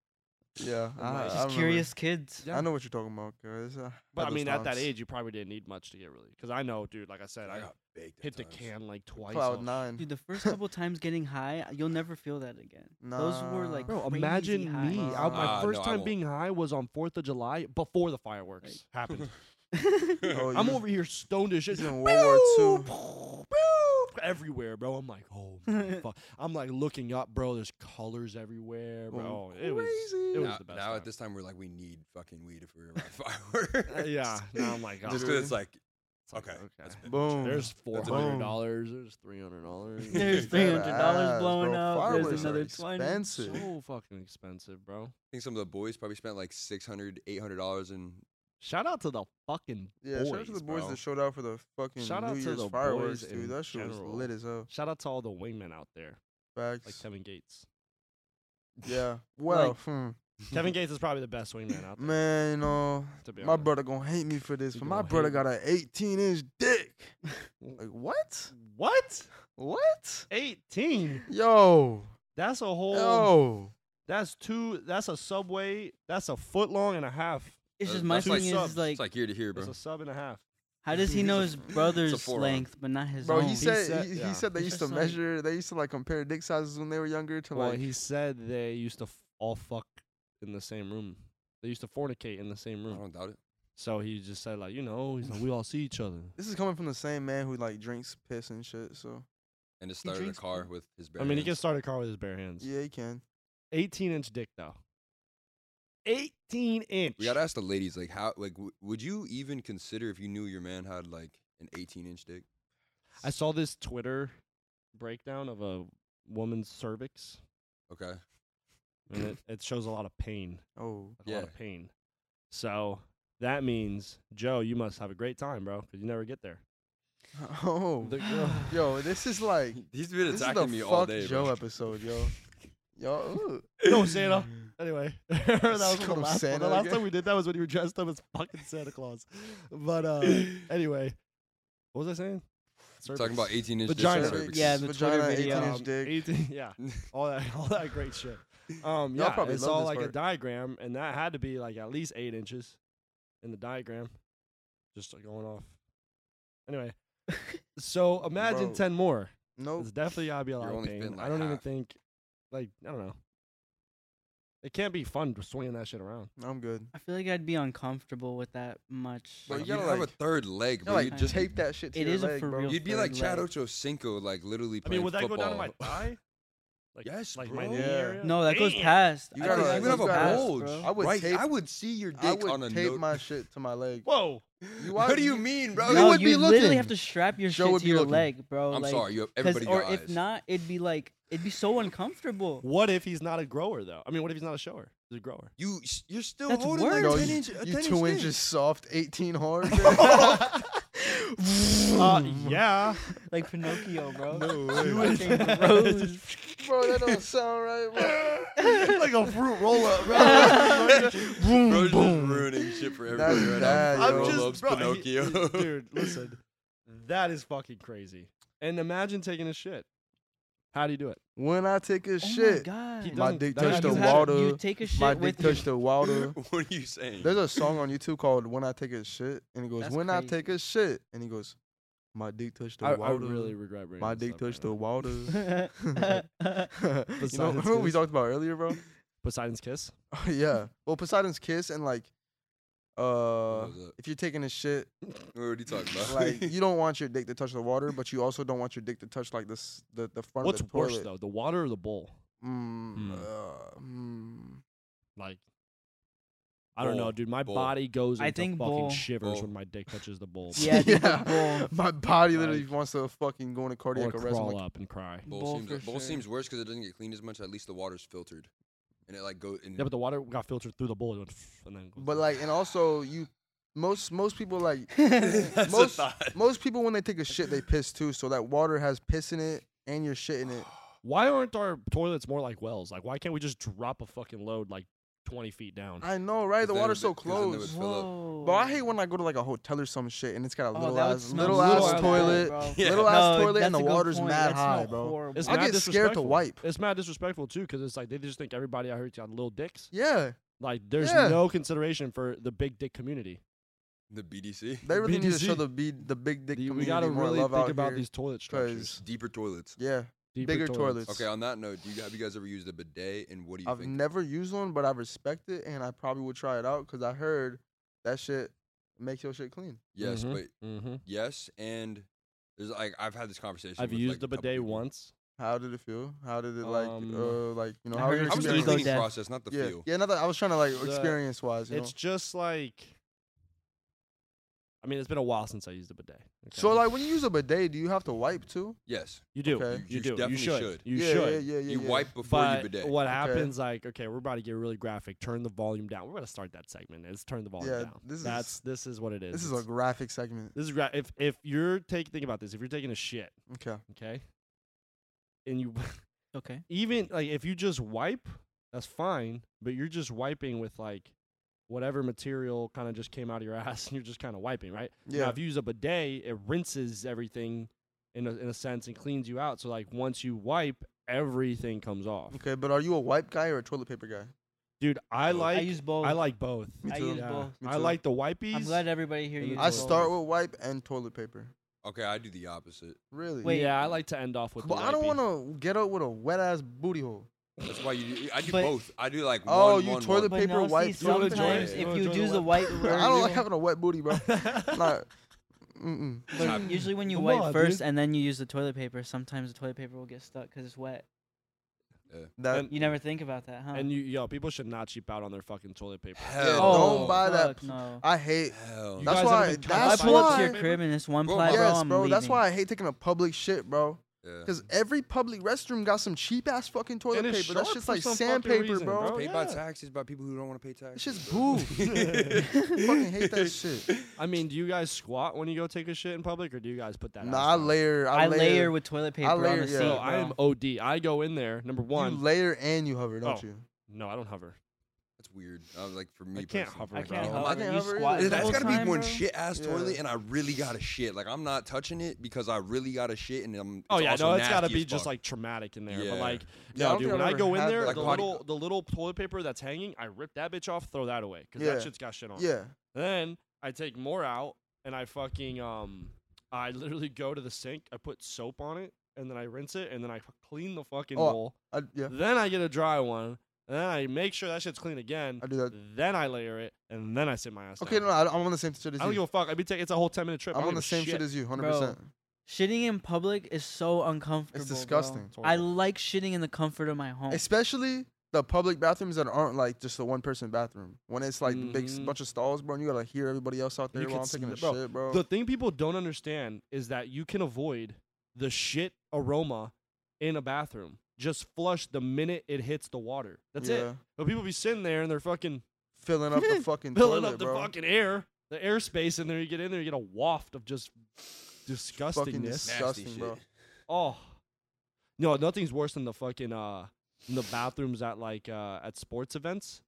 [SPEAKER 2] yeah, I,
[SPEAKER 4] Just
[SPEAKER 2] I
[SPEAKER 1] just
[SPEAKER 2] remember.
[SPEAKER 1] curious kids
[SPEAKER 4] Yeah.
[SPEAKER 2] I know what you're talking about, guys. I
[SPEAKER 4] But I
[SPEAKER 2] had those
[SPEAKER 4] mean, at that
[SPEAKER 2] times.
[SPEAKER 4] age, you probably didn't need much to get really. Because I know, dude. Like I said, I
[SPEAKER 3] I got baked. at
[SPEAKER 4] hit the
[SPEAKER 3] times. (laughs)
[SPEAKER 4] can like twice.
[SPEAKER 2] cloud
[SPEAKER 4] off-
[SPEAKER 2] nine.
[SPEAKER 1] dude the
[SPEAKER 2] (laughs)
[SPEAKER 1] first couple times getting high you'll never feel that again those were like
[SPEAKER 2] Nah.
[SPEAKER 4] Bro,
[SPEAKER 1] crazy
[SPEAKER 4] imagine me.
[SPEAKER 1] highs.
[SPEAKER 4] I, my
[SPEAKER 3] Ah,
[SPEAKER 4] first
[SPEAKER 3] no, I
[SPEAKER 4] time
[SPEAKER 3] won't.
[SPEAKER 4] being high was on 4th of July before the fireworks
[SPEAKER 2] (laughs)
[SPEAKER 4] happened.
[SPEAKER 2] Oh,
[SPEAKER 4] I'm
[SPEAKER 2] you-
[SPEAKER 4] over here stoned as shit.
[SPEAKER 2] He's in World War Two.
[SPEAKER 4] Everywhere, bro. I'm like, oh
[SPEAKER 2] (laughs)
[SPEAKER 4] (laughs) my fuck. I'm like looking up, bro. There's colors everywhere, bro.
[SPEAKER 2] Going
[SPEAKER 4] it was, it
[SPEAKER 2] Oh, crazy.
[SPEAKER 4] was
[SPEAKER 3] Now,
[SPEAKER 4] the best.
[SPEAKER 3] now at
[SPEAKER 4] time.
[SPEAKER 3] this time, we're like, we need fucking weed if we're (laughs) around
[SPEAKER 4] (laughs) Uh,
[SPEAKER 3] fireworks.
[SPEAKER 4] yeah. Now I'm like,
[SPEAKER 3] (laughs)
[SPEAKER 4] oh,
[SPEAKER 3] Just
[SPEAKER 4] it's
[SPEAKER 2] Dude.
[SPEAKER 3] because it's like,
[SPEAKER 4] like,
[SPEAKER 3] okay,
[SPEAKER 4] (laughs) okay.
[SPEAKER 2] (laughs) Boom.
[SPEAKER 4] There's four
[SPEAKER 3] That's
[SPEAKER 4] hundred
[SPEAKER 2] amazing.
[SPEAKER 4] dollars. There's three
[SPEAKER 2] (laughs)
[SPEAKER 4] hundred dollars.
[SPEAKER 1] There's three
[SPEAKER 2] Dead
[SPEAKER 1] hundred dollars
[SPEAKER 2] ass,
[SPEAKER 1] blowing
[SPEAKER 2] bro.
[SPEAKER 1] up.
[SPEAKER 2] Fireworks
[SPEAKER 1] There's
[SPEAKER 2] are
[SPEAKER 1] another twenty.
[SPEAKER 2] expensive.
[SPEAKER 4] so fucking expensive, bro.
[SPEAKER 3] I think some of the boys probably spent like $600, $800 in
[SPEAKER 4] Shout out to the fucking
[SPEAKER 2] Yeah,
[SPEAKER 4] boys.
[SPEAKER 2] shout out to the boys
[SPEAKER 4] bro.
[SPEAKER 2] that showed out for the fucking
[SPEAKER 4] Shout
[SPEAKER 2] New
[SPEAKER 4] out to
[SPEAKER 2] Year's
[SPEAKER 4] the
[SPEAKER 2] fireworks,
[SPEAKER 4] boys
[SPEAKER 2] dude.
[SPEAKER 4] in
[SPEAKER 2] That shit was
[SPEAKER 4] general.
[SPEAKER 2] lit as hell.
[SPEAKER 4] Shout out to all the wingmen out there, like (laughs)
[SPEAKER 2] Facts.
[SPEAKER 4] Kevin
[SPEAKER 2] (laughs)
[SPEAKER 4] Gates. (laughs)
[SPEAKER 2] yeah. Well, hmm.
[SPEAKER 4] Kevin Gates is probably the best wingman out there.
[SPEAKER 2] man, you know,
[SPEAKER 4] to be
[SPEAKER 2] my
[SPEAKER 4] honest.
[SPEAKER 2] brother gonna hate me for this,
[SPEAKER 4] He
[SPEAKER 2] but my
[SPEAKER 4] gonna
[SPEAKER 2] brother
[SPEAKER 4] hate
[SPEAKER 2] got an 18 inch dick. like what?
[SPEAKER 4] What?
[SPEAKER 2] What?
[SPEAKER 4] 18?
[SPEAKER 2] Yo,
[SPEAKER 4] That's a whole.
[SPEAKER 2] yo.
[SPEAKER 4] That's two. That's a subway. That's a foot long and a half.
[SPEAKER 1] It's
[SPEAKER 3] Uh,
[SPEAKER 1] just my
[SPEAKER 4] that's like
[SPEAKER 1] thing is,
[SPEAKER 4] subs.
[SPEAKER 1] is
[SPEAKER 4] It's
[SPEAKER 1] like,
[SPEAKER 3] It's like here to here, bro.
[SPEAKER 4] That's a sub and a half.
[SPEAKER 2] (laughs)
[SPEAKER 1] how does he know his brother's
[SPEAKER 3] forearm.
[SPEAKER 1] length but not his
[SPEAKER 2] Bro,
[SPEAKER 1] own?
[SPEAKER 2] he said he
[SPEAKER 4] said-
[SPEAKER 2] he,
[SPEAKER 4] yeah.
[SPEAKER 2] said they
[SPEAKER 1] It's
[SPEAKER 2] used to
[SPEAKER 1] just like-
[SPEAKER 2] measure. They used to like compare dick sizes when they were younger to
[SPEAKER 4] Well,
[SPEAKER 2] like.
[SPEAKER 4] he said they used to f- all fuck in the same room. They used to fornicate in the same
[SPEAKER 3] I
[SPEAKER 4] room.
[SPEAKER 3] don't doubt it.
[SPEAKER 4] So he just said like, you know, he's like, we all see each other.
[SPEAKER 2] this is coming from the same man who like drinks piss and shit. So
[SPEAKER 3] And just
[SPEAKER 1] He
[SPEAKER 3] started a
[SPEAKER 1] drinks
[SPEAKER 3] car
[SPEAKER 1] beer.
[SPEAKER 3] with his bare
[SPEAKER 4] I mean, he can
[SPEAKER 3] hands.
[SPEAKER 4] start a car with his bare hands.
[SPEAKER 2] yeah, he can.
[SPEAKER 4] 18 inch dick though. 18 inch.
[SPEAKER 3] We gotta ask the ladies, like, how, like, w- would you even consider if you knew your man had like an 18 inch dick?
[SPEAKER 4] I saw this Twitter breakdown of a woman's cervix,
[SPEAKER 3] Okay.
[SPEAKER 4] and
[SPEAKER 2] (clears throat)
[SPEAKER 4] it, it shows a lot of pain.
[SPEAKER 2] Oh,
[SPEAKER 4] Like A lot of
[SPEAKER 3] Yeah.
[SPEAKER 4] pain. So that means Joe, you must have a great time, bro, because you never get there.
[SPEAKER 2] (laughs) oh.
[SPEAKER 4] (laughs) The- ugh.
[SPEAKER 2] yo, this is
[SPEAKER 3] (laughs)
[SPEAKER 2] like
[SPEAKER 3] He's been
[SPEAKER 2] this is the
[SPEAKER 3] attacking me
[SPEAKER 2] fuck
[SPEAKER 3] all day,
[SPEAKER 2] Joe
[SPEAKER 3] bro.
[SPEAKER 2] episode, yo. Yo, ooh.
[SPEAKER 4] No, Santa. Anyway, (laughs) that
[SPEAKER 2] Call
[SPEAKER 4] was the
[SPEAKER 2] him
[SPEAKER 4] last, one.
[SPEAKER 2] Santa
[SPEAKER 4] the last
[SPEAKER 2] again.
[SPEAKER 4] time we did that was when you were dressed up as fucking Santa Claus.
[SPEAKER 2] (clears throat)
[SPEAKER 4] But uh, anyway, what was I saying?
[SPEAKER 3] (laughs) Talking about 18 inch
[SPEAKER 4] Vagina.
[SPEAKER 3] cervix.
[SPEAKER 1] Yeah,
[SPEAKER 3] (laughs)
[SPEAKER 1] the Twitter
[SPEAKER 2] vagina, 18
[SPEAKER 1] video. Um,
[SPEAKER 2] inch dick.
[SPEAKER 4] 18, yeah, all that, (laughs) all that great shit.
[SPEAKER 2] Y'all
[SPEAKER 4] Um, yeah,
[SPEAKER 2] probably
[SPEAKER 4] it's
[SPEAKER 2] love
[SPEAKER 4] all
[SPEAKER 2] this
[SPEAKER 4] like a
[SPEAKER 2] part.
[SPEAKER 4] diagram, and that had to be like at least eight inches in the diagram, just like going off.
[SPEAKER 3] (laughs)
[SPEAKER 4] Anyway, so imagine
[SPEAKER 2] Bro.
[SPEAKER 4] ten more.
[SPEAKER 2] Nope.
[SPEAKER 4] It's definitely gotta be a
[SPEAKER 3] Oh,
[SPEAKER 4] lot
[SPEAKER 3] You're
[SPEAKER 4] of
[SPEAKER 3] only
[SPEAKER 4] pain.
[SPEAKER 3] spitting, like,
[SPEAKER 4] I don't even
[SPEAKER 3] half.
[SPEAKER 4] think, like, I don't know. It can't be fun swinging that shit around.
[SPEAKER 2] I'm good.
[SPEAKER 1] I feel like I'd be uncomfortable with that much.
[SPEAKER 2] Bro,
[SPEAKER 3] Like,
[SPEAKER 2] you
[SPEAKER 3] you
[SPEAKER 2] gotta,
[SPEAKER 3] gotta have a
[SPEAKER 2] like-
[SPEAKER 3] third leg,
[SPEAKER 2] You
[SPEAKER 3] bro.
[SPEAKER 2] know, like
[SPEAKER 3] You'd
[SPEAKER 1] kinda-
[SPEAKER 3] just,
[SPEAKER 2] tape that shit to
[SPEAKER 1] It
[SPEAKER 2] your
[SPEAKER 1] is a
[SPEAKER 2] leg,
[SPEAKER 1] for
[SPEAKER 2] bro.
[SPEAKER 1] real
[SPEAKER 3] (laughs) you'd be like
[SPEAKER 1] third
[SPEAKER 3] Chad
[SPEAKER 1] leg.
[SPEAKER 3] Ochocinco, like literally
[SPEAKER 4] I
[SPEAKER 3] playing
[SPEAKER 4] mean, would that
[SPEAKER 3] football.
[SPEAKER 4] go down to my thigh? Like,
[SPEAKER 3] Yes,
[SPEAKER 4] like
[SPEAKER 3] bro.
[SPEAKER 4] my knee
[SPEAKER 2] Yeah.
[SPEAKER 4] area?
[SPEAKER 1] No, that goes
[SPEAKER 4] Damn.
[SPEAKER 1] past.
[SPEAKER 2] You
[SPEAKER 1] I
[SPEAKER 2] gotta,
[SPEAKER 1] think
[SPEAKER 2] like,
[SPEAKER 1] that
[SPEAKER 3] (laughs) you would have
[SPEAKER 1] goes
[SPEAKER 3] a
[SPEAKER 1] past,
[SPEAKER 2] pass,
[SPEAKER 3] bulge.
[SPEAKER 1] bro.
[SPEAKER 2] I would
[SPEAKER 3] right?
[SPEAKER 2] tape-
[SPEAKER 3] I would see your dick
[SPEAKER 2] I would
[SPEAKER 3] on a
[SPEAKER 2] tape
[SPEAKER 3] note. (laughs)
[SPEAKER 2] my shit to my leg.
[SPEAKER 4] Whoa.
[SPEAKER 2] You
[SPEAKER 3] what
[SPEAKER 2] are-
[SPEAKER 3] do you mean, bro?
[SPEAKER 2] You
[SPEAKER 1] No,
[SPEAKER 2] would be
[SPEAKER 1] you literally
[SPEAKER 2] looking.
[SPEAKER 1] have to strap your
[SPEAKER 2] Joe
[SPEAKER 1] shit
[SPEAKER 2] would
[SPEAKER 1] to
[SPEAKER 2] be
[SPEAKER 1] your
[SPEAKER 2] looking.
[SPEAKER 1] leg, bro.
[SPEAKER 3] I'm
[SPEAKER 1] like,
[SPEAKER 3] sorry. You have,
[SPEAKER 1] 'cause-
[SPEAKER 3] everybody
[SPEAKER 1] or
[SPEAKER 3] got
[SPEAKER 1] if
[SPEAKER 3] eyes.
[SPEAKER 1] not, it'd be like it'd be so uncomfortable.
[SPEAKER 4] What if he's not a grower though? I mean, what if he's not a shower? He's a grower.
[SPEAKER 3] you s- you're still
[SPEAKER 1] That's
[SPEAKER 3] holding like
[SPEAKER 1] worse.
[SPEAKER 3] a
[SPEAKER 2] Yo,
[SPEAKER 3] 10
[SPEAKER 2] you,
[SPEAKER 3] inch, a
[SPEAKER 2] you
[SPEAKER 3] 10
[SPEAKER 2] two
[SPEAKER 3] inch
[SPEAKER 2] inches soft,
[SPEAKER 1] (laughs)
[SPEAKER 2] 18 hard.
[SPEAKER 4] (laughs) Uh, yeah.
[SPEAKER 1] Like Pinocchio, bro.
[SPEAKER 2] No way.
[SPEAKER 1] You (laughs)
[SPEAKER 4] would-
[SPEAKER 1] fucking
[SPEAKER 4] (laughs)
[SPEAKER 1] gross.
[SPEAKER 2] (laughs) bro, that don't sound right,
[SPEAKER 1] (laughs)
[SPEAKER 2] bro.
[SPEAKER 4] like a fruit roll up, bro.
[SPEAKER 3] Thing.
[SPEAKER 4] (laughs)
[SPEAKER 2] boom,
[SPEAKER 3] Bro, just
[SPEAKER 2] boom.
[SPEAKER 3] ruining shit for
[SPEAKER 2] That's
[SPEAKER 3] everybody right
[SPEAKER 2] bad, yo.
[SPEAKER 3] now.
[SPEAKER 4] I'm
[SPEAKER 3] Everyone
[SPEAKER 4] just
[SPEAKER 3] loves
[SPEAKER 4] bro, he-
[SPEAKER 3] Pinocchio.
[SPEAKER 2] (laughs)
[SPEAKER 3] (laughs)
[SPEAKER 4] he- dude, listen. That is fucking crazy. And imagine taking a shit. How do you do it?
[SPEAKER 2] When I take a
[SPEAKER 1] Oh
[SPEAKER 2] shit,
[SPEAKER 1] My God.
[SPEAKER 4] does-
[SPEAKER 2] my
[SPEAKER 4] doesn't-
[SPEAKER 2] dick
[SPEAKER 4] that
[SPEAKER 2] touched the
[SPEAKER 1] you
[SPEAKER 4] doesn't
[SPEAKER 1] have-
[SPEAKER 2] water.
[SPEAKER 1] You take a shit
[SPEAKER 2] my dick
[SPEAKER 1] with
[SPEAKER 2] touched the
[SPEAKER 3] (laughs)
[SPEAKER 2] water.
[SPEAKER 3] what are you saying?
[SPEAKER 2] There's a song on YouTube called "When I Take a Shit," and it goes,
[SPEAKER 1] That's
[SPEAKER 2] "When I
[SPEAKER 1] crazy.
[SPEAKER 2] take a shit," and he goes, "My dick touched the
[SPEAKER 4] I, I
[SPEAKER 2] water.
[SPEAKER 4] really regret bringing
[SPEAKER 2] my
[SPEAKER 4] this
[SPEAKER 2] dick
[SPEAKER 4] up right
[SPEAKER 2] touched
[SPEAKER 4] now.
[SPEAKER 2] the (laughs)
[SPEAKER 4] (laughs)
[SPEAKER 2] water."
[SPEAKER 1] (laughs)
[SPEAKER 2] you know,
[SPEAKER 4] Poseidon's
[SPEAKER 2] remember what we
[SPEAKER 4] Kiss.
[SPEAKER 2] talked about earlier,
[SPEAKER 4] (laughs)
[SPEAKER 2] bro? (laughs)
[SPEAKER 4] Poseidon's kiss.
[SPEAKER 2] Oh, yeah. Well, Poseidon's kiss and like, uh,
[SPEAKER 3] was that?
[SPEAKER 2] if you're taking a
[SPEAKER 4] (laughs)
[SPEAKER 2] shit,
[SPEAKER 3] what are you talking about?
[SPEAKER 2] like you don't want your dick to touch the water, but you also don't want your dick to touch like this the the front
[SPEAKER 4] What's
[SPEAKER 2] of the toilet.
[SPEAKER 4] worse though, the water or the bowl?
[SPEAKER 2] Mm,
[SPEAKER 4] Hmm.
[SPEAKER 2] uh, mm.
[SPEAKER 4] Like, I don't know,
[SPEAKER 3] Bowl,
[SPEAKER 4] dude. My
[SPEAKER 3] bowl.
[SPEAKER 4] body goes. Into
[SPEAKER 1] I think
[SPEAKER 4] fucking
[SPEAKER 1] bowl.
[SPEAKER 4] shivers
[SPEAKER 3] Bowl.
[SPEAKER 4] when my dick touches
[SPEAKER 2] (laughs)
[SPEAKER 4] the bowl.
[SPEAKER 1] Yeah, I think the bowl.
[SPEAKER 2] My body literally
[SPEAKER 4] Like-
[SPEAKER 2] wants to fucking go into
[SPEAKER 4] Or
[SPEAKER 2] cardiac arrest. I'm
[SPEAKER 4] crawl
[SPEAKER 2] like,
[SPEAKER 4] up and cry.
[SPEAKER 3] bowl,
[SPEAKER 4] (laughs)
[SPEAKER 1] Bowl
[SPEAKER 3] seems,
[SPEAKER 1] for
[SPEAKER 3] bowl
[SPEAKER 1] sure.
[SPEAKER 3] seems worse because it doesn't get cleaned as much. At least the water's filtered, and it like go. And
[SPEAKER 4] Yeah, but the water got filtered through the bowl. It went and then. goes
[SPEAKER 2] "Mm." but
[SPEAKER 4] down.
[SPEAKER 2] like, and also you, most most people like
[SPEAKER 3] (laughs)
[SPEAKER 4] (laughs)
[SPEAKER 3] That's
[SPEAKER 2] most-
[SPEAKER 3] a thought.
[SPEAKER 2] most people when they take a shit they piss too, so that water has piss in it and you're shitting
[SPEAKER 3] (sighs)
[SPEAKER 2] it.
[SPEAKER 4] why aren't our toilets more like wells? Like, why can't we just drop a fucking load like twenty feet down?
[SPEAKER 2] I know, right?
[SPEAKER 3] 'Cause
[SPEAKER 2] The
[SPEAKER 3] then
[SPEAKER 2] water's
[SPEAKER 3] it-
[SPEAKER 2] so
[SPEAKER 3] 'cause then there
[SPEAKER 2] close.
[SPEAKER 3] was- fill up.
[SPEAKER 1] Whoa.
[SPEAKER 2] But I hate when I go to like a hotel or some shit and it's got a
[SPEAKER 1] Oh,
[SPEAKER 2] little
[SPEAKER 1] that would
[SPEAKER 2] ass
[SPEAKER 1] smell
[SPEAKER 2] little
[SPEAKER 1] so
[SPEAKER 2] ass
[SPEAKER 1] bad, (laughs)
[SPEAKER 2] toilet,
[SPEAKER 1] bro.
[SPEAKER 3] Yeah.
[SPEAKER 2] little
[SPEAKER 1] No,
[SPEAKER 2] ass toilet, and
[SPEAKER 1] that's
[SPEAKER 2] the
[SPEAKER 1] a good
[SPEAKER 2] water's
[SPEAKER 1] point.
[SPEAKER 2] mad
[SPEAKER 1] That smell
[SPEAKER 2] high, bro.
[SPEAKER 1] horrible.
[SPEAKER 4] It's
[SPEAKER 2] I
[SPEAKER 4] mad
[SPEAKER 2] get scared to
[SPEAKER 4] disrespectful.
[SPEAKER 2] wipe.
[SPEAKER 4] It's mad disrespectful too, because it's like they just think everybody out here got little dicks.
[SPEAKER 2] Yeah,
[SPEAKER 4] Like, there's
[SPEAKER 2] Yeah.
[SPEAKER 4] no consideration for the big dick community.
[SPEAKER 3] (laughs) the BDC
[SPEAKER 2] they really need to
[SPEAKER 4] BDC.
[SPEAKER 2] show the B, the big dick
[SPEAKER 4] The-
[SPEAKER 2] community
[SPEAKER 4] we gotta
[SPEAKER 2] more
[SPEAKER 4] really
[SPEAKER 2] love
[SPEAKER 4] think
[SPEAKER 2] out
[SPEAKER 4] about
[SPEAKER 2] here,
[SPEAKER 4] these toilet
[SPEAKER 2] 'cause-
[SPEAKER 4] structures.
[SPEAKER 3] deeper toilets.
[SPEAKER 2] Yeah,
[SPEAKER 4] Deeper
[SPEAKER 2] bigger toilets.
[SPEAKER 3] Okay. On that note, do you have you guys ever used a bidet? And what do you
[SPEAKER 2] I've
[SPEAKER 3] think?
[SPEAKER 2] never used one, but I respect it, and I probably would try it out because I heard that shit makes your shit clean.
[SPEAKER 3] yes,
[SPEAKER 4] Mhm.
[SPEAKER 3] but
[SPEAKER 4] Mhm.
[SPEAKER 3] yes, and there's like I've had this conversation.
[SPEAKER 4] I've
[SPEAKER 3] with,
[SPEAKER 4] used
[SPEAKER 3] like,
[SPEAKER 4] the
[SPEAKER 3] a couple
[SPEAKER 4] bidet
[SPEAKER 3] people.
[SPEAKER 4] once.
[SPEAKER 2] How did it feel? How did it like,
[SPEAKER 4] Um,
[SPEAKER 2] uh, like you know?
[SPEAKER 1] I
[SPEAKER 2] How was your
[SPEAKER 1] heard
[SPEAKER 3] I was the
[SPEAKER 1] Experience.
[SPEAKER 2] experience?
[SPEAKER 3] cleaning
[SPEAKER 1] Ego death.
[SPEAKER 3] process, not the
[SPEAKER 2] yeah,
[SPEAKER 3] feel.
[SPEAKER 4] uh,
[SPEAKER 2] yeah. Not that I was trying to like
[SPEAKER 4] The-
[SPEAKER 2] experience wise. You know?
[SPEAKER 4] It's just like I mean, it's been a while since I used a bidet.
[SPEAKER 2] So
[SPEAKER 4] okay?
[SPEAKER 2] like when you use a bidet, do you have to wipe too?
[SPEAKER 3] Yes.
[SPEAKER 4] you do,
[SPEAKER 2] okay.
[SPEAKER 4] you,
[SPEAKER 3] You
[SPEAKER 4] do,
[SPEAKER 3] definitely
[SPEAKER 4] you should,
[SPEAKER 3] should.
[SPEAKER 4] you
[SPEAKER 2] yeah,
[SPEAKER 4] should.
[SPEAKER 2] Yeah, yeah, yeah.
[SPEAKER 3] you
[SPEAKER 2] yeah.
[SPEAKER 3] wipe before
[SPEAKER 4] But
[SPEAKER 3] you bidet.
[SPEAKER 4] what happens? Like, okay, we're about to get really graphic. Turn the volume down. We're gonna start that segment. It's turn the volume
[SPEAKER 2] Yeah,
[SPEAKER 4] down.
[SPEAKER 2] this is-
[SPEAKER 4] That's this is what it is.
[SPEAKER 2] This is a
[SPEAKER 4] It's-
[SPEAKER 2] graphic segment.
[SPEAKER 4] this is gra- if if you're taking think about this. If you're taking a shit,
[SPEAKER 2] Okay.
[SPEAKER 4] okay, and you (laughs)
[SPEAKER 1] Okay.
[SPEAKER 4] even like if you just wipe, that's fine. But you're just wiping with like whatever material kind of just came out of your (laughs) ass, and you're just kind of wiping, right? Now,
[SPEAKER 2] Yeah.
[SPEAKER 4] if you use a bidet, it rinses everything in a, in a sense and cleans you out. So like once you wipe, everything comes off.
[SPEAKER 2] Okay, but are you a wipe guy or a toilet paper guy?
[SPEAKER 4] Dude, I
[SPEAKER 3] Both.
[SPEAKER 4] like
[SPEAKER 1] I use both.
[SPEAKER 4] I like both. uh,
[SPEAKER 2] Me
[SPEAKER 1] I
[SPEAKER 2] too.
[SPEAKER 1] use both.
[SPEAKER 2] Me
[SPEAKER 4] I
[SPEAKER 2] too.
[SPEAKER 4] like the wipies.
[SPEAKER 1] I'm glad everybody here
[SPEAKER 4] And
[SPEAKER 1] uses
[SPEAKER 4] then
[SPEAKER 2] I
[SPEAKER 1] both.
[SPEAKER 2] start with wipe and toilet paper.
[SPEAKER 3] Okay, I do the opposite.
[SPEAKER 2] Really?
[SPEAKER 1] Wait.
[SPEAKER 4] yeah, I like to end off with.
[SPEAKER 2] But
[SPEAKER 4] the
[SPEAKER 2] I don't
[SPEAKER 4] wipey.
[SPEAKER 2] want to get up with a wet ass booty
[SPEAKER 1] (laughs)
[SPEAKER 2] hole.
[SPEAKER 3] That's why you. Do, I do
[SPEAKER 1] But-
[SPEAKER 3] both. I do like.
[SPEAKER 2] Oh,
[SPEAKER 3] one,
[SPEAKER 2] you
[SPEAKER 3] one,
[SPEAKER 2] toilet
[SPEAKER 3] one.
[SPEAKER 1] But
[SPEAKER 2] paper
[SPEAKER 1] no, see,
[SPEAKER 2] wipes.
[SPEAKER 3] You wanna join
[SPEAKER 1] sometimes
[SPEAKER 3] it.
[SPEAKER 1] if
[SPEAKER 3] You
[SPEAKER 1] you,
[SPEAKER 4] wanna join
[SPEAKER 1] do
[SPEAKER 4] the
[SPEAKER 1] the
[SPEAKER 4] wipe-
[SPEAKER 1] white,
[SPEAKER 2] (laughs) I don't
[SPEAKER 1] (laughs)
[SPEAKER 2] like having a wet booty, bro. Not. Mm-mm.
[SPEAKER 1] But usually when you
[SPEAKER 4] Come
[SPEAKER 1] wipe
[SPEAKER 4] on,
[SPEAKER 1] first
[SPEAKER 4] dude.
[SPEAKER 1] and then you use the toilet paper, sometimes the toilet paper will get stuck because it's wet.
[SPEAKER 2] That.
[SPEAKER 1] You never think about that, huh?
[SPEAKER 4] And you, yo, people should not cheap out on their fucking toilet paper.
[SPEAKER 2] Yeah,
[SPEAKER 3] Hell.
[SPEAKER 1] oh,
[SPEAKER 2] don't buy that.
[SPEAKER 1] fuck No.
[SPEAKER 2] I hate.
[SPEAKER 3] Hell.
[SPEAKER 4] You
[SPEAKER 2] That's
[SPEAKER 4] guys
[SPEAKER 2] why-
[SPEAKER 4] haven't been
[SPEAKER 1] I
[SPEAKER 4] taught
[SPEAKER 2] that's
[SPEAKER 4] by
[SPEAKER 1] pull up to
[SPEAKER 2] why-
[SPEAKER 1] your crib and it's one
[SPEAKER 3] Bro,
[SPEAKER 1] ply, bro.
[SPEAKER 2] yes,
[SPEAKER 1] I'm
[SPEAKER 2] bro. That's
[SPEAKER 1] leaving.
[SPEAKER 2] why I hate taking a public shit, bro.
[SPEAKER 3] Yeah.
[SPEAKER 2] Because every public restroom got some cheap ass fucking toilet
[SPEAKER 4] And it's
[SPEAKER 2] paper. That
[SPEAKER 4] sharp
[SPEAKER 2] shit's
[SPEAKER 4] for
[SPEAKER 2] like
[SPEAKER 4] some fucking
[SPEAKER 2] sandpaper,
[SPEAKER 4] reason,
[SPEAKER 2] bro.
[SPEAKER 4] bro.
[SPEAKER 3] Paid by
[SPEAKER 4] yeah.
[SPEAKER 3] taxes by people who don't want to pay taxes.
[SPEAKER 2] It's just
[SPEAKER 3] bro.
[SPEAKER 2] boo. Fucking hate that
[SPEAKER 3] (laughs)
[SPEAKER 2] shit.
[SPEAKER 4] I mean, do you guys squat when you go take a shit in public, or do you guys put that?
[SPEAKER 2] Nah, I
[SPEAKER 4] ass down?
[SPEAKER 2] layer. I,
[SPEAKER 1] I layer with toilet paper on
[SPEAKER 2] layer-
[SPEAKER 1] the
[SPEAKER 2] yeah.
[SPEAKER 1] seat.
[SPEAKER 4] Yo,
[SPEAKER 2] Bro,
[SPEAKER 4] I am OD. I go in there. Number
[SPEAKER 2] You
[SPEAKER 4] one.
[SPEAKER 2] layer and you hover, don't
[SPEAKER 4] Oh.
[SPEAKER 2] you?
[SPEAKER 4] No, I don't hover.
[SPEAKER 3] That's weird. I was like, for me,
[SPEAKER 4] I can't
[SPEAKER 3] personally.
[SPEAKER 4] hover,
[SPEAKER 1] I can't
[SPEAKER 4] bro.
[SPEAKER 1] help
[SPEAKER 2] I
[SPEAKER 1] it.
[SPEAKER 2] can't
[SPEAKER 1] You
[SPEAKER 2] help it
[SPEAKER 1] squat
[SPEAKER 2] either.
[SPEAKER 1] the
[SPEAKER 3] That's
[SPEAKER 1] whole
[SPEAKER 3] gotta be
[SPEAKER 1] time,
[SPEAKER 3] one
[SPEAKER 1] bro.
[SPEAKER 3] shit ass
[SPEAKER 2] Yeah.
[SPEAKER 3] toilet, and I really gotta shit. Like I'm not touching it because I really gotta shit, and I'm. It's
[SPEAKER 4] Oh yeah,
[SPEAKER 3] also
[SPEAKER 4] no, it's gotta
[SPEAKER 3] nasty
[SPEAKER 4] be
[SPEAKER 3] as
[SPEAKER 4] just
[SPEAKER 3] fuck.
[SPEAKER 4] like traumatic in there.
[SPEAKER 3] Yeah.
[SPEAKER 4] But like,
[SPEAKER 2] Yeah, I
[SPEAKER 4] no,
[SPEAKER 2] don't
[SPEAKER 4] dude,
[SPEAKER 2] think
[SPEAKER 4] when
[SPEAKER 2] I've
[SPEAKER 4] I
[SPEAKER 2] ever
[SPEAKER 4] go in
[SPEAKER 2] had
[SPEAKER 4] there,
[SPEAKER 2] that.
[SPEAKER 4] the
[SPEAKER 3] Like body-
[SPEAKER 4] little the little toilet paper that's hanging, I rip that bitch off, throw that away, cause
[SPEAKER 2] Yeah.
[SPEAKER 4] that shit's got shit on.
[SPEAKER 2] Oh.
[SPEAKER 4] it.
[SPEAKER 2] Yeah.
[SPEAKER 4] Then I take more out and I fucking um I literally go to the sink, I put soap on it, and then I rinse it, and then I f- clean the fucking
[SPEAKER 2] Oh,
[SPEAKER 4] bowl.
[SPEAKER 2] I, yeah.
[SPEAKER 4] Then I get a dry one, and then I make sure that shit's clean again.
[SPEAKER 2] I do that.
[SPEAKER 4] Then I layer it, and then I sit my ass
[SPEAKER 2] Okay,
[SPEAKER 4] down.
[SPEAKER 2] no, I, I'm on the same shit as
[SPEAKER 4] I don't give
[SPEAKER 2] you.
[SPEAKER 4] a fuck. I be taking it's a whole ten minute trip. I
[SPEAKER 2] I'm
[SPEAKER 4] don't
[SPEAKER 2] on
[SPEAKER 4] give
[SPEAKER 2] the
[SPEAKER 4] a
[SPEAKER 2] same shit,
[SPEAKER 4] shit.
[SPEAKER 2] as you, 100%.
[SPEAKER 1] Shitting in public is so uncomfortable.
[SPEAKER 2] It's
[SPEAKER 1] bro.
[SPEAKER 2] disgusting.
[SPEAKER 4] It's
[SPEAKER 1] I
[SPEAKER 4] horrible.
[SPEAKER 1] like shitting in the comfort of my home.
[SPEAKER 2] Especially the public bathrooms that aren't like just the one person bathroom. When it's like the big s-
[SPEAKER 4] Mhm.
[SPEAKER 2] bunch of stalls, bro, and you gotta hear everybody else out
[SPEAKER 4] You
[SPEAKER 2] there
[SPEAKER 4] could
[SPEAKER 2] while I'm taking a
[SPEAKER 4] smell-
[SPEAKER 2] shit, bro.
[SPEAKER 4] The thing people don't understand is that you can avoid the shit aroma in a bathroom. Just flush the minute it hits the water. That's
[SPEAKER 2] yeah.
[SPEAKER 4] it. But people be sitting there and they're fucking
[SPEAKER 2] Filling
[SPEAKER 4] (laughs)
[SPEAKER 2] up the fucking
[SPEAKER 4] filling
[SPEAKER 2] toilet,
[SPEAKER 4] up the
[SPEAKER 2] bro.
[SPEAKER 4] fucking air, the airspace in there. You get in there, you get a waft of just
[SPEAKER 2] fucking
[SPEAKER 3] Nasty
[SPEAKER 4] disgustingness.
[SPEAKER 2] disgusting,
[SPEAKER 3] shit.
[SPEAKER 2] bro.
[SPEAKER 4] Oh, no, nothing's worse than the fucking uh, in the bathrooms at like uh at sports events,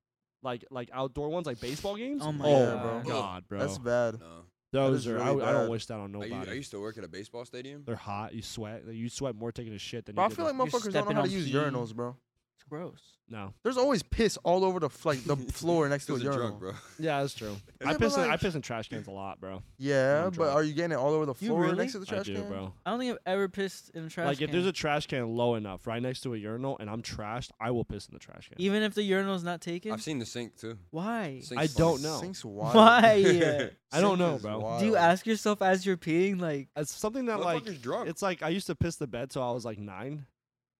[SPEAKER 4] like like outdoor ones, like baseball games.
[SPEAKER 1] Oh my
[SPEAKER 2] Yeah, bro.
[SPEAKER 1] God.
[SPEAKER 4] god, bro,
[SPEAKER 2] That's bad.
[SPEAKER 3] No.
[SPEAKER 4] those
[SPEAKER 2] is
[SPEAKER 4] are.
[SPEAKER 2] really
[SPEAKER 4] I, I
[SPEAKER 2] bad.
[SPEAKER 4] don't wish that on
[SPEAKER 3] I,
[SPEAKER 4] nobody.
[SPEAKER 3] used, I used to work at a baseball stadium.
[SPEAKER 4] They're hot. You sweat. You sweat more taking a shit than.
[SPEAKER 2] Bro,
[SPEAKER 4] you
[SPEAKER 2] I
[SPEAKER 4] did
[SPEAKER 2] feel like
[SPEAKER 4] the-
[SPEAKER 1] You're
[SPEAKER 2] motherfuckers don't know how to
[SPEAKER 1] stepping on
[SPEAKER 2] use urinals,
[SPEAKER 1] pee.
[SPEAKER 2] bro.
[SPEAKER 1] It's gross.
[SPEAKER 4] no.
[SPEAKER 2] (laughs) There's always piss all over the f- like the floor next to a
[SPEAKER 3] Because
[SPEAKER 2] urinal.
[SPEAKER 3] of drunk, bro.
[SPEAKER 4] Yeah, that's true.
[SPEAKER 2] Yeah,
[SPEAKER 4] I
[SPEAKER 2] but
[SPEAKER 4] piss. In, I
[SPEAKER 2] like-
[SPEAKER 4] piss in trash cans a lot, bro.
[SPEAKER 2] Yeah,
[SPEAKER 4] I'm
[SPEAKER 2] but
[SPEAKER 4] drunk.
[SPEAKER 2] are you getting it all over the
[SPEAKER 1] You
[SPEAKER 2] floor
[SPEAKER 1] really?
[SPEAKER 2] next to the trash
[SPEAKER 4] I do,
[SPEAKER 2] can?
[SPEAKER 4] bro.
[SPEAKER 1] I don't think I've ever pissed in a trash
[SPEAKER 4] like
[SPEAKER 1] can.
[SPEAKER 4] if there's a trash can low enough right next to a urinal and I'm trashed, I will piss in the trash can.
[SPEAKER 1] Even if the urinal's not taken?
[SPEAKER 3] I've seen the sink too.
[SPEAKER 1] Why?
[SPEAKER 3] Sink's
[SPEAKER 4] I
[SPEAKER 3] fun.
[SPEAKER 4] don't know.
[SPEAKER 2] Sink's wild. (laughs)
[SPEAKER 1] Why?
[SPEAKER 4] (laughs) I don't
[SPEAKER 2] Sink
[SPEAKER 4] know,
[SPEAKER 2] is
[SPEAKER 4] bro.
[SPEAKER 1] Do you
[SPEAKER 2] wild.
[SPEAKER 1] ask yourself as you're peeing, like,
[SPEAKER 4] It's something that like
[SPEAKER 3] Motherfucker's drunk.
[SPEAKER 4] it's like I used to piss the bed till I was like nine,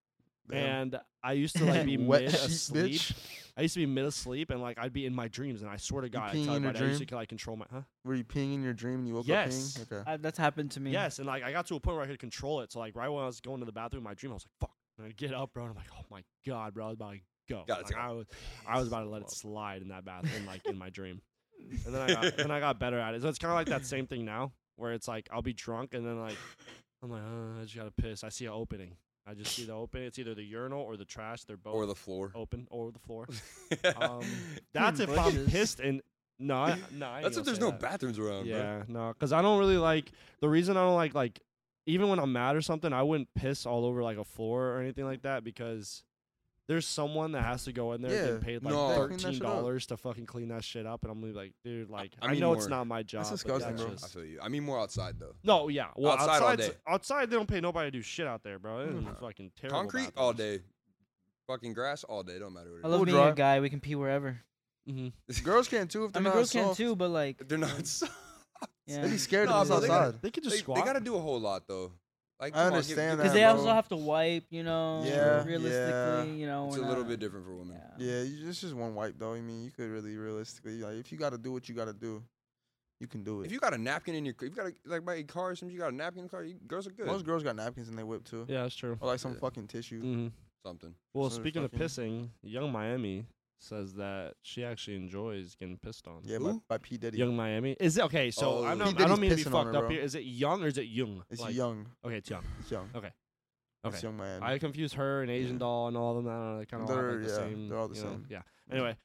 [SPEAKER 2] (laughs) Damn.
[SPEAKER 4] and I used to like be
[SPEAKER 2] Wet
[SPEAKER 4] mid
[SPEAKER 2] sheet,
[SPEAKER 4] asleep.
[SPEAKER 2] bitch.
[SPEAKER 4] I used to be mid asleep and like I'd be in my dreams, and I swear to God, I,
[SPEAKER 2] peeing
[SPEAKER 4] tell
[SPEAKER 2] in
[SPEAKER 4] you
[SPEAKER 2] your
[SPEAKER 4] what, I used to
[SPEAKER 2] dream?
[SPEAKER 4] could, like control my huh?
[SPEAKER 2] Were you peeing in your dream and you woke
[SPEAKER 4] Yes.
[SPEAKER 2] up peeing? Okay.
[SPEAKER 1] I, that's happened to me.
[SPEAKER 4] Yes, and like I got to a point where I could control it. So like right when I was going to the bathroom, in my dream, I was like, "Fuck!" And I get up, bro, and I'm like, "Oh my god, bro, I was about to go."
[SPEAKER 3] Gotta
[SPEAKER 4] Like,
[SPEAKER 3] take a
[SPEAKER 4] I was, I was about to let it slide in that bathroom, like in
[SPEAKER 3] (laughs)
[SPEAKER 4] my dream. And then I got, then I got better at it. So it's kind of like that same thing now, where it's like I'll be drunk and then like I'm like, uh, I just gotta piss. I see an opening. I just see the opening. It's either the urinal or the trash. They're both
[SPEAKER 3] Or the floor. (laughs)
[SPEAKER 4] open or the floor. Oh. Um, that's if I'm
[SPEAKER 1] bushes.
[SPEAKER 4] pissed and no, I, no. I ain't
[SPEAKER 3] That's
[SPEAKER 4] gonna
[SPEAKER 3] if there's
[SPEAKER 4] say
[SPEAKER 3] no
[SPEAKER 4] that.
[SPEAKER 3] bathrooms around, bro.
[SPEAKER 4] Yeah, no, because I don't really like the reason I don't like like even when I'm mad or something, I wouldn't piss all over like a floor or anything like that because there's someone that has to go in there
[SPEAKER 2] Yeah,
[SPEAKER 4] and get paid like
[SPEAKER 3] no.
[SPEAKER 2] Gotta clean that
[SPEAKER 4] thirteen
[SPEAKER 2] shit up.
[SPEAKER 4] dollars to fucking clean that shit up, and I'm like, dude, like
[SPEAKER 3] I
[SPEAKER 4] I,
[SPEAKER 3] mean
[SPEAKER 4] know it's
[SPEAKER 3] more.
[SPEAKER 4] not my job. but
[SPEAKER 2] disgusting,
[SPEAKER 4] that's
[SPEAKER 2] bro.
[SPEAKER 3] I
[SPEAKER 4] just-
[SPEAKER 3] feel you. I mean, more outside though.
[SPEAKER 4] No, yeah, well,
[SPEAKER 3] Outside
[SPEAKER 4] outside,
[SPEAKER 3] all
[SPEAKER 4] outside,
[SPEAKER 3] day.
[SPEAKER 4] they don't pay nobody to do shit out there, bro. It's
[SPEAKER 2] Mhm.
[SPEAKER 4] fucking terrible.
[SPEAKER 3] Concrete all day. Fucking grass all day. Don't matter
[SPEAKER 1] I
[SPEAKER 3] what it
[SPEAKER 1] love
[SPEAKER 2] We'll
[SPEAKER 1] being
[SPEAKER 2] drive.
[SPEAKER 1] a guy. We can pee wherever.
[SPEAKER 4] Mm-hmm.
[SPEAKER 3] is.
[SPEAKER 2] Girls can too if
[SPEAKER 1] I
[SPEAKER 2] they're
[SPEAKER 1] mean,
[SPEAKER 2] not
[SPEAKER 1] girls
[SPEAKER 2] soft.
[SPEAKER 1] can too, but like,
[SPEAKER 3] If (laughs) they're not.
[SPEAKER 4] (laughs)
[SPEAKER 3] soft.
[SPEAKER 2] They'd
[SPEAKER 1] yeah.
[SPEAKER 2] be scared
[SPEAKER 3] Nah,
[SPEAKER 2] of
[SPEAKER 3] bro,
[SPEAKER 2] us
[SPEAKER 3] they gotta-
[SPEAKER 2] outside.
[SPEAKER 4] They could
[SPEAKER 3] They,
[SPEAKER 4] just
[SPEAKER 3] they
[SPEAKER 4] squat.
[SPEAKER 3] gotta do a whole lot though. Like
[SPEAKER 2] I
[SPEAKER 3] come on, give-
[SPEAKER 2] understand
[SPEAKER 3] give-
[SPEAKER 1] Because they
[SPEAKER 2] that,
[SPEAKER 1] also
[SPEAKER 2] bro.
[SPEAKER 1] have to wipe, you know.
[SPEAKER 2] Yeah, yeah.
[SPEAKER 1] Realistically, you know. uh,
[SPEAKER 3] It's a
[SPEAKER 1] we're
[SPEAKER 3] little
[SPEAKER 4] uh,
[SPEAKER 1] not-
[SPEAKER 3] bit different for women.
[SPEAKER 2] Yeah, you, it's just one wipe though. I mean, you could really realistically like if you gotta do what you gotta do. You can do it.
[SPEAKER 3] If you got a napkin in your, you got a, like my car or something. You got a napkin in the car. You, girls are good.
[SPEAKER 2] Most girls got napkins in their whip too,
[SPEAKER 4] Yeah, that's true.
[SPEAKER 2] or like some
[SPEAKER 3] Yeah.
[SPEAKER 2] fucking tissue.
[SPEAKER 4] hmm
[SPEAKER 3] Something.
[SPEAKER 4] Well,
[SPEAKER 2] So they're
[SPEAKER 4] speaking of
[SPEAKER 2] fucking-
[SPEAKER 4] pissing, Young Miami says that she actually enjoys getting pissed on.
[SPEAKER 2] Yeah, by,
[SPEAKER 3] Who?
[SPEAKER 2] by P Diddy.
[SPEAKER 4] Young Miami is it okay? So
[SPEAKER 3] Oh.
[SPEAKER 4] I'm not,
[SPEAKER 2] He did
[SPEAKER 4] I
[SPEAKER 2] his
[SPEAKER 4] don't mean to be
[SPEAKER 2] pissing on
[SPEAKER 4] fucked
[SPEAKER 2] her,
[SPEAKER 4] up
[SPEAKER 2] bro.
[SPEAKER 4] here. Is it Young or is it Young?
[SPEAKER 2] It's
[SPEAKER 4] Like-
[SPEAKER 2] young.
[SPEAKER 4] Okay, it's Young.
[SPEAKER 2] It's young.
[SPEAKER 4] Okay.
[SPEAKER 2] It's young Miami.
[SPEAKER 4] I confuse her and Asian
[SPEAKER 2] Yeah.
[SPEAKER 4] Doll and all of them. I don't know. They kind of all have,
[SPEAKER 2] They're-
[SPEAKER 4] like, the
[SPEAKER 2] yeah,
[SPEAKER 4] same.
[SPEAKER 2] they're all the
[SPEAKER 4] you know,
[SPEAKER 2] same.
[SPEAKER 4] Yeah. Anyway,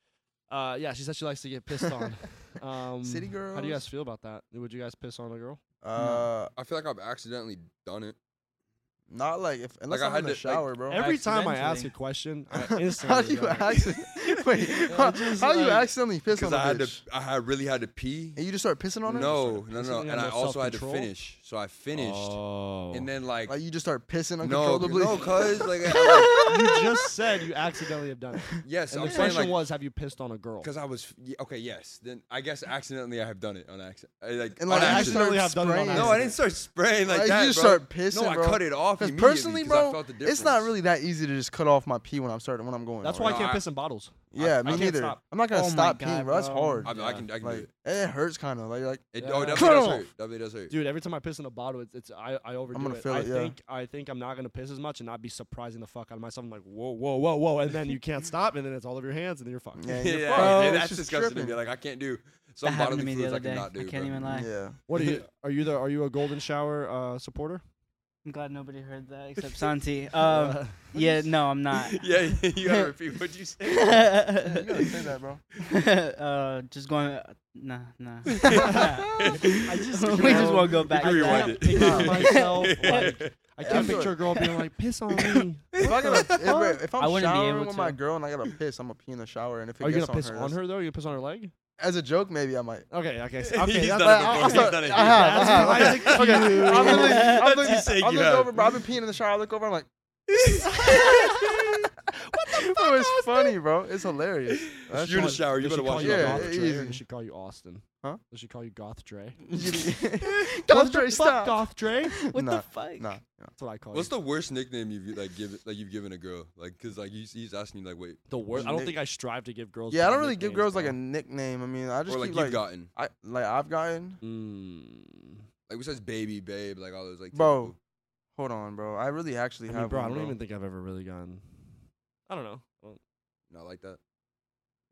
[SPEAKER 4] uh, yeah, she said she likes to get
[SPEAKER 2] (laughs)
[SPEAKER 4] pissed on. Um,
[SPEAKER 2] City girls.
[SPEAKER 4] How do you guys feel about that? Would you guys piss on a girl?
[SPEAKER 2] Uh,
[SPEAKER 3] I feel like I've accidentally done it.
[SPEAKER 2] not like if unless
[SPEAKER 3] I
[SPEAKER 2] I'm in
[SPEAKER 3] had
[SPEAKER 2] the
[SPEAKER 3] to, like,
[SPEAKER 2] shower, bro.
[SPEAKER 4] Every time I ask a
[SPEAKER 1] accidentally.
[SPEAKER 4] question, (laughs)
[SPEAKER 2] (laughs)
[SPEAKER 4] I
[SPEAKER 2] how
[SPEAKER 4] instantly.
[SPEAKER 2] do you
[SPEAKER 3] (laughs)
[SPEAKER 4] go.
[SPEAKER 2] accidentally? Wait,
[SPEAKER 4] Yeah,
[SPEAKER 2] how,
[SPEAKER 4] just
[SPEAKER 2] how you
[SPEAKER 4] like-
[SPEAKER 2] accidentally piss on
[SPEAKER 3] Because
[SPEAKER 2] a
[SPEAKER 3] I had to,
[SPEAKER 2] bitch?
[SPEAKER 3] I had really had to pee.
[SPEAKER 2] and you just start pissing on her?
[SPEAKER 3] No,
[SPEAKER 4] Sort of
[SPEAKER 3] no,
[SPEAKER 4] pissing
[SPEAKER 3] no,
[SPEAKER 4] on
[SPEAKER 3] and I
[SPEAKER 4] no
[SPEAKER 3] also had to
[SPEAKER 4] self-control?
[SPEAKER 3] finish. So I finished,
[SPEAKER 4] Oh.
[SPEAKER 3] and then like,
[SPEAKER 2] Like you just start pissing
[SPEAKER 3] no, c-
[SPEAKER 2] uncontrollably.
[SPEAKER 3] no, cause like,
[SPEAKER 2] (laughs)
[SPEAKER 3] I-
[SPEAKER 4] you just said you accidentally have done it.
[SPEAKER 3] yes,
[SPEAKER 4] And
[SPEAKER 3] I'm
[SPEAKER 4] the
[SPEAKER 3] saying
[SPEAKER 4] question
[SPEAKER 3] like,
[SPEAKER 4] was, have you pissed on a girl?
[SPEAKER 3] because I was y- okay. Yes, then I guess accidentally I have done it on accident. Like,
[SPEAKER 2] and
[SPEAKER 3] on
[SPEAKER 2] like you
[SPEAKER 3] accident.
[SPEAKER 4] accidentally
[SPEAKER 2] start
[SPEAKER 4] have done it on
[SPEAKER 2] spraying.
[SPEAKER 3] No, I didn't start spraying like,
[SPEAKER 2] Like,
[SPEAKER 3] that.
[SPEAKER 2] you just
[SPEAKER 3] bro.
[SPEAKER 2] start pissing.
[SPEAKER 3] No, I
[SPEAKER 2] bro.
[SPEAKER 3] cut it off
[SPEAKER 2] 'Cause
[SPEAKER 3] immediately
[SPEAKER 2] personally,
[SPEAKER 3] 'cause I
[SPEAKER 2] bro,
[SPEAKER 3] felt the
[SPEAKER 2] it's not
[SPEAKER 3] difference.
[SPEAKER 2] really that easy to just cut off my pee when I'm starting when I'm going.
[SPEAKER 4] That's
[SPEAKER 2] on,
[SPEAKER 4] why I
[SPEAKER 2] right?
[SPEAKER 3] No,
[SPEAKER 4] can't
[SPEAKER 3] I-
[SPEAKER 4] piss in bottles.
[SPEAKER 2] Yeah, me
[SPEAKER 4] can't
[SPEAKER 2] neither.
[SPEAKER 4] stop.
[SPEAKER 2] I'm not gonna
[SPEAKER 1] Oh my
[SPEAKER 2] stop
[SPEAKER 1] God,
[SPEAKER 2] peeing, bro. That's
[SPEAKER 1] bro.
[SPEAKER 2] hard.
[SPEAKER 3] I, mean, I
[SPEAKER 4] Yeah.
[SPEAKER 3] can, I can do
[SPEAKER 2] Like
[SPEAKER 3] it.
[SPEAKER 2] it hurts kind of. Like you're like
[SPEAKER 3] It,
[SPEAKER 4] Yeah.
[SPEAKER 3] Oh, it
[SPEAKER 2] Cut
[SPEAKER 3] definitely does
[SPEAKER 2] off.
[SPEAKER 3] hurt. Definitely does hurt.
[SPEAKER 4] Dude, every time I piss in a bottle, it's, it's I, I overdo
[SPEAKER 2] gonna
[SPEAKER 4] it.
[SPEAKER 2] feel
[SPEAKER 4] I
[SPEAKER 2] it, yeah.
[SPEAKER 4] think I think I'm not gonna piss as much and not be surprising the fuck out of myself. I'm like, whoa, whoa, whoa, whoa, and then you can't stop, and then it's all over your hands, and then you're fucked.
[SPEAKER 3] (laughs)
[SPEAKER 2] yeah,
[SPEAKER 3] yeah,
[SPEAKER 2] you're
[SPEAKER 3] yeah,
[SPEAKER 2] fucked.
[SPEAKER 3] yeah,
[SPEAKER 2] It's
[SPEAKER 3] that's
[SPEAKER 2] just
[SPEAKER 3] disgusting to
[SPEAKER 2] tripping.
[SPEAKER 3] me. Like I can't do
[SPEAKER 1] That
[SPEAKER 3] some
[SPEAKER 1] happened
[SPEAKER 3] bodily
[SPEAKER 1] to me the
[SPEAKER 3] fluids
[SPEAKER 1] other
[SPEAKER 3] I
[SPEAKER 1] day.
[SPEAKER 3] cannot do.
[SPEAKER 1] I can't
[SPEAKER 3] bro.
[SPEAKER 1] even lie.
[SPEAKER 2] Yeah.
[SPEAKER 4] What are you? Are you the are you a golden shower uh, supporter?
[SPEAKER 1] I'm glad nobody heard that except Santi. Um, yeah, no, I'm not. (laughs)
[SPEAKER 3] (laughs) yeah, you gotta repeat what you say.
[SPEAKER 2] (laughs) You gotta say that, bro.
[SPEAKER 1] uh, just going. Uh, nah, nah. (laughs)
[SPEAKER 4] I just
[SPEAKER 1] we just won't go back.
[SPEAKER 3] can
[SPEAKER 1] to
[SPEAKER 3] rewind
[SPEAKER 1] that.
[SPEAKER 3] it. (laughs)
[SPEAKER 4] picture myself. Like, I
[SPEAKER 2] I
[SPEAKER 4] can't
[SPEAKER 2] feel
[SPEAKER 4] picture a girl being like, piss on me.
[SPEAKER 2] If, I gotta, if, bro, if I'm
[SPEAKER 1] I wouldn't be
[SPEAKER 2] showering
[SPEAKER 1] able
[SPEAKER 2] with my
[SPEAKER 1] to.
[SPEAKER 2] girl and I gotta piss, I'm gonna pee in the shower. And if it
[SPEAKER 4] Are you
[SPEAKER 2] gets
[SPEAKER 4] gonna piss on
[SPEAKER 2] that's-
[SPEAKER 4] her though? Are you gonna piss on her leg?
[SPEAKER 2] As a joke, maybe I might.
[SPEAKER 4] Okay, okay,
[SPEAKER 3] (laughs)
[SPEAKER 4] s-
[SPEAKER 3] He's
[SPEAKER 4] okay.
[SPEAKER 3] done
[SPEAKER 2] Like,
[SPEAKER 3] it
[SPEAKER 4] that's-
[SPEAKER 3] before.
[SPEAKER 2] I'll- I'll
[SPEAKER 3] He's
[SPEAKER 2] start-
[SPEAKER 3] done it.
[SPEAKER 2] I have, I
[SPEAKER 4] That's
[SPEAKER 2] have.
[SPEAKER 4] why
[SPEAKER 2] (laughs)
[SPEAKER 4] it's
[SPEAKER 2] Okay, I'm
[SPEAKER 4] cute.
[SPEAKER 2] literally- I'm
[SPEAKER 3] That's you saying
[SPEAKER 2] looking- I'm
[SPEAKER 3] you
[SPEAKER 2] looking
[SPEAKER 3] have.
[SPEAKER 2] over, bro. I've been peeing in the shower. I look over, I'm like. Bro, it's funny, bro. It's (laughs) hilarious. That's
[SPEAKER 3] You're in the
[SPEAKER 2] funny.
[SPEAKER 3] shower. You
[SPEAKER 4] Does
[SPEAKER 3] better
[SPEAKER 4] she call
[SPEAKER 3] watch
[SPEAKER 4] you
[SPEAKER 2] Yeah,
[SPEAKER 4] Goth
[SPEAKER 3] out.
[SPEAKER 2] it-
[SPEAKER 4] Dre, or
[SPEAKER 2] easy.
[SPEAKER 4] Does she call you Austin?
[SPEAKER 2] Huh?
[SPEAKER 4] Does she call you Goth Dre?
[SPEAKER 2] Don't
[SPEAKER 4] What
[SPEAKER 2] try
[SPEAKER 4] the fuck,
[SPEAKER 2] stop.
[SPEAKER 4] Goth Dre?
[SPEAKER 1] (laughs) What
[SPEAKER 2] Nah,
[SPEAKER 1] the fuck?
[SPEAKER 2] Nah, nah.
[SPEAKER 4] That's what I call
[SPEAKER 3] What's
[SPEAKER 4] you.
[SPEAKER 3] the worst nickname you've like given like you've given a girl? Like, cause like he's, he's asking you like, wait,
[SPEAKER 4] The worst. I don't
[SPEAKER 2] Nick-
[SPEAKER 4] think I strive to give girls.
[SPEAKER 2] Yeah, I
[SPEAKER 4] bad
[SPEAKER 2] don't really give
[SPEAKER 4] nicknames,
[SPEAKER 2] girls like
[SPEAKER 4] bro.
[SPEAKER 2] a nickname. I mean, I just
[SPEAKER 3] or like
[SPEAKER 2] keep
[SPEAKER 3] you've
[SPEAKER 2] like
[SPEAKER 3] gotten
[SPEAKER 2] I like I've gotten.
[SPEAKER 4] Mm.
[SPEAKER 3] like besides baby, babe, like all those like.
[SPEAKER 2] Bro.
[SPEAKER 3] typical-
[SPEAKER 2] Hold on, bro. I really
[SPEAKER 4] I
[SPEAKER 2] actually
[SPEAKER 4] mean,
[SPEAKER 2] have.
[SPEAKER 4] bro, I
[SPEAKER 2] one,
[SPEAKER 4] don't even think I've ever really gone. I don't know. I don't-
[SPEAKER 3] not like that.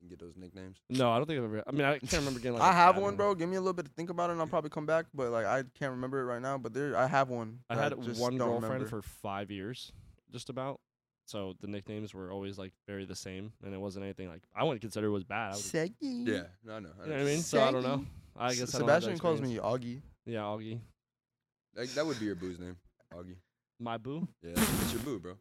[SPEAKER 3] You get those nicknames.
[SPEAKER 4] No, I don't think I've ever. I mean, I can't remember getting. Like,
[SPEAKER 2] I
[SPEAKER 4] a
[SPEAKER 2] have
[SPEAKER 4] bad
[SPEAKER 2] one, bro. Give me a little bit to think about it, and I'll probably come back. But like, I can't remember it right now. But there, I have one.
[SPEAKER 4] I
[SPEAKER 2] that
[SPEAKER 4] had
[SPEAKER 2] just
[SPEAKER 4] one
[SPEAKER 2] don't
[SPEAKER 4] girlfriend
[SPEAKER 2] remember.
[SPEAKER 4] for five years, just about. So the nicknames were always like very the same, and it wasn't anything like I wouldn't consider it was bad. I was,
[SPEAKER 2] Seggy.
[SPEAKER 3] Yeah, no, I know. I
[SPEAKER 4] you
[SPEAKER 3] know.
[SPEAKER 4] know what I mean? So I don't know. I guess I don't have that
[SPEAKER 2] Sebastian calls
[SPEAKER 4] experience.
[SPEAKER 2] me Augie.
[SPEAKER 4] Yeah, Augie,
[SPEAKER 3] Like, that would be your boo's name, Augie.
[SPEAKER 4] my boo.
[SPEAKER 3] Yeah, it's your boo, bro.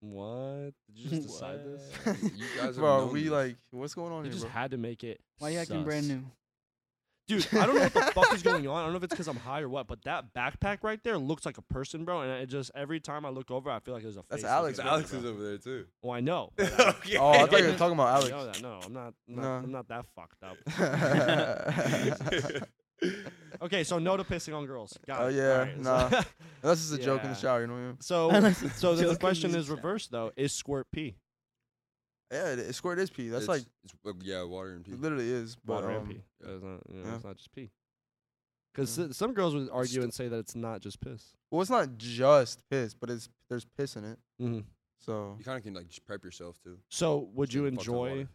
[SPEAKER 4] What? Did you
[SPEAKER 2] (laughs)
[SPEAKER 4] just decide this?
[SPEAKER 3] You guys have
[SPEAKER 2] bro,
[SPEAKER 3] known
[SPEAKER 2] we
[SPEAKER 3] this.
[SPEAKER 2] like, what's going on
[SPEAKER 4] You
[SPEAKER 2] here,
[SPEAKER 4] just
[SPEAKER 2] bro?
[SPEAKER 4] had to make it.
[SPEAKER 1] Why you acting brand
[SPEAKER 4] sus.
[SPEAKER 1] new?
[SPEAKER 4] Dude, I don't know what the fuck is going on. I don't know if it's because I'm high or what, but that backpack right there looks like a person, bro. And it just every time I look over, I feel like there's a.
[SPEAKER 2] That's
[SPEAKER 4] face looking
[SPEAKER 2] (laughs) Alex, bro.
[SPEAKER 3] Because Alex
[SPEAKER 4] at me, bro.
[SPEAKER 3] is over
[SPEAKER 2] (laughs)
[SPEAKER 3] there too.
[SPEAKER 4] Well, I know. but
[SPEAKER 3] (laughs)
[SPEAKER 4] I-
[SPEAKER 3] okay.
[SPEAKER 2] Oh, I
[SPEAKER 4] (laughs)
[SPEAKER 2] thought you were
[SPEAKER 4] Hey.
[SPEAKER 2] talking about
[SPEAKER 4] I know that. No, I'm not. I'm not,
[SPEAKER 2] No.
[SPEAKER 4] I'm not that fucked up.
[SPEAKER 2] Alex.
[SPEAKER 3] (laughs)
[SPEAKER 4] Okay, so no to pissing on girls.
[SPEAKER 2] (laughs)
[SPEAKER 4] Got
[SPEAKER 2] Oh,
[SPEAKER 4] it.
[SPEAKER 2] yeah,
[SPEAKER 4] Alright, so- (laughs)
[SPEAKER 2] nah. (laughs) Unless it's a joke in the
[SPEAKER 4] Yeah.
[SPEAKER 2] shower, you know what I mean?
[SPEAKER 4] so,
[SPEAKER 1] Alex
[SPEAKER 4] so,
[SPEAKER 1] is
[SPEAKER 4] then the
[SPEAKER 1] joking,
[SPEAKER 4] question
[SPEAKER 1] he's
[SPEAKER 4] is reversed though. Is squirt pee?
[SPEAKER 2] Yeah, it, it squirt is pee. That's
[SPEAKER 3] It's-
[SPEAKER 2] like,
[SPEAKER 3] it's, uh, yeah, water and pee.
[SPEAKER 2] it literally is. But
[SPEAKER 4] Water and
[SPEAKER 2] um,
[SPEAKER 4] pee.
[SPEAKER 3] yeah.
[SPEAKER 4] It's not, you know,
[SPEAKER 2] Yeah.
[SPEAKER 4] it's not just pee. Because
[SPEAKER 2] Yeah.
[SPEAKER 4] some girls would argue
[SPEAKER 3] Stu-
[SPEAKER 4] and say that it's not just piss.
[SPEAKER 2] well, it's not just piss, but it's there's piss in it.
[SPEAKER 4] Mm-hmm.
[SPEAKER 2] So
[SPEAKER 3] You kind of can like just prep yourself too.
[SPEAKER 4] So would
[SPEAKER 3] Just
[SPEAKER 4] you
[SPEAKER 3] a fuck ton of
[SPEAKER 4] enjoy
[SPEAKER 3] water.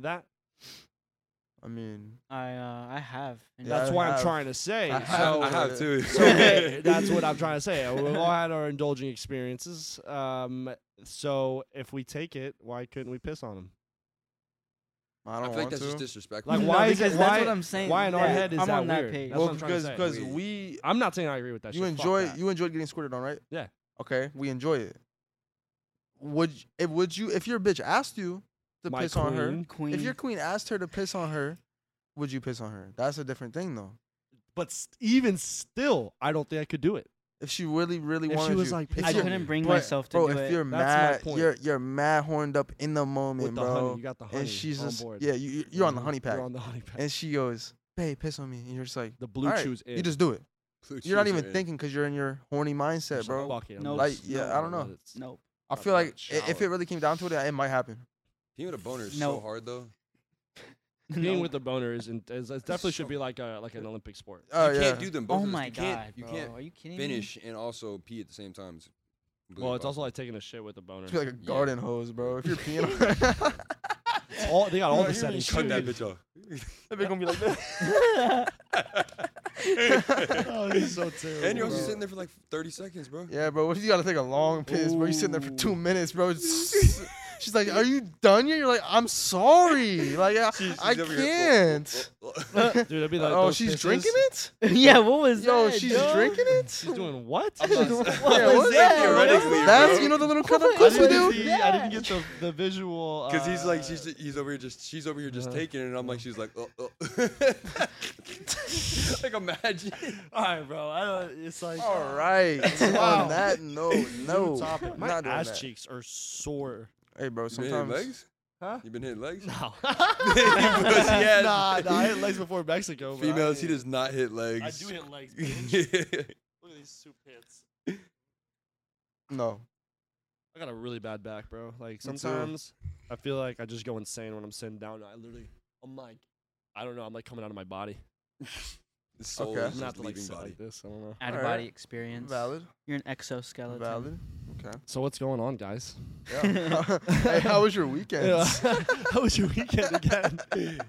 [SPEAKER 4] that?
[SPEAKER 2] I mean,
[SPEAKER 1] I uh, I have. and
[SPEAKER 2] Yeah,
[SPEAKER 4] That's
[SPEAKER 2] I
[SPEAKER 4] why I'm
[SPEAKER 2] have.
[SPEAKER 4] trying to say.
[SPEAKER 2] I have
[SPEAKER 4] so
[SPEAKER 3] I have
[SPEAKER 2] uh,
[SPEAKER 3] too. (laughs)
[SPEAKER 4] (laughs) So hey, that's what I'm trying to say. We've all had our indulging experiences. Um, so if we take it, why couldn't we piss on them?
[SPEAKER 2] I
[SPEAKER 3] I,
[SPEAKER 2] don't
[SPEAKER 3] feel
[SPEAKER 2] want
[SPEAKER 3] like that's
[SPEAKER 2] to.
[SPEAKER 3] just disrespectful.
[SPEAKER 4] Like,
[SPEAKER 1] No,
[SPEAKER 4] why is it-
[SPEAKER 1] because
[SPEAKER 4] why-
[SPEAKER 1] that's what I'm saying.
[SPEAKER 4] why in our
[SPEAKER 1] Yeah,
[SPEAKER 4] head is
[SPEAKER 1] I'm
[SPEAKER 4] that
[SPEAKER 1] on that
[SPEAKER 4] weird?
[SPEAKER 1] page.
[SPEAKER 4] That's what
[SPEAKER 2] well,
[SPEAKER 4] I'm trying to
[SPEAKER 2] because
[SPEAKER 4] say.
[SPEAKER 2] because
[SPEAKER 3] Wait.
[SPEAKER 2] we
[SPEAKER 4] I'm not saying I agree with that.
[SPEAKER 2] you
[SPEAKER 4] shit. Fuck
[SPEAKER 2] enjoy
[SPEAKER 4] that.
[SPEAKER 2] you enjoyed getting squirted on, right?
[SPEAKER 4] Yeah.
[SPEAKER 2] Okay, we enjoy it. Would y- if would you if your bitch asked you to
[SPEAKER 4] My
[SPEAKER 2] piss on her?
[SPEAKER 4] queen.
[SPEAKER 1] Queen.
[SPEAKER 2] If your queen asked her to piss on her, would you piss on her? That's a different thing though.
[SPEAKER 4] But s even still, I don't think I could do it.
[SPEAKER 2] If she really really
[SPEAKER 4] If she
[SPEAKER 2] wanted
[SPEAKER 4] was
[SPEAKER 2] you,
[SPEAKER 4] like,
[SPEAKER 2] if
[SPEAKER 4] "Piss
[SPEAKER 1] I
[SPEAKER 4] on
[SPEAKER 2] you're-
[SPEAKER 4] me."
[SPEAKER 1] couldn't bring
[SPEAKER 2] but,
[SPEAKER 1] myself to
[SPEAKER 2] bro,
[SPEAKER 1] do
[SPEAKER 2] if
[SPEAKER 1] it.
[SPEAKER 2] you're
[SPEAKER 4] That's my
[SPEAKER 2] mad,
[SPEAKER 4] point.
[SPEAKER 2] you're you're mad horned up in the
[SPEAKER 4] With
[SPEAKER 2] moment,
[SPEAKER 4] the
[SPEAKER 2] bro.
[SPEAKER 4] honey, you got the honey.
[SPEAKER 2] and she's
[SPEAKER 4] on
[SPEAKER 2] just
[SPEAKER 4] board.
[SPEAKER 2] yeah, you you- you're on the
[SPEAKER 4] Mhm.
[SPEAKER 2] honey pack,
[SPEAKER 4] You're on the honey pack.
[SPEAKER 2] and she goes, "Babe, piss on me," and you're just like,
[SPEAKER 4] the blue
[SPEAKER 2] "Alright,
[SPEAKER 4] chews in.
[SPEAKER 2] You just do it.
[SPEAKER 3] Blue
[SPEAKER 2] You're not
[SPEAKER 3] cheese
[SPEAKER 2] even
[SPEAKER 3] are in.
[SPEAKER 2] thinking because you're in your horny mindset,
[SPEAKER 4] Just
[SPEAKER 2] bro.
[SPEAKER 4] fuck it, I'm
[SPEAKER 1] No.
[SPEAKER 4] just-
[SPEAKER 2] Like, yeah, I don't know.
[SPEAKER 4] it's-
[SPEAKER 1] no.
[SPEAKER 2] I
[SPEAKER 4] Fuck
[SPEAKER 2] feel
[SPEAKER 4] that
[SPEAKER 2] like i- if
[SPEAKER 4] shower.
[SPEAKER 2] it really came down to it, it might happen.
[SPEAKER 3] He with a boner is so
[SPEAKER 1] No.
[SPEAKER 3] hard though.
[SPEAKER 4] peeing
[SPEAKER 1] No.
[SPEAKER 4] with the boners and it definitely should be like a like an Olympic sport.
[SPEAKER 2] Oh
[SPEAKER 3] you
[SPEAKER 2] yeah.
[SPEAKER 3] can't do them both.
[SPEAKER 1] oh
[SPEAKER 3] of those.
[SPEAKER 1] my
[SPEAKER 3] you
[SPEAKER 1] god,
[SPEAKER 3] can't, you
[SPEAKER 1] bro.
[SPEAKER 3] can't
[SPEAKER 1] Are you kidding
[SPEAKER 3] finish and also pee at the same time. It's
[SPEAKER 4] Well, it's also
[SPEAKER 3] impossible.
[SPEAKER 4] like taking a shit with a boner.
[SPEAKER 2] It's like a
[SPEAKER 3] Yeah.
[SPEAKER 2] garden hose, bro. If you're peeing,
[SPEAKER 4] It's all they got all
[SPEAKER 2] Bro,
[SPEAKER 4] the
[SPEAKER 2] you
[SPEAKER 4] settings.
[SPEAKER 3] cut that
[SPEAKER 4] dude.
[SPEAKER 3] bitch off.
[SPEAKER 2] they're gonna be like that.
[SPEAKER 1] me?
[SPEAKER 4] (laughs) Oh, this is so terrible.
[SPEAKER 3] And you're also
[SPEAKER 4] bro.
[SPEAKER 3] sitting there for like 30 seconds, bro.
[SPEAKER 2] (laughs) Yeah, bro. What if you gotta take a long piss, bro? You sitting there for two
[SPEAKER 4] Ooh.
[SPEAKER 2] minutes, bro. She's like, "Are you done yet?" You're like, "I'm sorry, like I,
[SPEAKER 3] She's- she's
[SPEAKER 2] I
[SPEAKER 3] over
[SPEAKER 2] (laughs)
[SPEAKER 3] here, (laughs)
[SPEAKER 2] can't."
[SPEAKER 3] "Oh, oh, oh."
[SPEAKER 4] Dude, that'd be like
[SPEAKER 2] oh,
[SPEAKER 4] those
[SPEAKER 2] she's
[SPEAKER 4] pisses.
[SPEAKER 2] drinking it.
[SPEAKER 1] (laughs) yeah, what was
[SPEAKER 2] Yo,
[SPEAKER 1] that?
[SPEAKER 2] she's
[SPEAKER 1] dog?
[SPEAKER 2] drinking it.
[SPEAKER 4] She's doing (laughs) what?
[SPEAKER 3] I'm not-
[SPEAKER 2] Yeah,
[SPEAKER 1] What was
[SPEAKER 2] what?
[SPEAKER 1] that?
[SPEAKER 3] Theoretically,
[SPEAKER 2] That's
[SPEAKER 3] bro.
[SPEAKER 2] you know the little clip
[SPEAKER 1] What
[SPEAKER 2] of clips we
[SPEAKER 1] was
[SPEAKER 2] do.
[SPEAKER 1] it?
[SPEAKER 4] see- I didn't get the, the visual.
[SPEAKER 3] Cause he's like
[SPEAKER 4] uh, (laughs)
[SPEAKER 3] she's he's over here just she's over here just
[SPEAKER 4] uh,
[SPEAKER 3] taking it and I'm like she's like oh, oh. like imagine
[SPEAKER 4] All right, bro. I don't, it's like
[SPEAKER 2] All right.
[SPEAKER 4] Wow.
[SPEAKER 2] On that note, no,
[SPEAKER 4] topic. My
[SPEAKER 2] not doing
[SPEAKER 4] ass
[SPEAKER 2] that.
[SPEAKER 4] cheeks are sore.
[SPEAKER 2] Hey, bro.
[SPEAKER 3] you been hitting
[SPEAKER 2] Sometimes.
[SPEAKER 3] legs
[SPEAKER 4] Huh?
[SPEAKER 3] you been hitting legs
[SPEAKER 4] (laughs) No.
[SPEAKER 3] yes.
[SPEAKER 4] Nah, nah, I hit legs before Mexico. but I
[SPEAKER 3] females he
[SPEAKER 4] hit-
[SPEAKER 3] does not hit legs
[SPEAKER 4] I
[SPEAKER 3] (laughs)
[SPEAKER 4] do hit legs. bitch.
[SPEAKER 3] hit
[SPEAKER 4] Look at these soup pits.
[SPEAKER 2] No.
[SPEAKER 4] I got a really bad back, bro. Like
[SPEAKER 2] Me too.
[SPEAKER 4] sometimes I feel like I just go insane when I'm sitting down. I literally, I'm like, I don't know. I'm like coming out of my body.
[SPEAKER 3] soul
[SPEAKER 2] Okay.
[SPEAKER 3] is
[SPEAKER 4] I'm
[SPEAKER 3] just
[SPEAKER 4] not to like
[SPEAKER 3] leaving
[SPEAKER 4] sit
[SPEAKER 3] body
[SPEAKER 4] like this. I don't know.
[SPEAKER 1] Out of
[SPEAKER 2] Alright.
[SPEAKER 1] body experience.
[SPEAKER 2] Valid.
[SPEAKER 1] You're an exoskeleton.
[SPEAKER 2] Valid. Okay.
[SPEAKER 4] So what's going on, guys?
[SPEAKER 2] Yeah. (laughs) hey, how was your weekend?
[SPEAKER 4] (laughs) How was your weekend (laughs) again?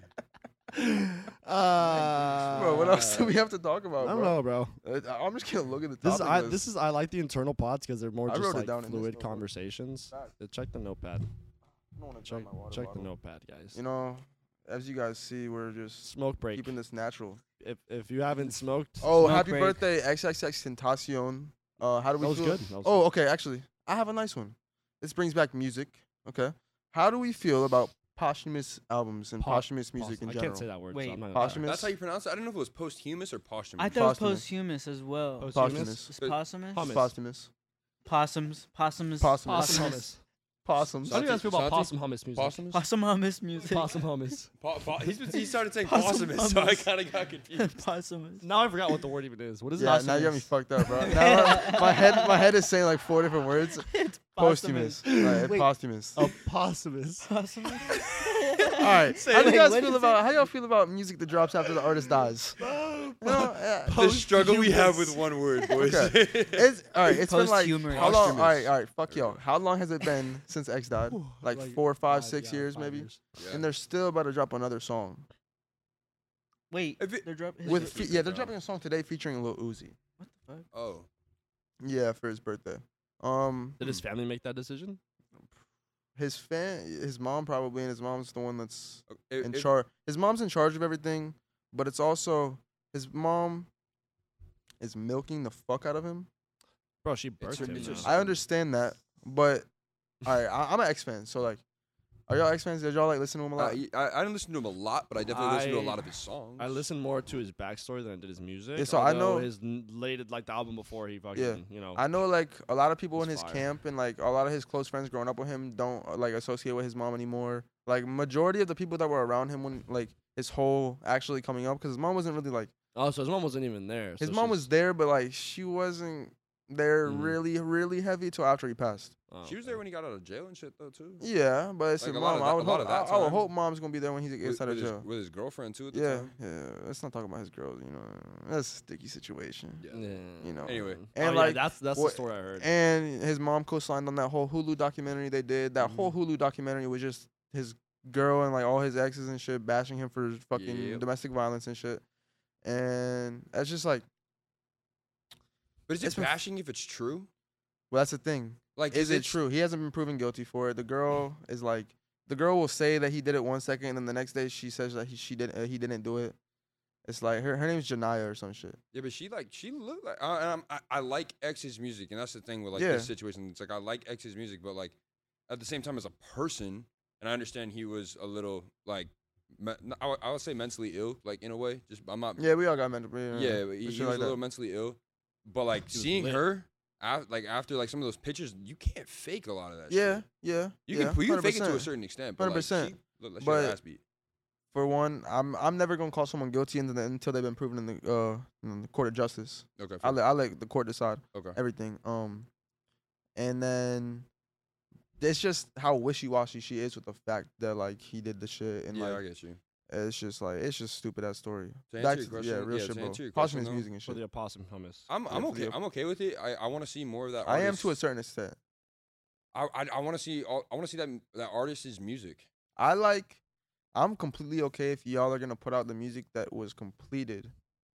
[SPEAKER 4] uh,
[SPEAKER 2] bro, what else do we have to talk about?
[SPEAKER 4] I don't
[SPEAKER 2] bro?
[SPEAKER 4] know, bro.
[SPEAKER 2] Uh, I'm just gonna look at the
[SPEAKER 4] This is
[SPEAKER 2] topic
[SPEAKER 4] I,
[SPEAKER 2] list.
[SPEAKER 4] this is I like the internal pods because they're more
[SPEAKER 2] I
[SPEAKER 4] just
[SPEAKER 2] wrote it
[SPEAKER 4] like
[SPEAKER 2] down in this
[SPEAKER 4] fluid
[SPEAKER 2] notebook.
[SPEAKER 4] conversations.
[SPEAKER 2] Fact.
[SPEAKER 4] Uh, Check the notepad.
[SPEAKER 2] I don't wanna drown
[SPEAKER 4] Check,
[SPEAKER 2] my water
[SPEAKER 4] check the
[SPEAKER 2] bottle.
[SPEAKER 4] notepad, guys.
[SPEAKER 2] You know, as you guys see, we're just
[SPEAKER 4] Smoke break.
[SPEAKER 2] keeping this natural.
[SPEAKER 4] If if you haven't smoked,
[SPEAKER 2] Oh,
[SPEAKER 1] Smoke
[SPEAKER 2] happy
[SPEAKER 1] break.
[SPEAKER 2] birthday, XXX Tentacion. Uh, how do
[SPEAKER 4] that
[SPEAKER 2] we
[SPEAKER 4] was
[SPEAKER 2] feel?
[SPEAKER 4] good. That was
[SPEAKER 2] Oh, okay. Actually, I have a nice one. This brings back music. Okay, how do we feel about posthumous albums and
[SPEAKER 4] Po-
[SPEAKER 2] posthumous
[SPEAKER 4] good.
[SPEAKER 2] oh, music
[SPEAKER 4] Awesome.
[SPEAKER 2] in
[SPEAKER 4] I
[SPEAKER 2] general?
[SPEAKER 4] can't say that word. so
[SPEAKER 1] Wait.
[SPEAKER 4] I'm not gonna try.
[SPEAKER 2] Posthumous.
[SPEAKER 3] that's how you pronounce it I don't know if it was posthumous or posthumous
[SPEAKER 1] I thought it was
[SPEAKER 2] Posthumous.
[SPEAKER 1] posthumous as well.
[SPEAKER 4] Posthumous.
[SPEAKER 2] posthumous.
[SPEAKER 1] It's
[SPEAKER 3] But-
[SPEAKER 1] posthumous?
[SPEAKER 4] Hummus.
[SPEAKER 2] Posthumous.
[SPEAKER 1] Possums. Possums.
[SPEAKER 2] Posthumous.
[SPEAKER 1] Possums.
[SPEAKER 2] Possums.
[SPEAKER 4] How do you guys feel about
[SPEAKER 3] Santi?
[SPEAKER 4] possum hummus music?
[SPEAKER 3] posthumous
[SPEAKER 1] Possum hummus music. (laughs)
[SPEAKER 4] (laughs) Possum hummus.
[SPEAKER 3] Po- po- he's been- he started saying
[SPEAKER 1] Possum
[SPEAKER 3] possumus so I
[SPEAKER 1] hummus.
[SPEAKER 3] kind of got confused
[SPEAKER 1] Possumous.
[SPEAKER 4] Now I forgot what the word even is. What is
[SPEAKER 2] Yeah,
[SPEAKER 4] it?
[SPEAKER 2] now you got me fucked up, bro. now I- my head, my head is saying like four different words.
[SPEAKER 1] It's
[SPEAKER 2] Posthumous. Like,
[SPEAKER 1] Wait.
[SPEAKER 2] posthumous.
[SPEAKER 4] A possumus.
[SPEAKER 1] Possumous.
[SPEAKER 2] (laughs) All right. how do
[SPEAKER 1] like,
[SPEAKER 2] you guys
[SPEAKER 1] what
[SPEAKER 2] feel
[SPEAKER 1] is
[SPEAKER 2] about how y'all feel about music that drops after the artist dies? No, uh,
[SPEAKER 3] the struggle we have with one word boys
[SPEAKER 2] it's all right. It's been like
[SPEAKER 1] Posthumous.
[SPEAKER 2] how long? All
[SPEAKER 3] Posthumous.
[SPEAKER 2] right, all right. Fuck y'all. How long has it been (laughs) since X
[SPEAKER 4] (laughs)
[SPEAKER 2] died? Like, four, five,
[SPEAKER 4] five-
[SPEAKER 2] six
[SPEAKER 4] yeah,
[SPEAKER 2] years
[SPEAKER 4] five
[SPEAKER 2] maybe.
[SPEAKER 4] years.
[SPEAKER 3] (laughs) Yeah.
[SPEAKER 2] And they're still about to drop another song
[SPEAKER 1] Wait,
[SPEAKER 3] If it-
[SPEAKER 1] they're dropping.
[SPEAKER 2] with
[SPEAKER 3] Uzi
[SPEAKER 2] fe- yeah.
[SPEAKER 3] drop?
[SPEAKER 2] They're dropping a song today featuring Lil Uzi.
[SPEAKER 1] what the fuck?
[SPEAKER 3] oh
[SPEAKER 2] Yeah, for his birthday. Um,
[SPEAKER 4] Did his family make that decision?
[SPEAKER 2] his fan, his mom probably, and his mom's the one that's
[SPEAKER 3] okay, if-
[SPEAKER 2] in
[SPEAKER 3] if-
[SPEAKER 2] charge. His mom's in charge of everything, but it's also his mom is milking the fuck out of him.
[SPEAKER 4] Bro, she
[SPEAKER 3] It's
[SPEAKER 4] birthed
[SPEAKER 3] your-
[SPEAKER 4] him.
[SPEAKER 3] it's
[SPEAKER 4] though.
[SPEAKER 3] your
[SPEAKER 2] I understand that, but all right, I, I'm an X fan, so like, are y'all X fans? Did y'all like listen to him a lot?
[SPEAKER 3] Uh, y- I, I don't listen to him a lot, but I definitely listen to a lot of his songs.
[SPEAKER 4] I listened more to his backstory than I did his music.
[SPEAKER 2] Yeah, so I
[SPEAKER 4] although
[SPEAKER 2] know-
[SPEAKER 4] his n- late, like the album before he fucking, you know.
[SPEAKER 2] I know like a lot of people in
[SPEAKER 4] It's
[SPEAKER 2] his
[SPEAKER 4] fire.
[SPEAKER 2] camp and like a lot of his close friends growing up with him don't uh, like associate with his mom anymore. Like majority of the people that were around him when like his whole actually coming up because his mom wasn't really like
[SPEAKER 4] oh, so his mom wasn't even there.
[SPEAKER 2] his
[SPEAKER 4] so
[SPEAKER 2] mom
[SPEAKER 4] she's-
[SPEAKER 2] was there but like she wasn't there
[SPEAKER 4] Mhm.
[SPEAKER 2] really really heavy till after he passed.
[SPEAKER 4] oh,
[SPEAKER 3] She was
[SPEAKER 4] okay.
[SPEAKER 3] there when he got out of jail and shit, though, too.
[SPEAKER 2] Yeah, but it's
[SPEAKER 3] Like,
[SPEAKER 2] his
[SPEAKER 3] a lot
[SPEAKER 2] mom.
[SPEAKER 3] of
[SPEAKER 2] I
[SPEAKER 3] that-
[SPEAKER 2] would
[SPEAKER 3] a lot
[SPEAKER 2] hope
[SPEAKER 3] of that
[SPEAKER 2] I, I would
[SPEAKER 3] time-
[SPEAKER 2] hope mom's gonna be there when he gets
[SPEAKER 3] With,
[SPEAKER 2] out of
[SPEAKER 3] with his,
[SPEAKER 2] jail.
[SPEAKER 3] with his girlfriend, too, at the
[SPEAKER 2] Yeah,
[SPEAKER 3] time.
[SPEAKER 2] yeah. Let's not talk about his girls. You know, that's a sticky situation.
[SPEAKER 3] Yeah.
[SPEAKER 4] Yeah.
[SPEAKER 2] You know.
[SPEAKER 3] Anyway.
[SPEAKER 4] Oh,
[SPEAKER 2] And,
[SPEAKER 4] yeah,
[SPEAKER 2] like,
[SPEAKER 4] that's that's the
[SPEAKER 2] what-
[SPEAKER 4] story I heard.
[SPEAKER 2] And his mom co-signed on that whole Hulu documentary they did. That whole
[SPEAKER 3] Mm-hmm.
[SPEAKER 2] Hulu documentary was just his girl and like all his exes and shit bashing him for fucking
[SPEAKER 3] Yep.
[SPEAKER 2] domestic violence and shit. And that's just like,
[SPEAKER 3] But is
[SPEAKER 2] It's
[SPEAKER 3] it
[SPEAKER 2] been f-
[SPEAKER 3] bashing if it's true?
[SPEAKER 2] well, that's the thing.
[SPEAKER 3] Like,
[SPEAKER 2] Is it
[SPEAKER 3] tr-
[SPEAKER 2] true? He hasn't been proven guilty for it. The girl is like, the girl will say that he did it one second, and then the next day she says that he she didn't uh, he didn't do it. It's like her her name's Janaya or some shit.
[SPEAKER 3] Yeah, but she like she looked like I, I'm- I, I like X's music, and that's the thing with like
[SPEAKER 2] Yeah.
[SPEAKER 3] this situation. It's like I like X's music, but like at the same time as a person, and I understand he was a little like me- n- I, would- I would say mentally ill, like in a way. Just I'm not.
[SPEAKER 2] Yeah, we all got mental. Yeah,
[SPEAKER 3] Yeah, but he, he
[SPEAKER 2] shit
[SPEAKER 3] was
[SPEAKER 2] like
[SPEAKER 3] a
[SPEAKER 2] that.
[SPEAKER 3] little mentally ill, but like
[SPEAKER 4] was
[SPEAKER 3] seeing
[SPEAKER 4] lit.
[SPEAKER 3] her, af- like after like some of those pictures, you can't fake a lot of that.
[SPEAKER 2] yeah,
[SPEAKER 3] shit.
[SPEAKER 2] yeah.
[SPEAKER 3] You
[SPEAKER 2] yeah,
[SPEAKER 3] can you can fake it to a
[SPEAKER 2] 100%.
[SPEAKER 3] certain extent, but
[SPEAKER 2] 100%.
[SPEAKER 3] like, she looked like she had
[SPEAKER 2] But-
[SPEAKER 3] her ass beat.
[SPEAKER 2] for one, I'm I'm never gonna call someone guilty until, until they've been proven in the uh in the court of justice.
[SPEAKER 3] Okay,
[SPEAKER 2] I
[SPEAKER 3] fair.
[SPEAKER 2] let I let the court decide
[SPEAKER 3] okay.
[SPEAKER 2] everything. Um, and then it's just how wishy washy she is with the fact that like he did the shit and
[SPEAKER 3] yeah, I
[SPEAKER 2] like
[SPEAKER 3] get you.
[SPEAKER 2] It's just like it's just stupid ass story.
[SPEAKER 3] To answer
[SPEAKER 2] Back
[SPEAKER 3] your
[SPEAKER 2] to-
[SPEAKER 3] question-
[SPEAKER 2] yeah, real
[SPEAKER 3] yeah,
[SPEAKER 2] shit,
[SPEAKER 3] to
[SPEAKER 2] bro.
[SPEAKER 3] answer your
[SPEAKER 2] Possum
[SPEAKER 3] question,
[SPEAKER 2] is
[SPEAKER 3] though,
[SPEAKER 2] music and
[SPEAKER 4] for
[SPEAKER 2] shit.
[SPEAKER 4] the opossum hummus.
[SPEAKER 3] I'm I'm
[SPEAKER 2] Yeah, for the
[SPEAKER 3] okay. I'm okay with it. I, I want to see more of that.
[SPEAKER 2] I am
[SPEAKER 3] artist.
[SPEAKER 2] to a certain extent.
[SPEAKER 3] I I, I want to see all, I want to see that m- that artist's music.
[SPEAKER 2] I like. I'm completely okay if y'all are gonna put out the music that was completed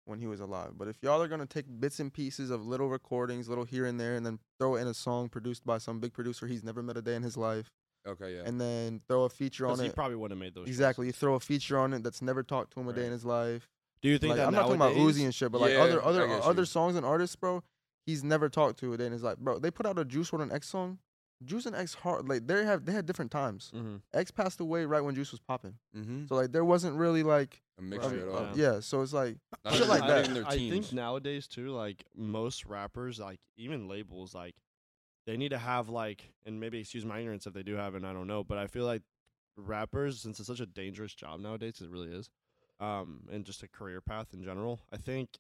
[SPEAKER 2] when he was alive. But if y'all are gonna take bits and pieces of little recordings, little here and there, and then throw in a song produced by some big producer he's never met a day in his life,
[SPEAKER 3] Okay, yeah.
[SPEAKER 2] and then throw a feature
[SPEAKER 4] 'Cause
[SPEAKER 2] on
[SPEAKER 4] he
[SPEAKER 2] it.
[SPEAKER 4] probably wouldn't have made those. choices.
[SPEAKER 2] Exactly, you throw a feature on it that's never talked to him a day
[SPEAKER 4] Right.
[SPEAKER 2] in his life.
[SPEAKER 4] Do you think
[SPEAKER 2] Like,
[SPEAKER 4] that
[SPEAKER 2] I'm not talking about
[SPEAKER 4] nowadays-
[SPEAKER 2] Uzi and shit, but
[SPEAKER 3] Yeah,
[SPEAKER 2] like other
[SPEAKER 3] I
[SPEAKER 2] other
[SPEAKER 3] get you.
[SPEAKER 2] other songs and artists, bro. He's never talked to a day in his life, bro. They put out a Juice WRLD and X song. Juice and X hard like they have they had different times.
[SPEAKER 4] Mhm.
[SPEAKER 2] X passed away right when Juice was popping,
[SPEAKER 3] mm-hmm.
[SPEAKER 2] so like there wasn't really like
[SPEAKER 3] A mixture
[SPEAKER 4] Right,
[SPEAKER 3] at
[SPEAKER 2] um,
[SPEAKER 3] all.
[SPEAKER 2] um, yeah. So it's like
[SPEAKER 3] Not
[SPEAKER 2] shit
[SPEAKER 3] even-
[SPEAKER 2] like
[SPEAKER 3] not
[SPEAKER 2] that.
[SPEAKER 3] even their
[SPEAKER 4] I think
[SPEAKER 3] teams.
[SPEAKER 4] nowadays too, like most rappers, like even labels, like they need to have like, and maybe excuse my ignorance if they do have, and I don't know, but I feel like rappers, since it's such a dangerous job nowadays, it really is, um, and just a career path in general. I think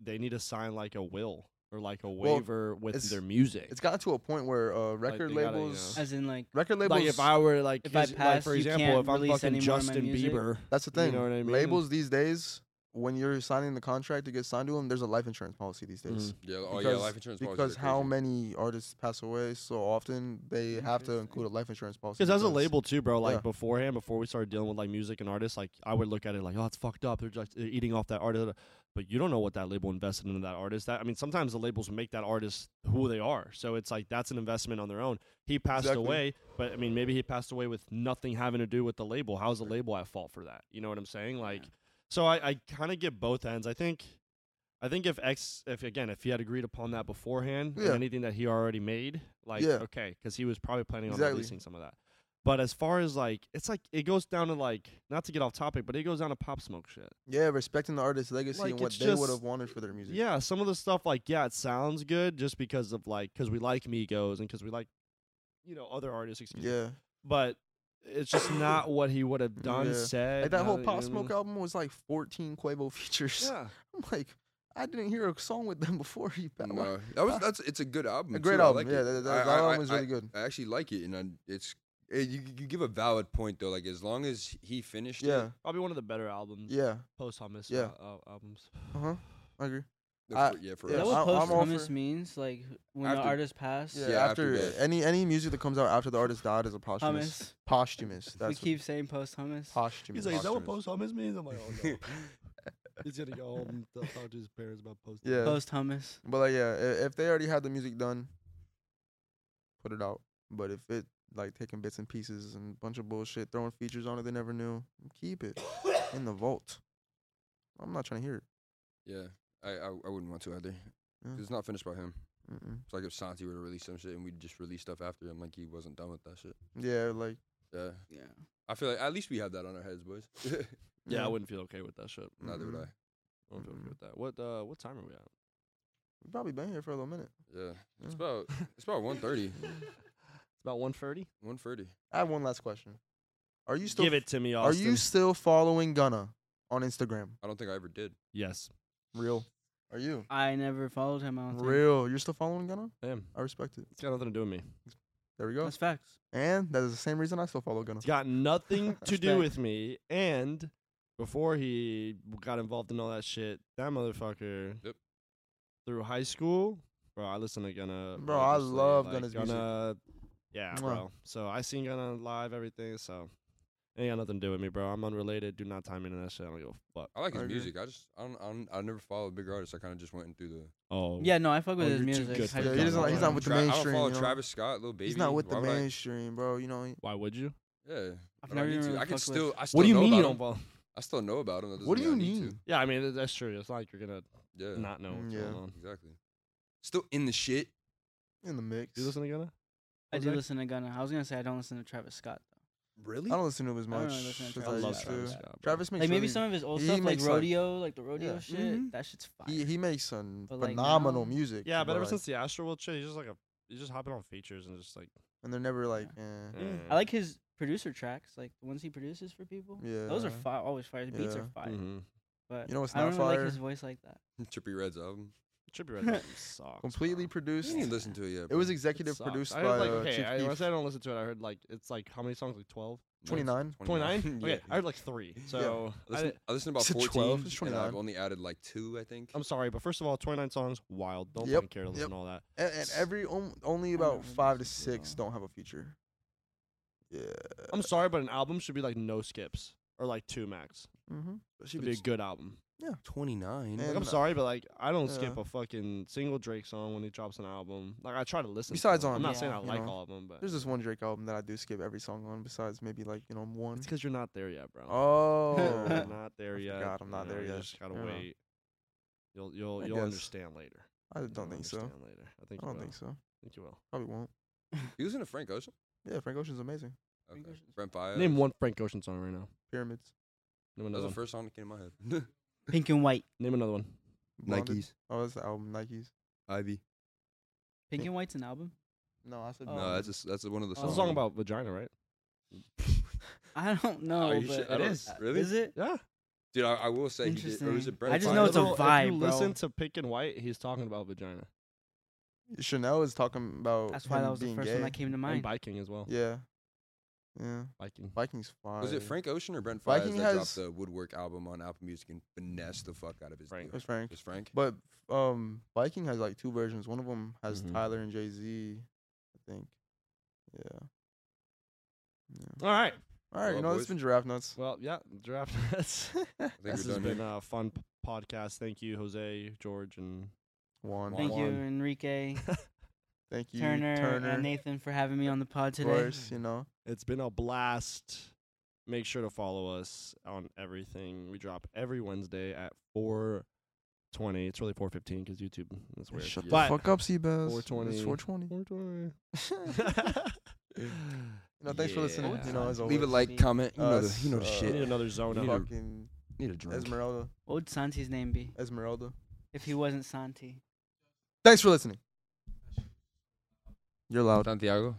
[SPEAKER 4] they need to sign like a will or like a
[SPEAKER 2] Well,
[SPEAKER 4] waiver with
[SPEAKER 2] it's-
[SPEAKER 4] their music.
[SPEAKER 2] it's gotten to a point where uh, record
[SPEAKER 4] they gotta, you
[SPEAKER 2] labels,
[SPEAKER 4] know.
[SPEAKER 1] As in, like,
[SPEAKER 2] record labels.
[SPEAKER 4] like if I were like,
[SPEAKER 1] If I
[SPEAKER 4] his- like,
[SPEAKER 1] pass,
[SPEAKER 4] for
[SPEAKER 1] you
[SPEAKER 4] example,
[SPEAKER 1] can't
[SPEAKER 4] if I'm
[SPEAKER 1] release
[SPEAKER 4] fucking
[SPEAKER 1] any more of my
[SPEAKER 4] Justin
[SPEAKER 1] music?
[SPEAKER 4] Bieber,
[SPEAKER 2] that's the
[SPEAKER 4] you
[SPEAKER 2] thing.
[SPEAKER 4] know what I mean?
[SPEAKER 2] Labels these days, when you're signing the contract to get signed to them, there's a life insurance policy these
[SPEAKER 4] Mm-hmm.
[SPEAKER 2] days.
[SPEAKER 3] Yeah. Oh yeah.
[SPEAKER 2] because-
[SPEAKER 3] Life insurance policies
[SPEAKER 2] Because
[SPEAKER 3] are
[SPEAKER 2] how
[SPEAKER 3] crazy.
[SPEAKER 2] many artists pass away so often, they have to
[SPEAKER 1] Interesting.
[SPEAKER 2] include a life insurance policy.
[SPEAKER 4] Because as a label too, bro, like
[SPEAKER 2] Yeah.
[SPEAKER 4] beforehand, before we started dealing with like music and artists, like I would look at it like, oh, it's fucked up. They're just they're eating off that artist, but you don't know what that label invested into that artist. That I mean, sometimes the labels make that artist who they are. So it's like that's an investment on their own. He passed
[SPEAKER 2] Exactly.
[SPEAKER 4] away, but I mean, maybe he passed away with nothing having to do with the label. How's the label at fault for that? You know what I'm saying? Like, so I, I kind of get both ends. I think. I think if X, if again, if he had agreed upon that beforehand, and
[SPEAKER 2] Yeah.
[SPEAKER 4] anything that he already made, like
[SPEAKER 2] Yeah.
[SPEAKER 4] okay, because he was probably planning on
[SPEAKER 2] Exactly.
[SPEAKER 4] releasing some of that. But as far as like, it's like it goes down to like, not to get off topic, but it goes down to pop smoke shit.
[SPEAKER 2] Yeah, respecting the artist's legacy
[SPEAKER 4] Like,
[SPEAKER 2] and what
[SPEAKER 4] it's
[SPEAKER 2] they would
[SPEAKER 4] just-
[SPEAKER 2] have wanted for their music.
[SPEAKER 4] Yeah, some of the stuff like, yeah, it sounds good just because of like, because we like Migos and because we like, you know, other artists. Excuse me.
[SPEAKER 2] Yeah.
[SPEAKER 4] But it's
[SPEAKER 2] (coughs)
[SPEAKER 4] just not what he would have done.
[SPEAKER 2] Yeah.
[SPEAKER 4] Said
[SPEAKER 2] Like that whole
[SPEAKER 4] none of- you know
[SPEAKER 2] Pop
[SPEAKER 4] what I
[SPEAKER 2] Smoke
[SPEAKER 4] mean?
[SPEAKER 2] album was like 14 Quavo (laughs) features. (coughs)
[SPEAKER 4] Yeah,
[SPEAKER 2] I'm like, I didn't hear a song with them (laughs) before he passed.
[SPEAKER 3] (laughs) No, that was that's it's a good album.
[SPEAKER 2] A great
[SPEAKER 3] too. I
[SPEAKER 2] album.
[SPEAKER 3] like
[SPEAKER 2] yeah,
[SPEAKER 3] it.
[SPEAKER 2] that, that,
[SPEAKER 3] I-
[SPEAKER 2] that
[SPEAKER 3] I-
[SPEAKER 2] album
[SPEAKER 3] I-
[SPEAKER 2] is
[SPEAKER 3] I-
[SPEAKER 2] really
[SPEAKER 3] (laughs)
[SPEAKER 2] good.
[SPEAKER 3] I actually like it, and I, it's it, you, you give a valid point though. Like as long as he finished
[SPEAKER 2] Yeah.
[SPEAKER 3] it,
[SPEAKER 4] probably one of the better albums,
[SPEAKER 2] Yeah.
[SPEAKER 4] posthumous
[SPEAKER 2] Yeah.
[SPEAKER 4] uh, uh, albums.
[SPEAKER 2] Uh
[SPEAKER 4] (laughs)
[SPEAKER 2] huh. I agree.
[SPEAKER 3] the
[SPEAKER 2] I-
[SPEAKER 3] fir- yeah, for
[SPEAKER 2] yeah,
[SPEAKER 1] is
[SPEAKER 3] us.
[SPEAKER 1] that
[SPEAKER 2] I- I'm
[SPEAKER 1] what
[SPEAKER 2] all
[SPEAKER 1] posthumous
[SPEAKER 2] for-
[SPEAKER 1] means? Like, when the
[SPEAKER 3] After-
[SPEAKER 1] artist passed?
[SPEAKER 2] Yeah.
[SPEAKER 3] Yeah, after
[SPEAKER 2] after
[SPEAKER 3] death.
[SPEAKER 2] any any music that comes out after the artist died is a posthumous.
[SPEAKER 1] Hummus.
[SPEAKER 2] Posthumous.
[SPEAKER 1] We
[SPEAKER 2] That's
[SPEAKER 1] keep saying posthumous.
[SPEAKER 2] what, posthumous.
[SPEAKER 4] He's like, is that what
[SPEAKER 3] Posthumous.
[SPEAKER 4] posthumous means? I'm like, oh
[SPEAKER 2] (laughs)
[SPEAKER 4] no. He's gonna go home and t- talk to his parents about posthumous.
[SPEAKER 2] yeah.
[SPEAKER 1] Posthumous.
[SPEAKER 2] But like, yeah, i- if they already had the music done, put it out. But if it like taking bits and pieces and a bunch of bullshit, throwing features on it they never knew, keep
[SPEAKER 4] (coughs)
[SPEAKER 2] it in the vault. I'm not trying to hear it.
[SPEAKER 3] (laughs) yeah, I, I I wouldn't want to either. 'Cause
[SPEAKER 2] Yeah.
[SPEAKER 3] It's not finished by him.
[SPEAKER 2] Mm-mm.
[SPEAKER 3] It's like if Santi were to release some shit and we just release stuff after him, like he wasn't done with that shit.
[SPEAKER 2] Yeah, like
[SPEAKER 3] Yeah,
[SPEAKER 1] Yeah.
[SPEAKER 3] I feel like at least we have that on our heads, boys. (laughs)
[SPEAKER 4] Yeah, I
[SPEAKER 2] we
[SPEAKER 4] wouldn't feel okay with that shit.
[SPEAKER 3] Neither would
[SPEAKER 2] Mhm.
[SPEAKER 3] I.
[SPEAKER 4] I wouldn't feel okay
[SPEAKER 2] Mm-mm.
[SPEAKER 4] with that. What uh, what time are we at?
[SPEAKER 2] probably been here for a little minute.
[SPEAKER 3] Yeah, it's
[SPEAKER 2] Yeah.
[SPEAKER 3] about it's about 1.30.
[SPEAKER 4] It's about 1.30.
[SPEAKER 3] 1.30.
[SPEAKER 2] I have one last question. Are you still
[SPEAKER 4] Give it to me,
[SPEAKER 2] Are
[SPEAKER 4] Austin.
[SPEAKER 2] you still following Gunna on Instagram?
[SPEAKER 3] I don't think I ever did.
[SPEAKER 4] yes,
[SPEAKER 2] Real. Are you?
[SPEAKER 1] I never followed him. I don't think.
[SPEAKER 2] Real. You're still following Gunna?
[SPEAKER 4] I am.
[SPEAKER 2] I respect it.
[SPEAKER 4] It's got nothing to do with me.
[SPEAKER 2] There we go.
[SPEAKER 1] That's facts.
[SPEAKER 2] And that is the same reason I still follow Gunna.
[SPEAKER 4] It's got nothing to
[SPEAKER 1] Respect.
[SPEAKER 4] do with me. And before he got involved in all that shit, that motherfucker
[SPEAKER 3] Yep.
[SPEAKER 4] through high school, bro. I listen to Gunna.
[SPEAKER 2] Bro, I
[SPEAKER 4] religiously,
[SPEAKER 2] love
[SPEAKER 4] like,
[SPEAKER 2] Gunna's music.
[SPEAKER 4] Gunna, Yeah,
[SPEAKER 2] Mwah.
[SPEAKER 4] bro. So I seen Gunna live, everything. So it ain't got nothing to do with me, bro. I'm unrelated. Do not tie me into that shit. I don't give a fuck.
[SPEAKER 3] I like his
[SPEAKER 2] I agree.
[SPEAKER 3] music. I just I don't, I don't I never followed big artists. I kind of just went through the
[SPEAKER 4] Oh,
[SPEAKER 1] Yeah, no, I fuck with
[SPEAKER 4] Oh,
[SPEAKER 1] his
[SPEAKER 4] you're too
[SPEAKER 1] music.
[SPEAKER 4] good
[SPEAKER 1] I
[SPEAKER 4] for
[SPEAKER 1] just
[SPEAKER 2] Yeah, he's
[SPEAKER 1] don't
[SPEAKER 2] not- he's
[SPEAKER 1] follow
[SPEAKER 2] not with the
[SPEAKER 1] him.
[SPEAKER 3] Tra- I don't
[SPEAKER 2] mainstream,
[SPEAKER 3] follow
[SPEAKER 2] you know?
[SPEAKER 3] Travis Scott, Lil Baby.
[SPEAKER 2] He's not with
[SPEAKER 3] Why
[SPEAKER 2] the
[SPEAKER 3] would I-
[SPEAKER 2] mainstream, bro. You know, he-
[SPEAKER 4] Why would you?
[SPEAKER 3] Yeah,
[SPEAKER 1] I've
[SPEAKER 3] I don't
[SPEAKER 1] never
[SPEAKER 3] need to.
[SPEAKER 1] even
[SPEAKER 3] I can
[SPEAKER 1] fucked with-
[SPEAKER 3] still. I still
[SPEAKER 4] What do you
[SPEAKER 3] know
[SPEAKER 4] mean
[SPEAKER 3] about
[SPEAKER 4] you
[SPEAKER 3] him.
[SPEAKER 4] don't follow?
[SPEAKER 3] I still know about him. That doesn't
[SPEAKER 2] what do you
[SPEAKER 3] I need
[SPEAKER 2] mean?
[SPEAKER 3] to.
[SPEAKER 4] Yeah, I mean th- that's true. It's not like you're gonna
[SPEAKER 3] Yeah,
[SPEAKER 4] not know what's
[SPEAKER 2] Yeah.
[SPEAKER 4] going on.
[SPEAKER 3] exactly. Still in the shit.
[SPEAKER 2] in the mix.
[SPEAKER 4] Do you listen to Gunna?
[SPEAKER 1] I do
[SPEAKER 4] Jose?
[SPEAKER 1] listen to Gunna. I was gonna say I don't listen to Travis Scott.
[SPEAKER 3] Really?
[SPEAKER 2] I don't listen to him as
[SPEAKER 1] don't
[SPEAKER 2] much.
[SPEAKER 1] really listen to
[SPEAKER 2] as
[SPEAKER 1] I
[SPEAKER 4] I
[SPEAKER 1] Travis
[SPEAKER 4] love
[SPEAKER 2] used
[SPEAKER 1] Scott.
[SPEAKER 2] to.
[SPEAKER 4] Travis Scott. bro.
[SPEAKER 2] Travis makes
[SPEAKER 1] Like maybe
[SPEAKER 2] really-
[SPEAKER 1] some of his old
[SPEAKER 2] he
[SPEAKER 1] stuff, like
[SPEAKER 2] makes, like-
[SPEAKER 1] rodeo, like the rodeo
[SPEAKER 2] Yeah. Mm-hmm.
[SPEAKER 1] shit.
[SPEAKER 3] Mhm.
[SPEAKER 1] That shit's fire.
[SPEAKER 2] he, he makes some
[SPEAKER 1] But, like,
[SPEAKER 2] phenomenal
[SPEAKER 1] now-
[SPEAKER 2] music.
[SPEAKER 4] Yeah, but ever
[SPEAKER 2] like-
[SPEAKER 4] since the Astroworld shit, he's just like a he's just hopping on features and just like
[SPEAKER 2] and they're never like, eh.
[SPEAKER 4] eh.
[SPEAKER 1] I like his producer tracks, like the ones he produces for people. Those are
[SPEAKER 2] Yeah.
[SPEAKER 1] fire, always fire. The beats
[SPEAKER 2] Yeah.
[SPEAKER 1] are fire.
[SPEAKER 2] Mm-hmm.
[SPEAKER 4] Mhm.
[SPEAKER 1] But
[SPEAKER 2] You know what's
[SPEAKER 1] I don't
[SPEAKER 2] not
[SPEAKER 1] really like
[SPEAKER 2] fire?
[SPEAKER 1] his voice like that.
[SPEAKER 3] Trippy Red's album.
[SPEAKER 4] Trippie
[SPEAKER 2] (laughs)
[SPEAKER 4] Red Album sucks.
[SPEAKER 2] completely
[SPEAKER 4] bro.
[SPEAKER 3] You
[SPEAKER 2] produced.
[SPEAKER 3] didn't listen to it yet.
[SPEAKER 2] It
[SPEAKER 3] bro.
[SPEAKER 2] was
[SPEAKER 4] It
[SPEAKER 2] executive
[SPEAKER 4] sucks.
[SPEAKER 2] produced
[SPEAKER 4] I
[SPEAKER 2] by
[SPEAKER 4] heard, like,
[SPEAKER 2] uh,
[SPEAKER 4] okay,
[SPEAKER 2] Chief
[SPEAKER 4] I, when I
[SPEAKER 2] Keef.
[SPEAKER 4] say I don't listen to it. I heard like it's like how many songs? Like twelve.
[SPEAKER 2] Twenty nine.
[SPEAKER 4] (laughs)
[SPEAKER 2] (laughs)
[SPEAKER 4] 29?
[SPEAKER 3] Yeah.
[SPEAKER 4] Okay, I heard like three. So
[SPEAKER 3] I
[SPEAKER 4] I,
[SPEAKER 3] listened, I listened to about
[SPEAKER 2] Is it
[SPEAKER 3] 14.
[SPEAKER 2] 12? It's
[SPEAKER 3] and
[SPEAKER 2] 29.
[SPEAKER 3] I've only added like two, I think.
[SPEAKER 4] am sorry, but first of all, 29 songs, wild. Don't
[SPEAKER 2] Yep,
[SPEAKER 4] fucking care to listen to all that.
[SPEAKER 2] And, and every on- only
[SPEAKER 1] don't
[SPEAKER 2] about
[SPEAKER 1] remember
[SPEAKER 2] five to
[SPEAKER 1] this at
[SPEAKER 2] six
[SPEAKER 1] all.
[SPEAKER 2] don't have a feature. Yeah. uh
[SPEAKER 4] I'm sorry, but an album should be like no skips or like two max.
[SPEAKER 2] Mm-hmm.
[SPEAKER 4] Should be a good album.
[SPEAKER 3] 29.
[SPEAKER 4] Like,
[SPEAKER 2] And-
[SPEAKER 4] I'm sorry, but like I don't skip
[SPEAKER 2] Yeah.
[SPEAKER 4] a fucking single Drake song when he drops an album. Like I try to listen. to
[SPEAKER 2] Besides
[SPEAKER 4] them.
[SPEAKER 2] on-
[SPEAKER 4] I'm not
[SPEAKER 1] Yeah.
[SPEAKER 4] saying I
[SPEAKER 2] you
[SPEAKER 4] like
[SPEAKER 2] know,
[SPEAKER 4] all of them, but
[SPEAKER 2] There's this one Drake album that I do skip every song on, besides maybe like you know one.
[SPEAKER 4] it's because you're not there yet, bro.
[SPEAKER 2] Oh.
[SPEAKER 4] You're not
[SPEAKER 2] (laughs)
[SPEAKER 4] there
[SPEAKER 2] I
[SPEAKER 4] yet.
[SPEAKER 2] forgot I'm
[SPEAKER 4] you
[SPEAKER 2] not
[SPEAKER 4] know,
[SPEAKER 2] there
[SPEAKER 4] you
[SPEAKER 2] yet.
[SPEAKER 4] Just gotta
[SPEAKER 2] Yeah.
[SPEAKER 4] wait. You'll you'll
[SPEAKER 2] I
[SPEAKER 4] you'll
[SPEAKER 2] guess.
[SPEAKER 4] understand later.
[SPEAKER 2] I don't
[SPEAKER 4] You'll
[SPEAKER 2] think so.
[SPEAKER 4] understand Later, I think.
[SPEAKER 2] I
[SPEAKER 4] you
[SPEAKER 2] don't
[SPEAKER 4] will.
[SPEAKER 2] think so.
[SPEAKER 4] I think you will.
[SPEAKER 2] Probably won't.
[SPEAKER 3] He was in a Frank Ocean.
[SPEAKER 2] Yeah, Frank Ocean's amazing.
[SPEAKER 3] Okay.
[SPEAKER 1] Frank Ocean's-
[SPEAKER 3] Brent Fayez.
[SPEAKER 4] Name one Frank Ocean song right now.
[SPEAKER 2] Pyramids.
[SPEAKER 3] That
[SPEAKER 4] Name
[SPEAKER 3] was
[SPEAKER 4] another
[SPEAKER 3] the
[SPEAKER 4] one.
[SPEAKER 3] first song that came to my head. (laughs)
[SPEAKER 1] Pink and white.
[SPEAKER 4] Name another one.
[SPEAKER 2] Blinded. Oh, that's the album. Nikes.
[SPEAKER 3] Ivy.
[SPEAKER 1] Pink
[SPEAKER 2] Pink-
[SPEAKER 1] and white's an album.
[SPEAKER 2] No, I said
[SPEAKER 1] Oh.
[SPEAKER 3] No, that's just, that's one of the
[SPEAKER 1] That's
[SPEAKER 4] It's
[SPEAKER 3] songs.
[SPEAKER 4] a
[SPEAKER 2] Oh.
[SPEAKER 4] song about vagina, right?
[SPEAKER 1] I
[SPEAKER 4] Oh,
[SPEAKER 1] don't know.
[SPEAKER 3] you
[SPEAKER 1] but
[SPEAKER 3] sure- I
[SPEAKER 1] it
[SPEAKER 3] don't-
[SPEAKER 1] is.
[SPEAKER 3] really?
[SPEAKER 1] Is it?
[SPEAKER 4] Yeah.
[SPEAKER 3] (laughs) Dude, I, I will say he did. Or is
[SPEAKER 1] Interesting.
[SPEAKER 3] it Brent
[SPEAKER 1] I just
[SPEAKER 3] Fayez?
[SPEAKER 1] know it's a
[SPEAKER 4] Literal- If
[SPEAKER 1] vibe,
[SPEAKER 4] you
[SPEAKER 1] bro.
[SPEAKER 4] listen to Pink and White, he's talking about vagina
[SPEAKER 2] Chanel is talking about.
[SPEAKER 1] That's why
[SPEAKER 2] him
[SPEAKER 1] that was the
[SPEAKER 2] being
[SPEAKER 1] first
[SPEAKER 2] gay.
[SPEAKER 1] one that came to
[SPEAKER 4] and
[SPEAKER 1] mind.
[SPEAKER 4] biking as well.
[SPEAKER 2] Yeah. Yeah.
[SPEAKER 4] Biking.
[SPEAKER 2] Vikings fire.
[SPEAKER 3] Was it Frank Ocean or Brent Fayez
[SPEAKER 2] Viking
[SPEAKER 3] that
[SPEAKER 2] has-
[SPEAKER 3] dropped the Woodwork album on Apple Music and finessed the fuck out of his
[SPEAKER 4] Frank.
[SPEAKER 3] deal?
[SPEAKER 2] It's Frank.
[SPEAKER 3] It was Frank?
[SPEAKER 2] But um, Viking has like two versions. One of them has
[SPEAKER 3] Mm-hmm.
[SPEAKER 4] Mhm.
[SPEAKER 2] Tyler and Jay Z, I think. Yeah. yeah.
[SPEAKER 4] All right.
[SPEAKER 2] All right,
[SPEAKER 3] Well,
[SPEAKER 2] you know,
[SPEAKER 3] boys.
[SPEAKER 2] it's been giraffe nuts.
[SPEAKER 4] Well, yeah. Draft. (laughs) That's.
[SPEAKER 3] I think
[SPEAKER 4] This
[SPEAKER 3] we're
[SPEAKER 4] has
[SPEAKER 3] done
[SPEAKER 4] been
[SPEAKER 3] here.
[SPEAKER 4] a fun p- podcast. Thank you, Jose, George, and (laughs)
[SPEAKER 2] One.
[SPEAKER 1] Thank you,
[SPEAKER 2] Juan.
[SPEAKER 1] Enrique,
[SPEAKER 2] Thank you,
[SPEAKER 1] Turner,
[SPEAKER 2] Turner
[SPEAKER 1] and Nathan for having me on the pod
[SPEAKER 2] of
[SPEAKER 1] today.
[SPEAKER 2] course, you know.
[SPEAKER 4] it's been a blast. Make sure to follow us on everything. We drop every Wednesday at four twenty. It's really four fifteen because YouTube. That's weird.
[SPEAKER 2] Shut
[SPEAKER 4] But-
[SPEAKER 2] the fuck up, Seabass.
[SPEAKER 4] 420.
[SPEAKER 2] It's
[SPEAKER 1] (laughs)
[SPEAKER 2] 420.
[SPEAKER 4] (laughs) Four
[SPEAKER 2] (laughs)
[SPEAKER 4] twenty.
[SPEAKER 2] you know, thanks for listening.
[SPEAKER 4] Yeah.
[SPEAKER 2] You know, as always.
[SPEAKER 3] Leave a like, comment. You know the,
[SPEAKER 2] Us,
[SPEAKER 3] you know the
[SPEAKER 2] uh,
[SPEAKER 4] We
[SPEAKER 3] shit.
[SPEAKER 4] need another zone
[SPEAKER 3] You
[SPEAKER 4] up.
[SPEAKER 3] know-
[SPEAKER 2] Fucking
[SPEAKER 3] Need a drink.
[SPEAKER 2] Esmeralda.
[SPEAKER 1] What would Santi's name be
[SPEAKER 2] Esmeralda.
[SPEAKER 1] if he wasn't Santi?
[SPEAKER 2] Thanks for listening. You're loud.
[SPEAKER 3] Santiago.